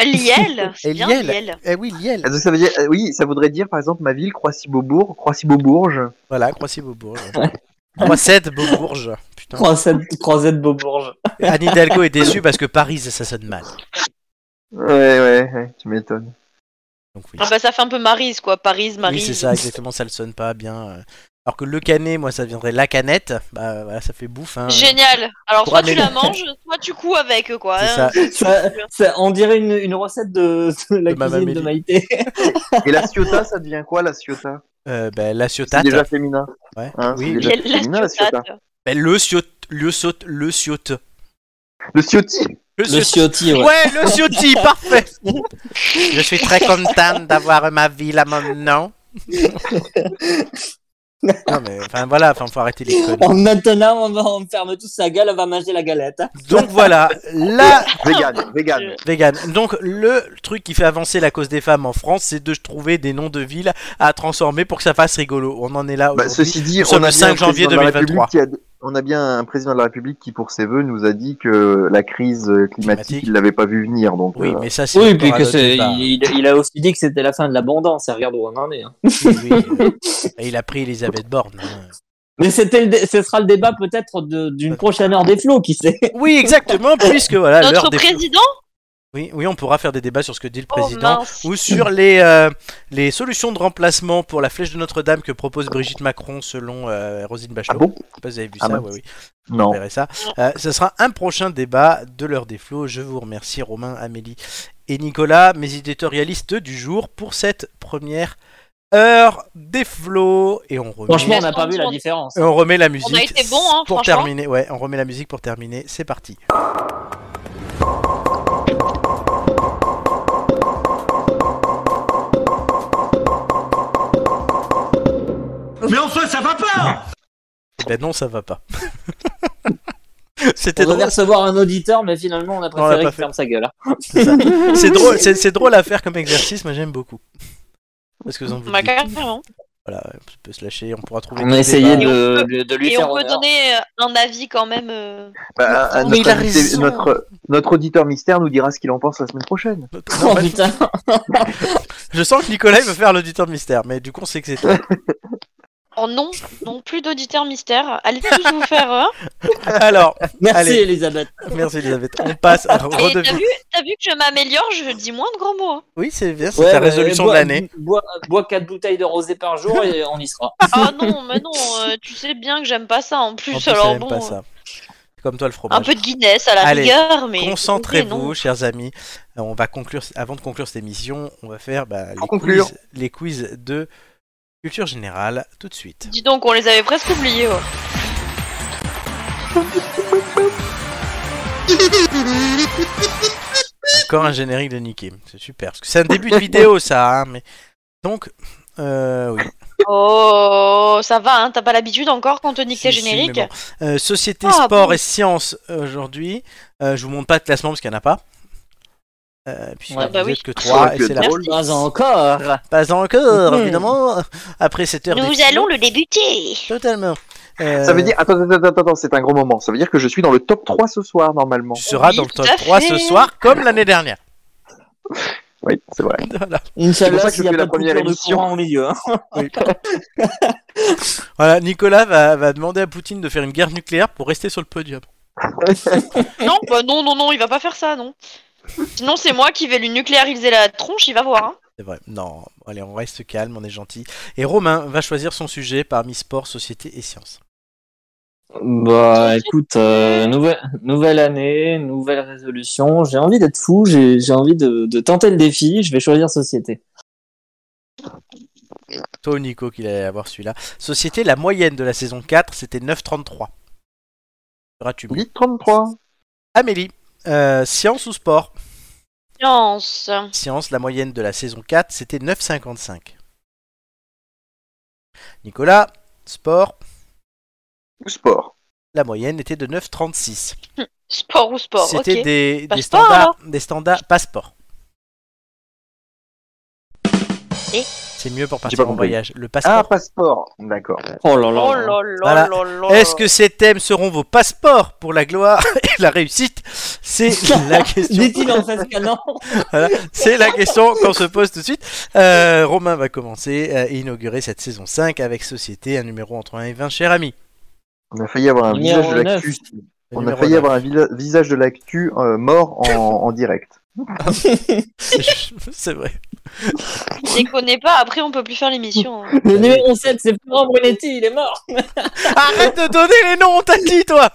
S3: Liel,
S1: Et
S3: c'est bien
S1: Liel.
S3: Liel.
S1: Eh oui, Liel.
S2: Ah, donc ça veut dire, euh, oui, ça voudrait dire par exemple ma ville, Croissy-Beaubourg, Croissy-Beaubourge.
S1: Voilà, Croissy-Beaubourge. Croissette-Beaubourge. Putain.
S4: Croisette, croisette Beaubourge.
S1: Anne Hidalgo est déçue parce que Paris, ça sonne mal.
S2: Ouais, ouais, ouais, tu m'étonnes.
S1: Donc, oui.
S3: Ah bah ça fait un peu Marise quoi, Paris, Marise.
S1: Oui, c'est ça, exactement, ça le sonne pas bien. euh. Alors que le canet, moi, ça viendrait la canette, bah voilà, ça fait bouffe. Hein.
S3: Génial. Alors
S1: Pour
S3: soit tu la
S1: Amélie.
S3: manges, soit tu couds avec quoi.
S1: C'est
S3: hein.
S1: ça.
S4: Ça, ça- on dirait une, une recette de, de la
S1: De Mamma
S4: cuisine de
S1: Mélie.
S4: Maïté.
S2: Et la Ciotat, ça devient quoi la Ciotat
S1: Euh, bah, la
S2: C'est
S1: ciotate.
S2: déjà féminin.
S1: Ouais.
S2: Hein,
S1: Oui,
S2: c'est
S1: oui.
S2: déjà
S3: Liel, la
S2: féminin, la Ciotat.
S3: ciotade.
S1: Bah, le ciot, le saute, le ciote.
S2: Le Ciotti
S1: Le
S4: Le
S1: ciote.
S4: ciotti, ouais.
S1: Ouais, le ciotti, parfait. Je suis très contente d'avoir ma ville à mon nom. non mais enfin voilà, enfin faut arrêter les conneries.
S4: En maintenant, on, va, on ferme tous sa gueule, on va manger la galette. hein.
S1: Donc voilà, la
S2: Vegan, vegan.
S1: vegan. Donc le truc qui fait avancer la cause des femmes en France, c'est de trouver des noms de villes à transformer pour que ça fasse rigolo. On en est là
S2: Bah,
S1: aujourd'hui.
S2: ceci dit,
S1: Nous
S2: on
S1: sommes
S2: a
S1: le 5
S2: bien un
S1: janvier
S2: président de la
S1: 2023.
S2: République Qui a, on a bien un président de la République qui, pour ses voeux, nous a dit que la crise climatique,
S1: Climatique.
S2: il l'avait pas vu venir. Donc,
S1: Oui,
S2: euh,
S1: mais ça, c'est.
S4: Oui,
S1: encore
S4: puis
S1: un
S4: que
S1: autre
S4: c'est,
S1: débat.
S4: il, il a aussi dit que c'était la fin de l'abondance. Et regarde où on en est. hein.
S1: Oui, oui. Et il a pris Elisabeth Borne. hein.
S4: Mais c'était, le dé- ce sera le débat peut-être de- d'une prochaine heure des flots, qui sait.
S1: Oui, exactement, puisque voilà, Ah, l'heure
S3: Notre
S1: des.
S3: président
S1: Oui, oui, on pourra faire des débats sur ce que dit le
S3: Oh
S1: président.
S3: mince.
S1: ou sur les, euh, les solutions de remplacement pour la flèche de Notre-Dame que propose Brigitte Macron selon euh, Rosine Bachelot.
S2: Ah bon
S1: Je sais pas si vous avez vu
S2: Ah
S1: ça,
S2: mince.
S1: oui, oui, vous
S2: non.
S1: verrez ça. Euh, ce sera un prochain débat de l'heure des flots. Je vous remercie Romain, Amélie et Nicolas, mes éditorialistes du jour, pour cette première heure des flots. Et on remet,
S4: Franchement, on n'a pas vu la différence.
S1: et on remet la musique.
S3: été bons, hein,
S1: pour
S3: franchement.
S1: terminer. Ouais, on remet la musique pour terminer. C'est parti.
S8: Mais enfin, ça va pas
S1: Ben non, ça va pas.
S4: On
S1: C'était
S4: devait
S1: drôle.
S4: recevoir un auditeur, mais finalement, on
S1: on l'a
S4: a préféré
S1: pas
S4: qu'il
S1: fait.
S4: ferme sa gueule. hein.
S1: C'est ça. C'est drôle, c'est, c'est drôle à faire comme exercice, moi j'aime beaucoup. Parce que vous en vous
S3: Bah,
S1: dites.
S3: carrément.
S1: Voilà, ouais, on peut se lâcher, on pourra trouver.
S4: On
S1: des
S4: a essayé
S1: débats.
S4: de, de- de lui
S3: Et
S4: faire
S3: on peut
S4: honneur.
S3: donner euh, un avis quand même. euh,
S2: Bah, euh,
S1: mais il a
S2: invité-
S1: raison.
S2: notre- notre auditeur mystère nous dira ce qu'il en pense la semaine prochaine.
S1: Non,
S4: Oh
S1: bah,
S4: putain.
S1: je sens que Nicolas il veut faire l'auditeur mystère, mais du coup on sait que c'est toi.
S3: Oh non, non plus d'auditeur mystère. Allez tous vous faire. hein.
S1: Alors,
S4: Merci
S1: Allez.
S4: Elisabeth.
S1: merci Elisabeth. On passe à
S3: Et t'as
S1: redevenu.
S3: vu, t'as vu que je m'améliore, je dis moins de gros mots. hein.
S1: Oui, c'est bien, c'est
S4: Ouais,
S1: ta
S4: mais
S1: résolution
S4: bois-
S1: de l'année.
S4: Bois, bois 4 bouteilles de rosé par jour et on y sera.
S3: Ah non, mais non, euh, tu sais bien que j'aime pas ça en plus.
S1: En plus,
S3: alors
S1: j'aime
S3: bon,
S1: pas
S3: euh,
S1: ça. C'est Comme toi le fromage.
S3: un peu de Guinness à la
S1: Allez,
S3: rigueur, mais
S1: Concentrez-vous,
S3: non.
S1: chers amis. Euh, On va conclure, avant de conclure cette émission, on va faire bah, les,
S2: Pour conclure.
S1: quiz, les quiz de culture générale tout de suite.
S3: Dis donc, on les avait presque oubliés. ouais.
S1: Encore un générique de Nicky, c'est super. Parce que c'est un début de vidéo, ça. hein, mais donc, euh, oui.
S3: Oh, ça va, hein, t'as pas l'habitude encore quand on te nique tes
S1: Si, si, mais
S3: génériques.
S1: bon. Euh, société,
S3: Ah,
S1: sport
S3: bon.
S1: et sciences euh, aujourd'hui. Euh, je vous montre pas de classement parce qu'il n'y en a pas. Euh, puisque
S4: Ouais,
S1: vous
S3: bah oui.
S1: êtes que 3
S2: Ouais,
S1: et c'est la
S3: Merci.
S4: Pas encore.
S1: Pas encore,
S4: Mhm.
S1: évidemment. Après cette heure.
S3: Nous
S1: des
S3: allons
S1: films.
S3: le débuter.
S1: Totalement. Euh,
S2: Ça veut dire, attends, attends, attends, attends, c'est un gros moment. Ça veut dire que je suis dans le top 3 ce soir, normalement.
S1: Tu seras
S3: Oui,
S1: dans le
S3: tout
S1: top
S3: à
S1: 3
S3: fait.
S1: ce soir, comme l'année dernière.
S2: Oui, c'est vrai.
S1: Voilà.
S2: C'est pour ça que
S4: Inch'Allah, s'il
S2: je
S4: n'y a
S2: fais
S4: pas
S2: la
S4: de
S2: première
S4: coupure de
S2: émission.
S4: courant au milieu. hein.
S1: Voilà, Nicolas va, va demander à Poutine de faire une guerre nucléaire pour rester sur le podium.
S3: Non, bah non, non, non, il va pas faire ça, non. Sinon, c'est moi qui vais lui nucléariser la tronche, il va voir. hein.
S1: C'est vrai. Non, allez, on reste calme, on est gentil. Et Romain va choisir son sujet parmi sport, société et sciences.
S4: Bah écoute, euh, nouvelle, nouvelle année, nouvelle résolution. J'ai envie d'être fou, j'ai j'ai envie de, de tenter le défi. Je vais choisir société.
S1: Toi, Nico, qu'il allait avoir celui-là. Société, la moyenne de la saison 4, c'était 9,33. Seras-tu bon
S2: Oui, 33.
S1: Amélie, euh, science ou sport
S3: Science.
S1: Science, la moyenne de la saison 4, c'était 9,55. Nicolas, sport,
S2: Ou sport.
S1: la moyenne était de 9,36.
S3: Sport ou sport, ok.
S1: C'était des, des
S3: Passeport,
S1: standards,
S3: alors
S1: des standards passeport.
S3: Et
S1: C'est mieux pour
S2: pas
S1: partir en
S2: compris.
S1: voyage. Le
S2: Ah,
S1: passeport.
S2: passeport. D'accord.
S4: Oh là
S3: Oh là
S4: là.
S3: là
S1: hein. Voilà.
S3: là là.
S1: Est-ce que ces thèmes seront vos passeports pour la gloire et la réussite C'est la question.
S4: Dit-il en face canon.
S1: voilà. C'est la question qu'on se pose tout de suite. Euh, Romain va commencer à inaugurer cette saison 5 avec Société, un numéro entre 1 et 20, cher ami.
S2: On a failli avoir un
S4: Numéro
S2: visage de l'actu.
S1: Le
S2: On a
S1: numéro
S2: failli
S1: 9.
S2: avoir un vila- visage de l'actu euh, mort en, en direct.
S1: C'est vrai.
S3: Déconnez pas, après on peut plus faire l'émission. hein.
S4: Le numéro 7, c'est Florent Brunetti, il est mort.
S1: Arrête de donner les noms, on t'a dit, toi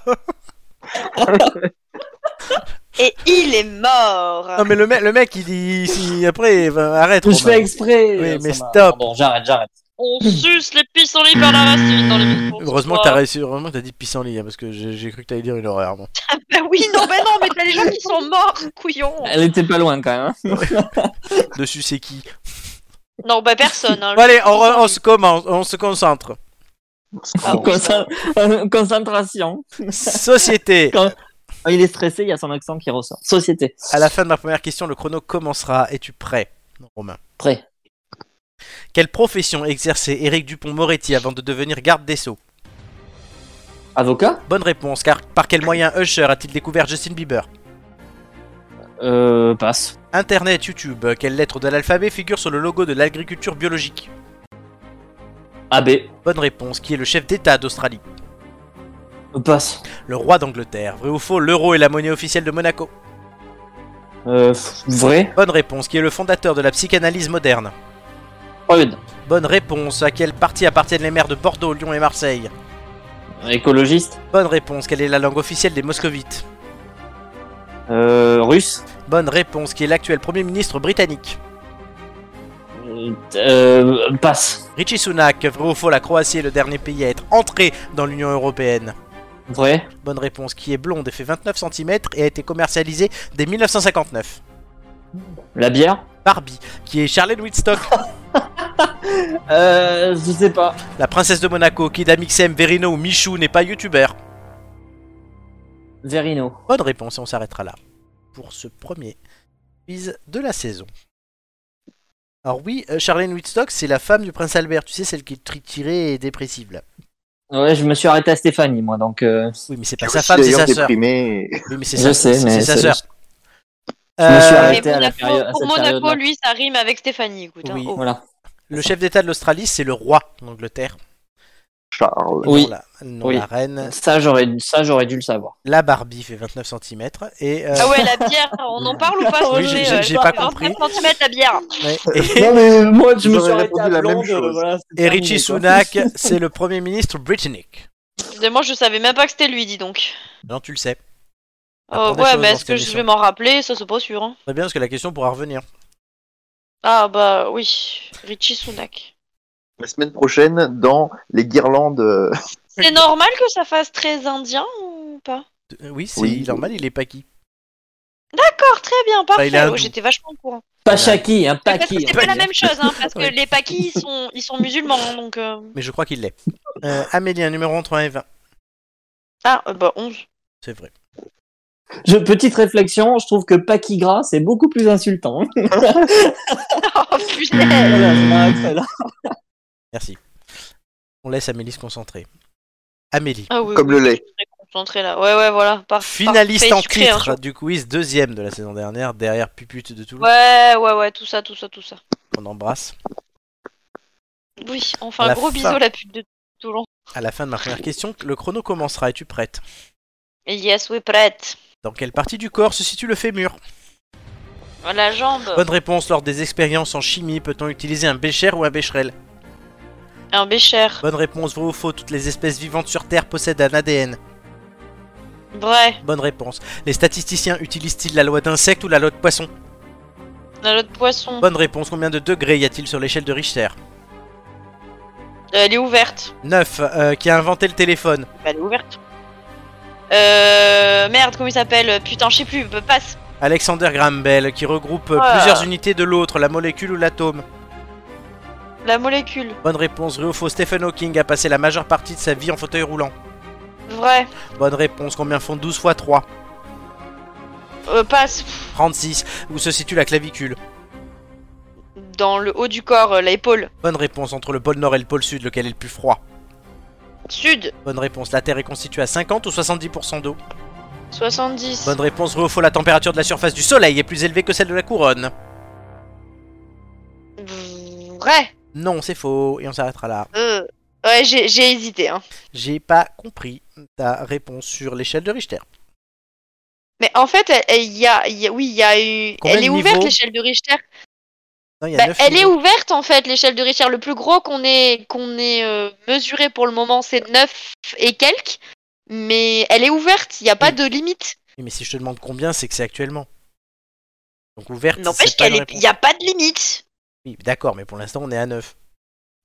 S3: Et il est mort.
S1: Non, mais le, mec, le mec, il dit. il- Après, ben, arrête.
S4: Je
S1: Romain.
S4: fais exprès.
S1: Oui, mais
S4: Ça m'a-
S1: stop.
S4: Bon, j'arrête, j'arrête.
S3: On suce les pissenlits par la racine Ah, dans les micros. Bah,
S1: Heureusement que t'as réussi, heureusement que t'as dit pissenlit, hein, parce que j'ai j'ai cru que t'allais dire une horreur. moi.
S3: Bah oui, non, bah non, mais t'as des gens qui sont morts, couillon.
S4: Elle était pas loin quand même. hein.
S1: Dessus c'est qui
S3: Non, bah personne. hein.
S1: Bon, Allez, on, re- on se commence, on se concentre.
S3: Ah oui, ça-
S4: Concent- Concentration.
S1: Société.
S4: Quand Ah, Il est stressé, il y a son accent qui ressort. Société.
S1: À la fin de ma première question, le chrono commencera. Es-tu prêt, Romain
S4: Prêt.
S1: Quelle profession exerçait Éric Dupont-Moretti avant de devenir garde des Sceaux
S4: Avocat
S1: Bonne réponse, car par quel moyen Usher a-t-il découvert Justin Bieber
S4: Euh, passe.
S1: Internet, YouTube, quelle lettre de l'alphabet figure sur le logo de l'agriculture biologique
S4: AB.
S1: Bonne réponse, qui est le chef d'État d'Australie
S4: Euh, Passe.
S1: Le roi d'Angleterre. Vrai ou faux, l'euro est la monnaie officielle de Monaco
S4: Euh, f- vrai
S1: Bonne réponse, qui est le fondateur de la psychanalyse moderne
S4: Freud.
S1: Bonne réponse, à quel parti appartiennent les maires de Bordeaux, Lyon et Marseille
S4: Écologiste.
S1: Bonne réponse, quelle est la langue officielle des moscovites
S4: Euh, russe.
S1: Bonne réponse, qui est l'actuel Premier ministre britannique
S4: Euh, euh, passe.
S1: Richie Sunak, vrai ou faux, la Croatie est le dernier pays à être entré dans l'Union Européenne
S4: Vrai.
S1: Bonne réponse, qui est blonde et fait 29 cm et a été commercialisée dès 1959
S4: La bière.
S1: Barbie, qui est Charlene Whitstock,
S4: Euh, je sais pas.
S1: la princesse de Monaco, Kid Amixem, Verino ou Michou n'est pas youtubeur
S4: Verino.
S1: Bonne réponse et on s'arrêtera là pour ce premier quiz de la saison. Alors oui, euh, Charlene Whitstock, c'est la femme du prince Albert, tu sais, celle qui est tri- tirée et dépressive là.
S4: Ouais, je me suis arrêté à Stéphanie, moi, donc. Euh...
S1: Oui, mais c'est pas Bah, sa femme, c'est sa sœur. Oui, mais c'est
S4: Je
S1: sa-
S4: sais,
S1: c'est
S4: mais
S1: sa
S4: c'est-
S1: sœur.
S4: je me suis
S1: Euh,
S4: arrêté.
S3: Mais
S4: Arrêtez à la
S3: Monaco-
S4: période- à
S3: pour
S4: cette
S3: Monaco,
S4: période-là.
S3: lui, ça rime avec Stéphanie. Écoute, hein.
S1: Oui.
S3: Oh.
S4: Voilà.
S1: le chef d'État de l'Australie, c'est le roi d'Angleterre.
S2: Charles.
S1: et
S4: Oui.
S1: Non, la, non
S4: Oui.
S1: la reine.
S4: Ça, j'aurais dû, ça, j'aurais dû le savoir.
S1: La Barbie fait 29 cm. Et, euh,
S3: Ah ouais, la bière, on en parle ou pas
S1: Oui,
S3: Roger,
S1: j'ai-
S3: euh,
S1: j'ai pas
S3: 25
S1: compris.
S3: centimètres, la bière.
S1: ouais. et,
S4: Non, mais moi,
S2: je me J'aurais suis arrêté répondu à la blonde, même chose. euh,
S1: et Richie Sunak, c'est le premier ministre britannique.
S3: Moi, je savais même pas que c'était lui, dis donc.
S1: Non, tu le sais.
S3: Euh,
S1: Apprends Ah, des
S3: ouais,
S1: choses
S3: mais
S1: dans
S3: est-ce
S1: cette
S3: que je
S1: émission.
S3: vais m'en rappeler Ça, c'est pas sûr. hein.
S1: Très bien, parce que la question pourra revenir.
S3: Ah bah oui, Richie Sunak.
S2: La semaine prochaine, dans les guirlandes. euh,
S3: C'est normal que ça fasse très indien ou pas
S1: Euh, Oui, c'est
S2: Oui.
S1: normal, il est paqui.
S3: D'accord, très bien, parfait.
S1: Bah, il est hindou.
S3: Oh, J'étais vachement au courant.
S4: Pas Shaki, hein,
S3: Mais parce que
S4: Paki.
S3: c'est
S1: on
S3: pas la
S1: va dire.
S3: même chose, hein, parce
S1: Ouais.
S3: que les Paquis, ils sont, ils sont musulmans, hein, donc... euh,
S1: Mais je crois qu'il l'est. Euh, Amélien, numéro 3 et 20.
S3: Ah, euh, bah 11.
S1: C'est vrai.
S4: Je, petite réflexion, je trouve que Paki gras, c'est beaucoup plus insultant.
S3: Oh putain
S4: Voilà, c'est un accès, là.
S1: Merci. On laisse Amélie se concentrer. Amélie,
S3: Ah oui,
S2: Comme
S3: oui,
S2: le lait.
S3: je suis très concentré là. Ouais, ouais, voilà. Par,
S1: finaliste
S3: parfait,
S1: en
S3: sucré, hein,
S1: titre du quiz, deuxième de la saison dernière, derrière Pupute de
S3: je-
S1: Toulouse,
S3: Ouais, ouais, ouais, tout ça, tout ça, tout ça.
S1: qu'on embrasse.
S3: Oui, on fait
S1: À la
S3: un gros
S1: fin.
S3: bisou à la pute de Toulon.
S1: À la fin de ma première question, le chrono commencera. Es-tu prête
S3: Et Yes, oui, prête.
S1: Dans quelle partie du corps se situe le fémur
S3: Euh. La jambe.
S1: Bonne réponse. Lors des expériences en chimie, peut-on utiliser un bécher ou un bécherel
S3: Un bécher.
S1: Bonne réponse. Vrai ou faux Toutes les espèces vivantes sur Terre possèdent un ADN.
S3: Vrai.
S1: Bonne réponse. Les statisticiens utilisent-ils la loi d'insecte ou la loi de poisson
S3: Un autre poisson.
S1: Bonne réponse, combien de degrés y a-t-il sur l'échelle de Richter
S3: Euh, Elle est ouverte.
S1: 9. euh, qui a inventé le téléphone
S3: Bah, Elle est ouverte. Euh. Merde, comment il s'appelle Putain, je sais plus. bah, Passe.
S1: Alexander Graham Bell, qui regroupe euh,
S3: Ah.
S1: plusieurs unités de l'autre, la molécule ou l'atome
S3: La molécule.
S1: Bonne réponse, vrai ou faux, Stephen Hawking a passé la majeure partie de sa vie en fauteuil roulant
S3: Vrai.
S1: Bonne réponse, combien font 12 fois 3
S3: Euh, passe. Pff,
S1: 36. Où se situe la clavicule
S3: Dans le haut du corps, euh, l'épaule.
S1: Bonne réponse, entre le pôle nord et le pôle sud, lequel est le plus froid
S3: Sud.
S1: Bonne réponse, la Terre est constituée à 50 ou 70% d'eau
S3: 70.
S1: Bonne réponse, vrai ou faux, la température de la surface du Soleil est plus élevée que celle de la couronne
S3: Vrai.
S1: Non, c'est faux, et on s'arrêtera là.
S3: Euh. Ouais, j'ai j'ai hésité, hein.
S1: J'ai pas compris ta réponse sur l'échelle de Richter.
S3: Mais en fait, elle- elle- il y a, il y a- oui, il y a eu.
S1: Combien
S3: elle est
S1: de
S3: ouverte
S1: niveaux
S3: l'échelle de Richter.
S1: Non, il y a
S3: Bah,
S1: neuf
S3: elle est
S1: niveaux.
S3: ouverte en fait l'échelle de Richter. Le plus gros qu'on ait qu'on ait euh, mesuré pour le moment, c'est 9 et quelques. Mais elle est ouverte. Il n'y a pas
S1: Oui.
S3: de limite.
S1: Oui, Mais si je te demande combien, c'est que c'est actuellement. Donc ouverte,
S3: N'empêche
S1: c'est pas
S3: qu'elle
S1: une
S3: est.
S1: réponse.
S3: Il n'y a pas de limite.
S1: Oui, d'accord, mais pour l'instant, on est à 9.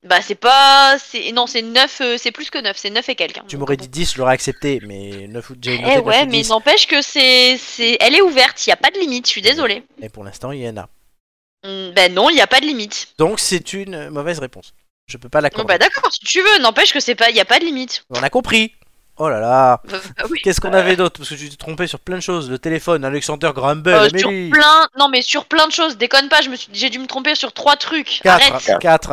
S3: Bah c'est pas. C'est non, c'est 9 euh, C'est plus que 9 C'est 9 et quelques. hein.
S1: Tu
S3: Donc,
S1: m'aurais
S3: bon.
S1: dit 10, je l'aurais accepté, mais 9 ou déjà
S3: Eh ouais, mais n'empêche que c'est c'est. Elle est ouverte. Il n'y a pas de limite. Je suis désolée.
S1: Mais pour l'instant, il y en a.
S3: Hmm, Ben non, il n'y a pas de limite.
S1: Donc c'est une euh, mauvaise réponse. Je peux pas la
S3: bah, Bon, bah d'accord, si tu veux. N'empêche que c'est pas. Il n'y a pas de limite.
S1: on a compris. Oh là là
S3: Bah, bah oui.
S1: Qu'est-ce qu'on avait d'autre Parce que je suis trompé sur plein de choses. Le téléphone, Alexander Grumble,
S3: Euh, sur
S1: Amélie
S3: plein, non mais sur plein de choses, déconne pas, je me suis, j'ai dû me tromper sur trois trucs. Arrête,
S1: 4, 4,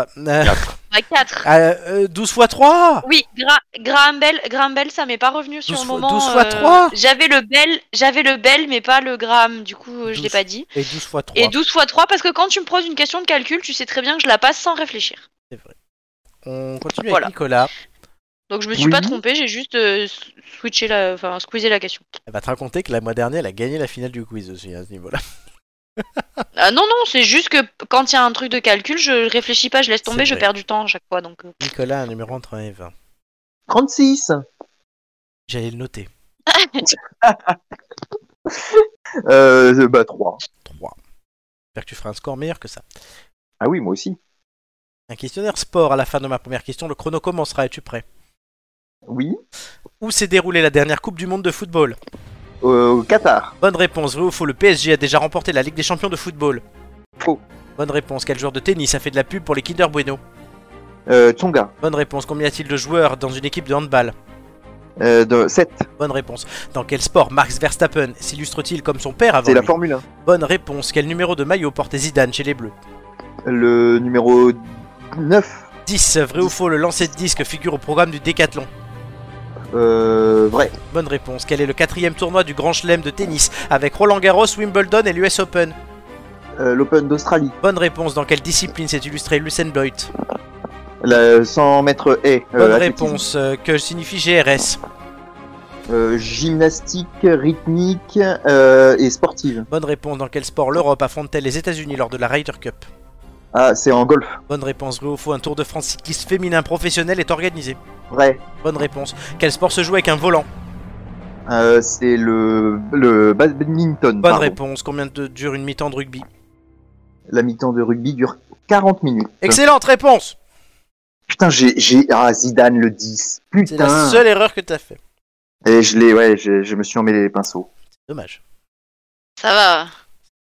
S3: à quatre.
S1: 12 Euh, fois 3
S3: Oui, Gra Graham Bell, Graham Bell, ça m'est pas revenu sur
S1: 12
S3: le
S1: fois-
S3: moment. euh,
S1: 12 fois trois
S3: J'avais le Bell, j'avais le Bell, mais pas le Graham, du coup euh, je
S1: 12.
S3: l'ai pas dit.
S1: Et 12 fois 3.
S3: Et 12 fois 3, parce que quand tu me poses une question de calcul, tu sais très bien que je la passe sans réfléchir.
S1: On continue
S3: Voilà.
S1: avec Nicolas.
S3: Donc je me suis
S2: Oui.
S3: pas trompé, j'ai juste euh, s- switché la, enfin squeezé la question.
S1: Elle va te raconter que la mois dernier, elle a gagné la finale du quiz aussi à ce niveau-là.
S3: Ah non non, c'est juste que quand il y a un truc de calcul, je réfléchis pas, je laisse tomber,
S1: C'est
S3: je
S1: vrai.
S3: perds du temps à chaque fois. Donc euh,
S1: Nicolas, un numéro entre 1 et 20.
S2: 36
S1: J'allais le noter.
S2: euh, Bah 3.
S1: 3. J'espère que tu feras un score meilleur que ça.
S2: Ah oui, moi aussi.
S1: Un questionnaire sport à la fin de ma première question. Le chrono commencera. Es-tu prêt
S2: Oui.
S1: Où s'est déroulée la dernière Coupe du Monde de football
S2: Euh, au Qatar.
S1: Bonne réponse. Vrai ou faux Le PSG a déjà remporté la Ligue des Champions de football.
S2: Faux.
S1: Bonne réponse. Quel joueur de tennis a fait de la pub pour les Kinder Bueno
S2: Euh, Tonga.
S1: Bonne réponse. Combien y a-t-il de joueurs dans une équipe de handball
S2: Euh, de- 7.
S1: Bonne réponse. Dans quel sport Max Verstappen s'illustre-t-il comme son père avant
S2: C'est la
S1: lui
S2: Formule 1.
S1: Bonne réponse. Quel numéro de maillot portait Zidane chez les Bleus
S2: Le numéro 9.
S1: 10. Vrai ou faux Le lancer de disque figure au programme du décathlon.
S2: Euh, vrai.
S1: Bonne réponse. Quel est le quatrième tournoi du Grand Chelem de tennis avec Roland Garros, Wimbledon et l'US Open
S2: Euh, L'Open d'Australie.
S1: Bonne réponse. Dans quelle discipline s'est illustré Lucien Bloit
S2: Euh, La 100 mètres haie. euh,
S1: Bonne
S2: athlétisme.
S1: réponse. Euh, Que signifie GRS
S2: Euh, gymnastique, rythmique euh, et sportive.
S1: Bonne réponse. Dans quel sport l'Europe affronte-t-elle les États-Unis lors de la Ryder Cup
S2: Ah, c'est en golf.
S1: Bonne réponse. Vrai ou faux Un Tour de France cycliste féminin professionnel est organisé.
S2: Vrai.
S1: Bonne réponse. Quel sport se joue avec un volant
S2: Euh, c'est le, le badminton.
S1: Bonne
S2: pardon. Euh.
S1: réponse. Combien de dure une mi-temps de rugby
S2: La mi-temps de rugby dure 40 minutes.
S1: Excellente réponse
S2: Putain, j'ai, j'ai... Ah, Zidane le 10.
S1: C'est la
S2: Putain.
S1: seule erreur que t'as fait.
S2: Et je l'ai, ouais, je, je me suis emmêlé les pinceaux.
S1: Dommage.
S3: ça va.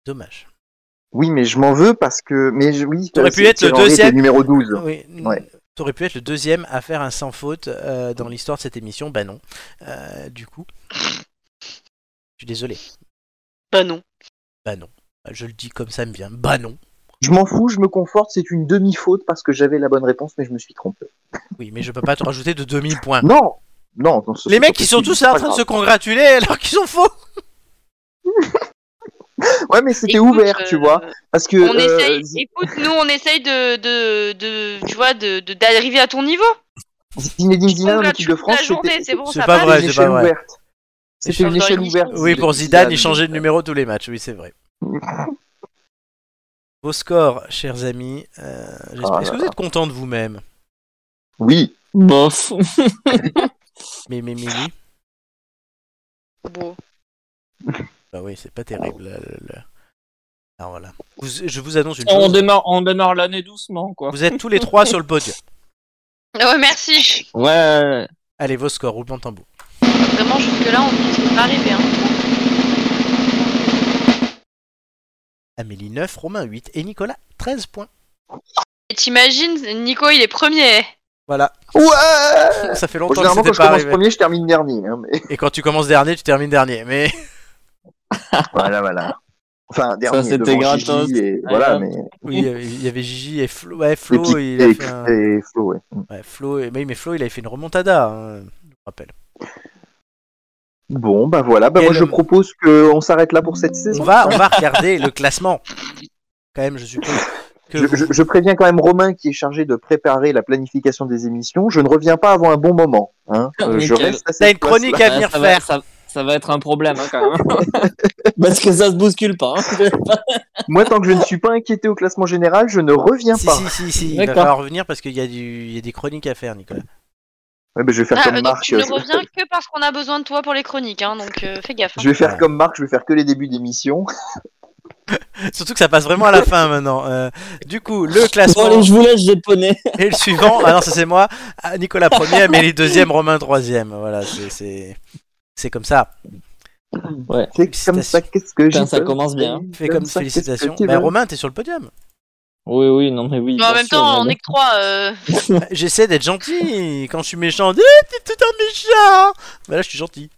S1: Dommage.
S2: Oui, mais je m'en veux parce que. Mais je- oui,
S1: T'aurais
S2: euh,
S1: pu
S2: c'est-
S1: être le
S2: Thierry Henry était
S1: deuxième.
S2: numéro 12.
S1: Oui.
S2: Ouais.
S1: T'aurais pu être le deuxième à faire un sans faute euh, dans l'histoire de cette émission. Bah non. Euh, du coup. Je suis désolé.
S3: Bah non.
S1: Bah non. Je le dis comme ça me vient. Bah non.
S2: Je m'en fous, je me conforte, c'est une demi-faute parce que j'avais la bonne réponse, mais je me suis trompé.
S1: Oui, mais je peux pas te rajouter de 2000 points.
S2: Non Non, non, ce-
S1: Les
S2: c'est
S1: mecs,
S2: pas
S1: ils sont
S2: possible,
S1: tous là en
S2: c'est
S1: train de
S2: pas
S1: se congratuler alors qu'ils sont faux.
S2: grave. Ouais, mais c'était
S3: Écoute,
S2: ouvert, tu
S3: euh,
S2: vois. Parce que.
S3: On
S2: euh,
S3: essaye,
S2: Zi-
S3: écoute, nous on essaye de, de, de tu vois, de, de- d'arriver à ton niveau.
S2: Zinedine Zidane en
S3: Congratule
S2: équipe de
S3: toute
S2: France,
S3: la journée,
S2: c'était
S3: c'est bon,
S1: c'est
S3: ça
S1: pas
S3: passe.
S1: vrai.
S2: une
S1: c'est pas
S2: échelle
S1: vrai.
S2: ouverte. C'était une
S3: Dans
S2: échelle
S3: les
S2: ouverte.
S3: listes,
S1: Oui, pour Zidane, il changeait de numéro tous les matchs. Oui, c'est vrai. Vos scores, chers amis. euh, j'espère-
S2: Ah là
S1: Est-ce que vous êtes contents de vous-même
S2: Oui,
S4: Bof.
S1: Mais, mais, mais oui.
S3: Bon.
S1: Bah oui, c'est pas terrible. là, le- le- Ah, voilà. Vous- je vous annonce une
S4: On
S1: chose.
S4: démarre, on démarre l'année doucement, quoi.
S1: Vous êtes tous les trois sur le podium.
S3: Ah Ouais, merci.
S4: Ouais.
S1: Allez, vos scores, roulement de tambour.
S3: Vraiment, jusque-là, on ne pas arriver. Hein.
S1: Amélie 9, Romain 8 et Nicolas 13 points.
S3: Et t'imagines, Nico, il est premier.
S1: Voilà.
S2: Ouais
S1: Ça fait
S2: Bon,
S1: longtemps que
S2: Euh, Généralement,
S1: c'était
S2: quand je
S1: pas
S2: commence
S1: arrivé.
S2: premier, je termine dernier. hein, mais...
S1: Et quand tu commences dernier, tu termines dernier. Mais
S2: voilà, voilà. Enfin, dernier.
S4: c'était
S2: devant Gigi
S4: gratos.
S2: Et...
S4: Ah,
S2: Voilà,
S4: grave.
S2: mais.
S1: oui, il y avait- il y avait Gigi et Flo. Ouais,
S2: Et,
S1: Flo,
S2: Pic-
S1: il a
S2: et-
S1: fait un-
S2: et Flo, ouais.
S1: Ouais, Flo, et- mais mais Flo, il avait fait une remontada, hein, je me rappelle.
S2: Bon, bah voilà. Bah,
S1: Quel-
S2: moi, je propose qu'on s'arrête là pour cette
S1: On
S2: saison.
S1: va, on va regarder le classement. Quand même, je suppose. Que
S2: Je, je- je préviens quand même Romain qui est chargé de préparer la planification des émissions. Je ne reviens pas avant un bon moment. Hein. Euh, je
S4: Nickel.
S2: reste à
S1: Ah, T'as
S2: cette
S1: une chronique
S2: place-là.
S1: à venir
S4: ça
S1: faire.
S4: Va, ça, ça va être un problème, hein, quand même. Parce que ça se bouscule pas. hein.
S2: Moi, tant que je ne suis pas inquiété au classement général, je ne reviens
S1: Si,
S2: pas.
S1: si, si, si, il va
S4: D'accord.
S1: falloir revenir parce qu'il y, a du- il y a des chroniques à faire, Nicolas.
S2: Ouais, bah, je vais faire
S3: Ah,
S2: comme
S3: euh, donc
S2: Marc.
S3: tu ne
S2: Je...
S3: reviens que parce qu'on a besoin de toi pour les chroniques, hein, donc euh, fais gaffe. hein.
S2: je vais faire comme Marc. Je vais faire que les débuts d'émission.
S1: Surtout que ça passe vraiment à la fin maintenant. Euh, du coup, le
S4: Bon,
S1: classement
S4: allez, je vous laisse, j'ai poney.
S1: et le suivant. Ah non, ça c'est moi. Ah, Nicolas premier, Amélie deuxième, Romain troisième. Voilà, c'est- c'est c'est comme ça.
S2: C'est comme ça. Qu'est-ce que j'ai
S4: Putain, ça commence bien.
S1: Fais comme
S2: ça, qu'est-ce que
S1: félicitations.
S2: tu
S1: Bah,
S2: veux
S1: Romain, t'es sur le podium.
S4: Oui, oui, non, mais oui.
S6: Mais en
S4: bien
S6: même
S4: sûr,
S6: temps, on
S4: mais
S6: est que trois. euh,
S1: J'essaie d'être gentil. Quand je suis méchant, on dit, Eh, t'es tout un méchant. Bah là, je suis gentil.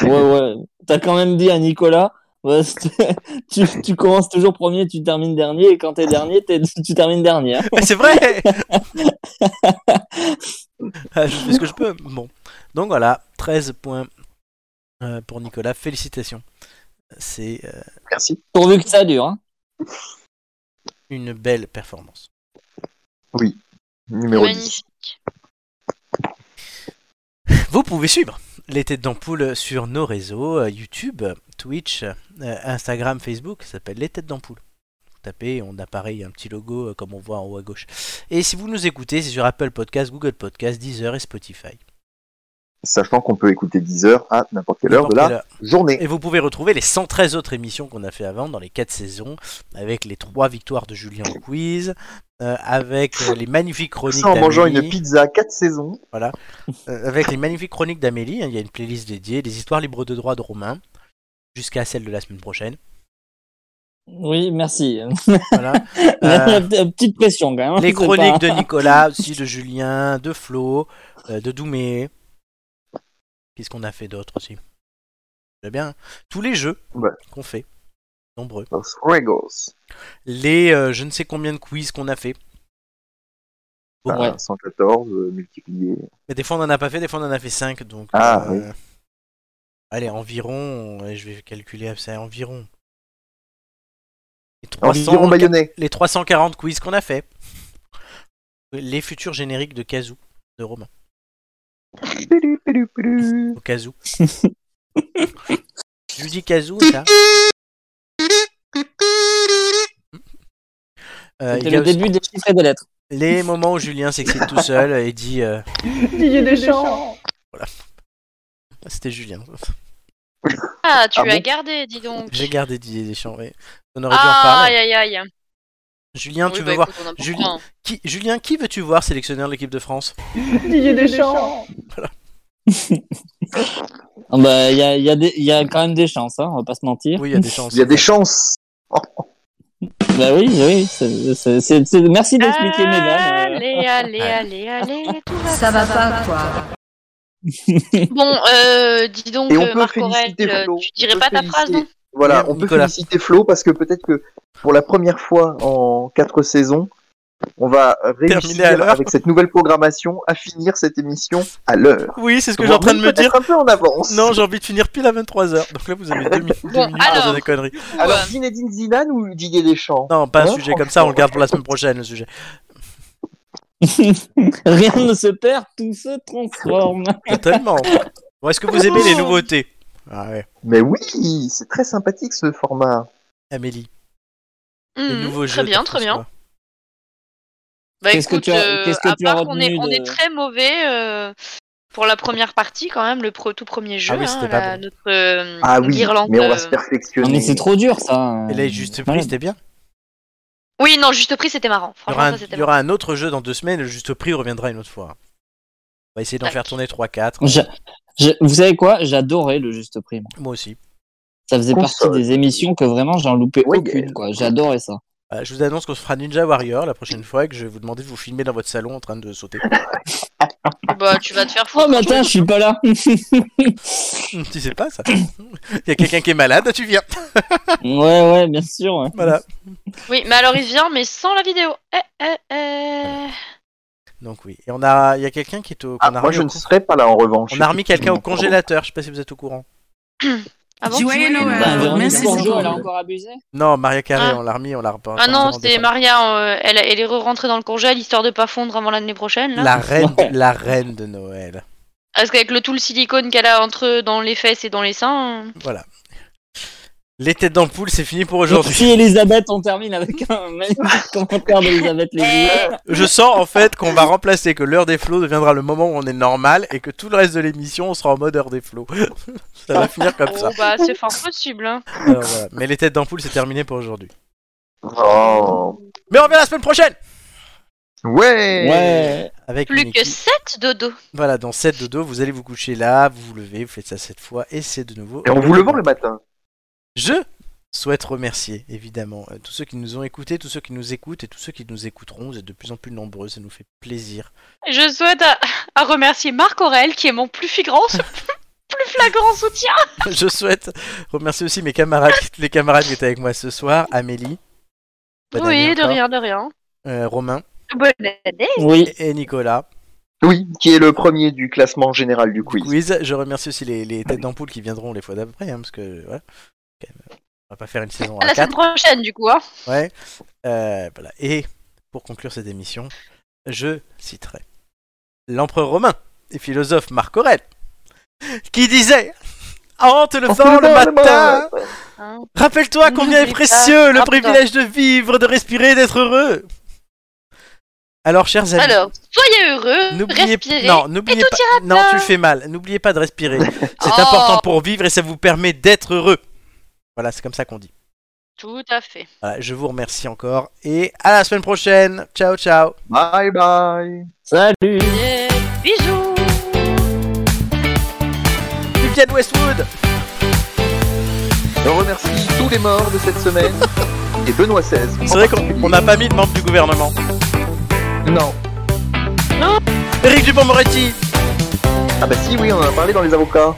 S4: bon. Ouais, ouais. T'as quand même dit à Nicolas, ouais, c'était- tu, tu commences toujours premier, tu termines dernier, et quand t'es dernier, t'es- tu termines dernier. hein.
S1: Ah, c'est vrai Ah, Je fais ce que je peux. Bon. Donc voilà, 13 points euh, pour Nicolas. Félicitations. C'est euh,
S2: Merci.
S4: Pourvu que ça dure. hein.
S1: une belle performance.
S2: Numéro 10.
S6: magnifique.
S1: Vous pouvez suivre les têtes d'ampoule sur nos réseaux euh, YouTube, Twitch, euh, Instagram, Facebook. Ça s'appelle les têtes d'ampoule. Vous tapez, on apparaît, il y a un petit logo euh, comme on voit en haut à gauche. Et si vous nous écoutez, c'est sur Apple Podcast, Google Podcast, Deezer et Spotify.
S2: Sachant qu'on peut écouter 10 heures à n'importe quelle heure de la
S1: N'importe quelle
S2: journée.
S1: Et vous pouvez retrouver les 113 autres émissions qu'on a fait avant dans les 4 saisons, avec les 3 victoires de Julien en quiz, euh, avec euh, les magnifiques chroniques
S2: Ça en mangeant
S1: d'Amélie,
S2: une pizza à 4 saisons.
S1: euh, avec les magnifiques chroniques d'Amélie, hein, il y a une playlist dédiée, les histoires libres de droit de Romain, jusqu'à celle de la semaine prochaine.
S4: Oui, merci.
S1: Voilà.
S4: La-
S1: Euh,
S4: la Petite pression quand même. hein,
S1: les
S4: c'est pas-
S1: chroniques de Nicolas, aussi de Julien, de Flo, euh, de Doumé. Qu'est-ce qu'on a fait d'autre aussi Très bien. Tous les jeux
S2: Ouais.
S1: qu'on fait, nombreux.
S2: Los Regos.
S1: les euh, je ne sais combien de quiz qu'on a fait. Bon,
S2: Enfin, 114 Ah, euh, multiplié.
S1: Mais des fois on en a pas fait, des fois on en a fait 5 donc euh,
S2: Ah,
S1: Allez, environ, ouais, je vais calculer c'est environ. Les, 300
S2: Environ bah, baïonné.
S1: les 340 quiz qu'on a fait. Les futurs génériques de Kazoo de Romain. Au Kazoo. je lui dis Kazoo ça. Euh, il
S4: C'était
S1: y a
S4: le
S1: aussi-
S4: début des chiffres et des lettres.
S1: Les moments où Julien s'excite tout seul et dit euh,
S5: Didier Deschamps.
S1: c'était Julien.
S6: Ah, tu
S2: Ah
S6: as
S2: bon
S6: gardé, dis donc.
S1: J'ai gardé Didier Deschamps. oui. On aurait dû en
S6: Ah,
S1: parler.
S6: aïe, aïe, aïe.
S1: Julien,
S6: Oui,
S1: tu
S6: bah,
S1: veux voir
S6: écoute, on en
S1: Julie-
S6: prend.
S1: qui Julien, qui veux-tu voir sélectionneur de l'équipe de France
S5: Didier Deschamps.
S4: Ah bah, Il y, a, il y, a des- il y a quand même des chances, hein, on va pas se mentir.
S1: Oui, il y a des chances.
S2: Il y a des chances.
S4: Bah oui, oui. c'est- c'est- c'est- c'est- Merci d'expliquer,
S3: Ah.
S4: mesdames. euh.
S6: Allez, allez, allez, allez, tout va.
S7: Ça va pas, quoi.
S6: Bon, euh, dis donc,
S2: Et on
S6: euh,
S2: peut
S6: Marc Aurèle,
S2: féliciter
S6: euh,
S2: Flo.
S6: tu
S2: On
S6: dirais
S2: peut
S6: pas ta phrase,
S2: féliciter-
S6: non
S2: Voilà,
S1: Bien,
S2: on peut
S1: Nicolas.
S2: féliciter Flo parce que peut-être que pour la première fois en 4 saisons, on va
S1: Terminer à
S2: réussir
S1: l'heure.
S2: avec cette nouvelle programmation à finir cette émission à l'heure.
S1: Oui, c'est ce que j'ai
S2: Voire
S1: en train de
S2: même
S1: me
S2: peut-être
S1: dire.
S2: un peu en avance.
S1: Non, j'ai envie de finir pile à 23h. Donc là, vous avez deux, mi- deux
S6: Bon,
S1: minutes pour
S6: alors.
S1: des conneries.
S2: Alors,
S6: Ouais.
S2: Zinedine Zidane ou Didier Deschamps
S1: Non, pas un
S2: Non,
S1: sujet comme ça, on le garde pour la semaine
S2: franchement.
S1: prochaine, le sujet.
S4: Rien ne se perd, tout se transforme.
S1: Totalement. Bon, est-ce que vous aimez les nouveautés Ah ouais.
S2: Mais oui, c'est très sympathique ce format.
S6: Mm,
S1: Amélie, les
S6: Mhm,
S1: nouveaux
S6: Très
S1: jeux,
S6: bien,
S1: t'en
S6: très
S1: penses
S6: bien.
S1: quoi
S6: Bah
S4: Qu'est-ce que
S6: écoute,
S4: tu as-
S6: euh,
S4: qu'est-ce que
S6: à
S4: tu as
S6: part qu'on est,
S4: retenu
S6: on
S4: de-
S6: est très mauvais euh, pour la première partie quand même, le pro- tout premier jeu,
S1: Ah oui,
S6: hein,
S1: c'était pas
S6: la-
S1: bon.
S6: notre euh,
S2: Ah oui,
S6: guirlande.
S2: mais on va
S6: euh,
S2: se perfectionner.
S4: Non, mais c'est trop dur, ça.
S1: Et là,
S2: Hmm.
S1: juste prix,
S4: Voilà.
S1: c'était bien.
S6: Oui, non, juste prix, c'était marrant.
S1: Il y,
S6: Franchement,
S1: aura un,
S6: ça, c'était
S1: il y aura un autre jeu dans deux semaines, le juste prix reviendra une autre fois. On va essayer d'en
S6: Tac.
S1: faire tourner
S2: Hmm.
S1: 3-4.
S4: Je- je- vous savez quoi J'adorais le juste prix. moi.
S1: Moi aussi.
S4: Ça faisait
S2: Console.
S4: partie des émissions que vraiment j'en loupais
S2: Oui,
S4: aucune. quoi. J'adorais ça.
S1: Voilà, je vous annonce qu'on se fera Ninja Warrior la prochaine fois et que je vais vous demander de vous filmer dans votre salon en train de sauter.
S6: marrant. Bah, tu vas te faire
S4: Oh
S6: foutre.
S4: matin, je suis pas là.
S1: Hum, tu sais pas ça Il y a quelqu'un qui est malade, tu viens.
S4: ouais, ouais, bien sûr. ouais.
S1: Voilà.
S6: Oui, mais alors il vient, mais sans la vidéo. Eh, eh, eh.
S1: Donc oui. Et on a, il y a quelqu'un qui est au. qu'on
S2: Ah,
S1: a
S2: moi
S1: remis
S2: je
S1: au
S2: ne
S1: con-
S2: serai pas là en revanche.
S1: On a remis quelqu'un au congélateur. Je sais pas si vous êtes au courant.
S6: Ah bon
S7: Joyeux Noël.
S4: Bah, Véronique
S7: Merci
S4: Bourgeot,
S7: beaucoup.
S4: elle a encore abusé
S1: Non, Maria Carré,
S6: Ah.
S1: on l'a remis, on l'a repas.
S6: Ah non, c'est Maria, euh, elle, elle est re-rentrée dans le congèle histoire de pas fondre avant l'année prochaine. Là.
S1: La reine,
S4: Ouais.
S1: de, la reine de Noël.
S6: Parce qu'avec le tout le silicone qu'elle a entre dans les fesses et dans les seins. euh,
S1: Voilà. Les têtes d'ampoule, c'est fini pour
S4: Merci
S1: aujourd'hui.
S4: Elisabeth, on termine avec un magnifique commentaire d'Elisabeth Lévy.
S3: Eh,
S6: euh,
S1: Je sens en fait qu'on va remplacer, que l'heure des flots deviendra le moment où on est normal et que tout le reste de l'émission, on sera en mode heure des flots. ça va finir comme ça.
S6: Oh, bah, c'est fort possible. Hein.
S1: Alors, voilà. Mais les têtes d'ampoule, c'est terminé pour aujourd'hui.
S2: Oh.
S1: Mais on revient la semaine prochaine
S2: Ouais.
S4: Ouais.
S1: Avec une
S6: Plus que
S1: équipe.
S6: 7 dodo.
S1: Voilà, dans 7 dodo, vous allez vous coucher là, vous vous levez, vous faites ça 7 fois et c'est de nouveau.
S2: Et en vous levant le matin.
S1: Je souhaite remercier évidemment euh, tous ceux qui nous ont écoutés, tous ceux qui nous écoutent et tous ceux qui nous écouteront. Vous êtes de plus en plus nombreux, ça nous fait plaisir.
S3: Je souhaite à, à remercier Marc Aurel qui est mon plus flagrant, sou- plus flagrant soutien.
S1: Je souhaite remercier aussi mes camarades, les camarades qui étaient avec moi ce soir, Amélie. bonne année
S6: Oui, de
S1: encore,
S6: rien, de rien.
S1: euh, Romain
S6: Bonne année.
S4: Oui,
S1: et Nicolas.
S2: Oui, qui est le premier du classement général du quiz.
S1: Quiz. Je remercie aussi les, les têtes d'ampoule qui viendront les fois d'après, hein, parce que voilà. Quand même, On va pas faire une saison
S6: À
S1: à
S6: Ah, la semaine
S1: 4.
S6: prochaine, du coup. hein.
S1: Ouais. Euh, voilà. Et pour conclure cette émission, je citerai l'empereur romain et philosophe Marc Aurèle qui disait Hante le vent le matin
S6: Hein.
S1: Rappelle-toi combien est
S6: N'oublie pas,
S1: précieux le
S6: rappelle-toi.
S1: privilège de vivre, de respirer, d'être heureux Alors, chers amis,
S6: Alors, soyez heureux,
S1: N'oubliez
S6: respirez.
S1: non, n'oubliez
S6: tout
S1: pas. Non, tu le fais mal. N'oubliez pas de respirer. C'est
S6: Oh.
S1: important pour vivre et ça vous permet d'être heureux. Voilà, c'est comme ça qu'on dit.
S6: Tout à fait.
S1: Voilà, je vous remercie encore et à la semaine prochaine. Ciao, ciao.
S2: Bye bye.
S4: salut
S6: Bisous.
S1: Vivienne Westwood.
S2: Je remercie tous les morts de cette semaine et Benoît XVI. en
S1: C'est vrai qu'on
S2: particulier.
S1: on n'a pas mis de membre du gouvernement.
S2: Non.
S1: Éric Dupond-Moretti.
S2: Ah bah si, oui, on en a parlé dans les avocats.